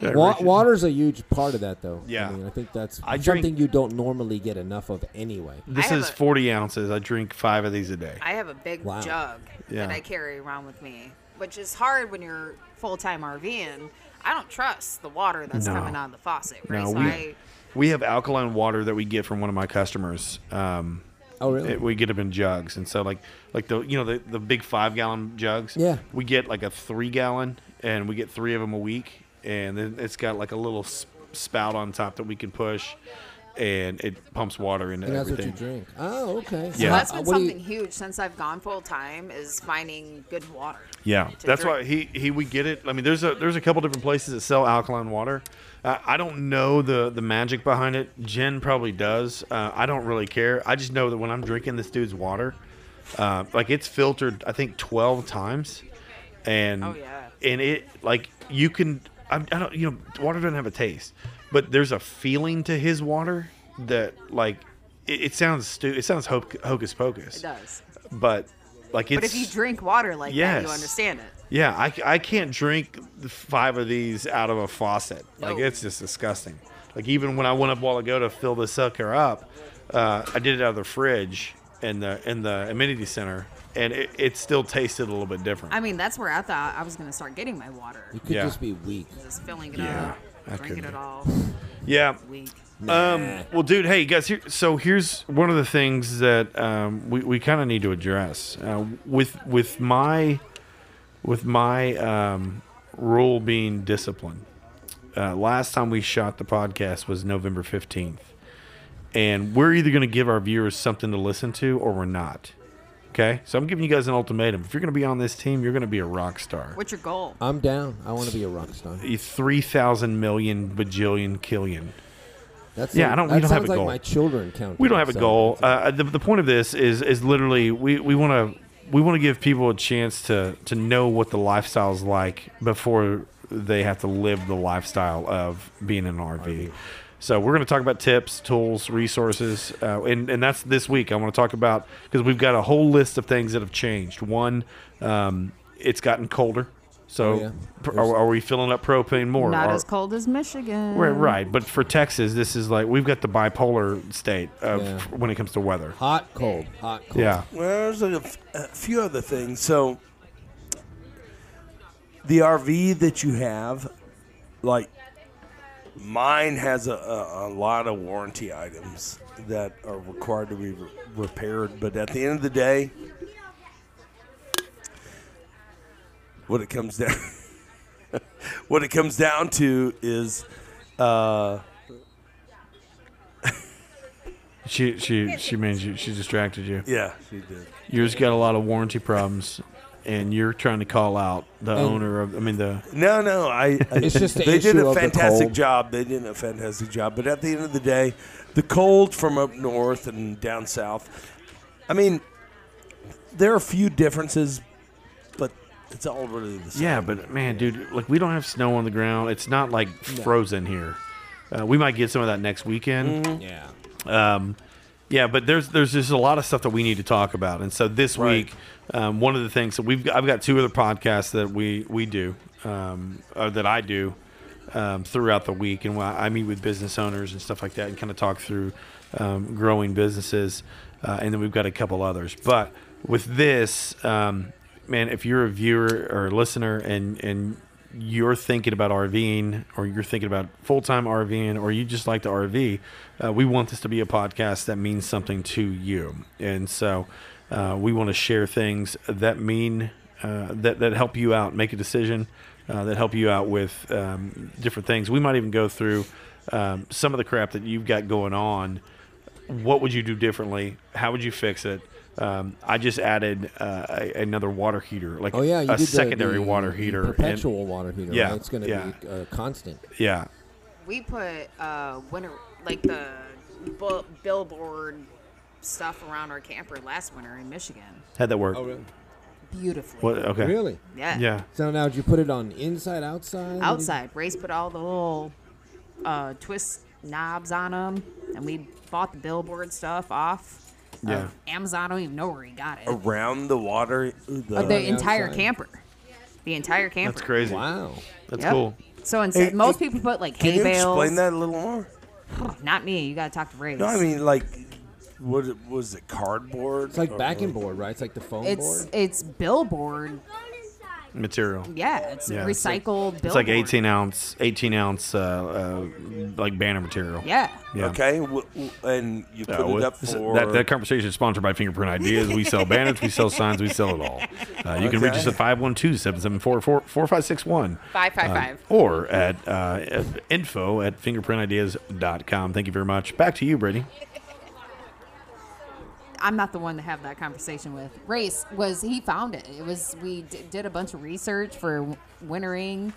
S1: I
S5: Wa-
S1: reach it?
S5: water's a huge part of that, though.
S1: Yeah.
S5: I mean, I think that's
S1: I drink-
S5: something you don't normally get enough of anyway.
S1: This
S8: I have
S1: is
S8: a-
S1: 40 ounces. I drink five of these a day.
S8: I have a big
S5: Wow.
S8: jug
S1: Yeah.
S8: that I carry around with me, which is hard when you're full time RVing. I don't trust the water that's
S1: No.
S8: coming out of the faucet, right?
S1: No,
S8: so
S1: we,
S8: I,
S1: we have alkaline water that we get from one of my customers. Um,
S5: Oh, really?
S1: it- we get them in jugs, and so like like the you know the, the big five gallon jugs.
S5: Yeah.
S1: we get like a three gallon, and we get three of them a week, and then it's got like a little s- spout on top that we can push, and it pumps water into
S5: and that's
S1: everything.
S5: what you drink. Oh, okay.
S1: Yeah.
S8: so that's been
S5: What do you-
S8: something huge since I've gone full time is finding good water.
S1: Yeah,
S8: to
S1: that's why
S8: drink.
S1: he he we get it. I mean, there's a there's a couple different places that sell alkaline water. Uh, I don't know the the magic behind it. Jen probably does. Uh, I don't really care. I just know that when I'm drinking this dude's water, uh, like it's filtered, I think twelve times, and
S8: Oh, yeah.
S1: and it like you can I, I don't you know water doesn't have a taste, but there's a feeling to his water that like it, it sounds stu- it sounds hoc- hocus pocus,
S8: It does.
S1: but like it's
S8: But if you drink water like that, you
S1: Yes.
S8: understand it.
S1: yeah, I, I can't drink the five of these out of a faucet. Like
S8: No.
S1: it's just disgusting. Like even when I went up a while ago to fill this sucker up, uh, I did it out of the fridge in the in the amenity center, and it, it still tasted a little bit different.
S8: I mean, that's where I thought I was going to start getting my water.
S5: You could
S1: Yeah.
S5: just be weak.
S8: Just filling it
S1: Yeah, I
S8: up, drinking
S1: couldn't.
S8: it all
S1: yeah.
S8: week.
S1: Um, well, dude, hey guys, here. So here's one of the things that um, we we kind of need to address uh, with with my with my um, rule being discipline. Uh, last time we shot the podcast was November fifteenth, and we're either going to give our viewers something to listen to or we're not. Okay, so I'm giving you guys an ultimatum. If you're going to be on this team, you're going to be a rock star.
S8: What's your goal?
S5: I'm down. I want to be a rock star.
S1: Three thousand million bajillion killion.
S5: That's
S1: Yeah, I don't- we
S5: That
S1: don't have
S5: sounds
S1: a
S5: like
S1: goal.
S5: my children count.
S1: We don't have a goal. Uh, the, the point of this is is literally we we want to we want to give people a chance to to know what the lifestyle's like before they have to live the lifestyle of being in an RV. So we're going to talk about tips, tools, resources, uh, and and that's this week. I want to talk about because we've got a whole list of things that have changed. One, um, it's gotten colder. So
S5: yeah.
S1: pr- are, are we filling up propane more?
S11: Not
S1: Are-
S11: as cold as Michigan.
S1: Right,
S5: Um,
S1: right. But for Texas, this is like we've got the bipolar state of
S5: Yeah.
S1: when it comes to weather.
S5: Hot, cold, hot, cold.
S1: Yeah,
S2: Well, there's like a, f- a few other things. So, the RV that you have, like mine, has a, a, a lot of warranty items that are required to be re- repaired. But at the end of the day, what it comes down, <laughs> what it comes down to is, uh,
S1: she she she means you, she distracted you.
S2: yeah, she did.
S1: Yours got a lot of warranty problems, and you're trying to call out the
S5: Oh.
S1: owner of. I mean the
S2: No, no. I, I
S5: <laughs> It's just the
S2: they did
S5: issue
S2: a
S5: of the
S2: fantastic
S5: cold.
S2: job. They did a fantastic job. But at the end of the day, the cold from up north and down south. I mean, there are a few differences, but it's all really the same.
S1: yeah, but man, dude, like we don't have snow on the ground. It's not like frozen here. Uh, we might get some of that next
S5: Mm-hmm.
S1: weekend.
S5: Yeah.
S1: Um, yeah, but there's there's just a lot of stuff that we need to talk about, and so this
S2: Right.
S1: week, um, one of the things that we've got, I've got two other podcasts that we we do, um, or that I do um, throughout the week, and why I meet with business owners and stuff like that, and kind of talk through um, growing businesses, uh, and then we've got a couple others. But with this, um, man, if you're a viewer or a listener, and and you're thinking about RVing or you're thinking about full time RVing or you just like to RV, uh, we want this to be a podcast that means something to you. And so uh, we want to share things that mean, uh, that, that help you out, make a decision, uh, that help you out with um, different things. We might even go through um, some of the crap that you've got going on what would you do differently? How would you fix it? Um, I just added uh, a, another water heater, like
S5: Oh yeah, you
S1: a
S5: did the-
S1: secondary
S5: the
S1: water heater. and-
S5: perpetual water heater.
S1: Yeah,
S5: right? it's going to
S1: yeah.
S5: be uh, constant.
S1: yeah,
S8: We put uh, winter, like the bu- billboard stuff around our camper last winter in Michigan.
S1: had that work.
S8: Beautifully.
S1: What? Okay.
S5: Oh, Really?
S8: Yeah.
S1: Yeah.
S5: So now, did you put it on inside, outside? What did you-
S8: Outside, Race put all the little uh, twist knobs on them, and we bought the billboard stuff off
S1: Yeah. Oh,
S11: Amazon, I don't even know where he got it.
S2: around the water. Ooh, the-
S11: the entire
S5: outside.
S11: camper. The entire camper.
S1: That's crazy.
S5: Wow.
S1: That's
S11: Yep.
S1: cool.
S11: So instead,
S2: Hey,
S11: most
S2: hey,
S11: people put like
S2: Can
S11: hay
S2: you
S11: bales.
S2: explain that a little more?
S11: Not me. You gotta talk to Ray.
S2: No, I mean like, what was it? Cardboard?
S5: It's Uh, like backing board, right? It's like the foam
S11: it's
S5: board.
S11: it's billboard.
S1: Material.
S11: Yeah, it's
S1: Yeah, it's
S11: recycled
S1: like-
S11: billboard.
S1: It's like 18 ounce, 18 ounce, uh, uh, like banner material.
S11: Yeah.
S1: Yeah.
S2: Okay, w- w- and you
S1: Yeah,
S2: put it
S1: well,
S2: up
S1: this-
S2: for
S1: that, that conversation is sponsored by Fingerprint Ideas. We sell banners, we sell signs, we sell it all. Uh, you can reach us
S2: Okay.
S1: at 512 774 4561.
S8: Five five five.
S1: uh, Or at uh, at info at fingerprintideas.com. Thank you very much. Back to you, Brady.
S11: I'm not the one to have that conversation with. Race was he found it. It was we d- did a bunch of research for w- wintering,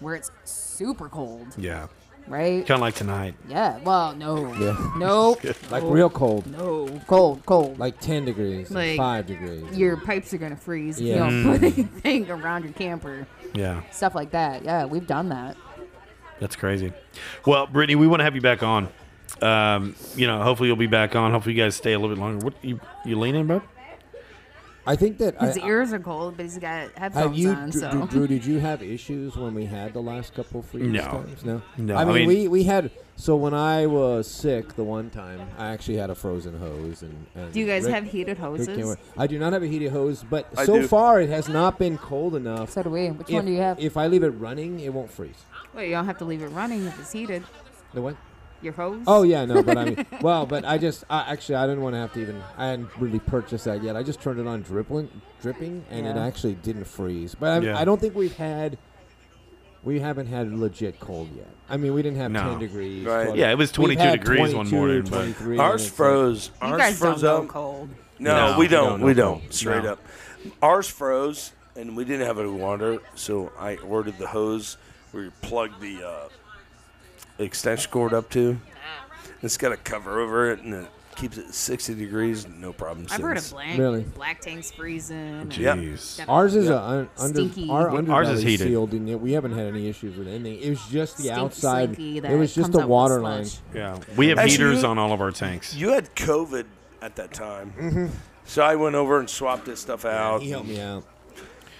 S11: where it's super cold,
S1: Yeah.
S11: right?
S1: Kind of like tonight.
S11: Yeah. Well, no, no,
S1: <laughs>
S5: like real cold,
S11: no, cold, cold.
S5: like 10 degrees, and
S11: Like,
S5: 5 degrees.
S11: your pipes are gonna freeze if
S5: Yeah.
S11: you don't put
S1: Mm.
S11: anything around your camper,
S1: Yeah.
S11: stuff like that. Yeah, we've done that.
S1: That's crazy. Well, Brittany, we want to have you back on. Um, you know, hopefully you'll be back on. Hopefully you guys stay a little bit longer. What you you leaning, bud?
S5: I think that
S11: His
S5: I,
S11: ears are cold, but he's got headphones
S5: Have you,
S11: on.
S5: Drew,
S11: so
S5: Drew- Drew, Did you have issues when we had the last couple of freeze
S1: No.
S5: times? No,
S1: No,
S5: I
S1: I
S5: mean,
S1: mean-
S5: we we had. So when I was sick, the one time I actually had a frozen hose. And, and
S11: do you guys
S5: Rick-
S11: have heated
S5: Rick came
S11: hoses?
S5: over- I do not have a heated hose, but
S2: I
S5: so
S2: do.
S5: far it has not been cold enough.
S11: So do we. Which
S5: if,
S11: one do you have?
S5: If I leave it running, it won't freeze.
S11: Wait, you don't have to leave it running if it's heated.
S5: The what?
S11: Your hose?
S5: Oh yeah, no, but I mean, <laughs> well, but I just, I actually, I didn't want to have to even, I hadn't really purchased that yet. I just turned it on dripping, dripping, and it
S11: Yeah.
S5: actually didn't freeze. But I,
S1: Yeah.
S5: I don't think we've had, we haven't had legit cold yet. I mean, we didn't have
S1: No.
S5: 10 degrees.
S2: Right.
S5: 12
S1: Yeah, it was
S5: We've
S1: 22
S5: had
S1: degrees one
S5: 22,
S1: morning, but-
S5: 23,
S2: ours
S5: and it's
S2: froze.
S11: You
S2: Ours
S11: guys
S2: froze
S11: don't know
S2: up.
S11: cold.
S2: No,
S1: No,
S2: we
S1: we
S2: don't.
S1: don't know
S2: we
S1: cold.
S2: don't. Straight
S1: No.
S2: up, ours froze, and we didn't have any water, so I ordered the hose where you plug the uh, extension cord up to. It's got a cover over it, and it keeps it 60 degrees, no problem.
S8: I've heard
S2: since.
S8: of blank.
S5: Really?
S8: Black tanks freezing.
S2: Yep.
S1: Jeez.
S8: Yep.
S5: Ours is a un, under
S11: Stinky.
S5: our
S11: Ours
S5: underbelly
S1: is heated.
S5: sealed and yet we haven't had any issues with anything. It was just the
S11: Stinky,
S5: outside.
S11: slinky
S5: It
S11: that
S5: was just
S11: comes
S5: the
S11: up with
S5: water line.
S11: sludge.
S1: Yeah. We have
S2: Actually,
S1: heaters
S2: you-
S1: on all of our tanks.
S2: You had COVID at that time, so I went over and swapped this stuff out.
S5: He helped me out.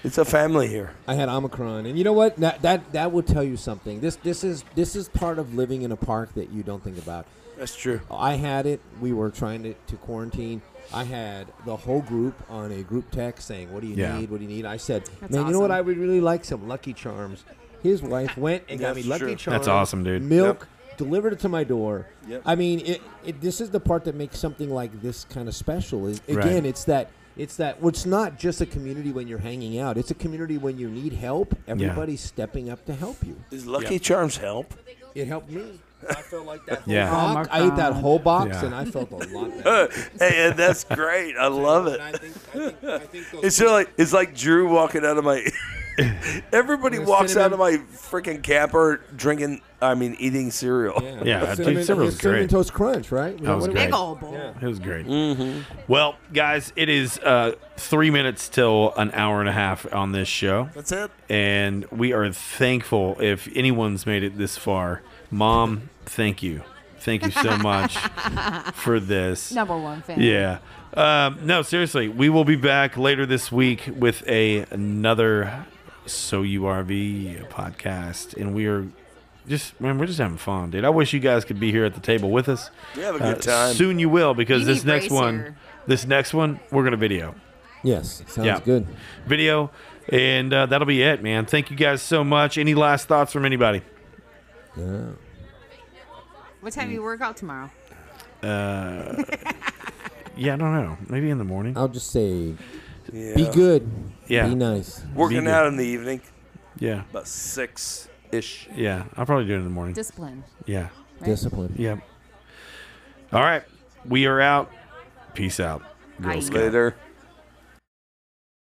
S2: It's a family here.
S5: I had Omicron, and you know what? That that that will tell you something. This this is this is part of living in a park that you don't think about.
S2: That's true.
S5: I had it. We were trying to, to quarantine. I had the whole group on a group text saying, "What do you
S1: Yeah.
S5: need? What do you need?" I said, "Man, you know what?
S11: awesome.
S5: I would really like some Lucky Charms." His wife went and got me
S2: That's
S5: Lucky
S2: true. That's
S5: Charms.
S1: awesome, dude.
S5: Milk delivered it to my door.
S2: Yep.
S5: I mean, it, it, this is the part that makes something like this kind of special. Is again,
S1: Right.
S5: it's that. It's that well, it's not just a community when you're hanging out. It's a community when you need help. Everybody's stepping up to help you.
S2: Is Lucky Charms help?
S5: It helped me. I felt like that.
S1: Yeah.
S5: Whole
S11: Oh my
S5: box, I ate that
S11: God.
S5: whole box,
S1: Yeah.
S5: and I felt a lot. <laughs> Better.
S2: hey, and that's great. I love it.
S5: And I think, I think, I think those
S2: It's really, it's like Drew walking out of my. <laughs> everybody
S5: Yeah,
S2: walks out
S5: cinnamon-
S2: of my freaking camper drinking. I mean, eating cereal.
S1: Yeah,
S5: the
S1: dude,
S5: cinnamon,
S1: cinnamon
S5: the
S1: was
S5: cinnamon
S1: great.
S5: toast crunch, right?
S1: That was great.
S11: Big old bowl.
S1: It was great.
S2: Mm-hmm.
S1: Well, guys, it is uh, three minutes till an hour and a half on this show.
S2: That's it.
S1: and we are thankful if anyone's made it this far. Mom, thank you. Thank you so much for this.
S11: Number one fan.
S1: Yeah. Um, no, seriously, we will be back later this week with a another So URV podcast, and we are just man, we're just having fun, dude. I wish you guys could be here at the table with us. Uh,
S2: You have a good time.
S1: Soon you will, because
S11: You
S1: this
S11: need
S1: next
S11: Grace
S1: one,
S11: here.
S1: this next one, we're gonna video
S5: Yes, sounds
S1: Yeah.
S5: good.
S1: video, and uh, that'll be it, man. Thank you guys so much. Any last thoughts from anybody?
S5: Yeah.
S11: What time do you work out tomorrow?
S1: Uh,
S11: <laughs>
S1: Yeah, I don't know. Maybe in the morning.
S11: Oh.
S5: I'll just say,
S2: Yeah.
S5: be good.
S1: Yeah.
S5: Be nice.
S2: Working
S1: Vegan.
S2: out in the evening,
S1: Yeah,
S2: about six ish.
S1: yeah. I'll probably do it in the morning.
S11: Discipline.
S1: Yeah,
S5: Discipline.
S1: yeah. All right, we are out. Peace out,
S11: Aye.
S1: Girl Scout.
S2: Later.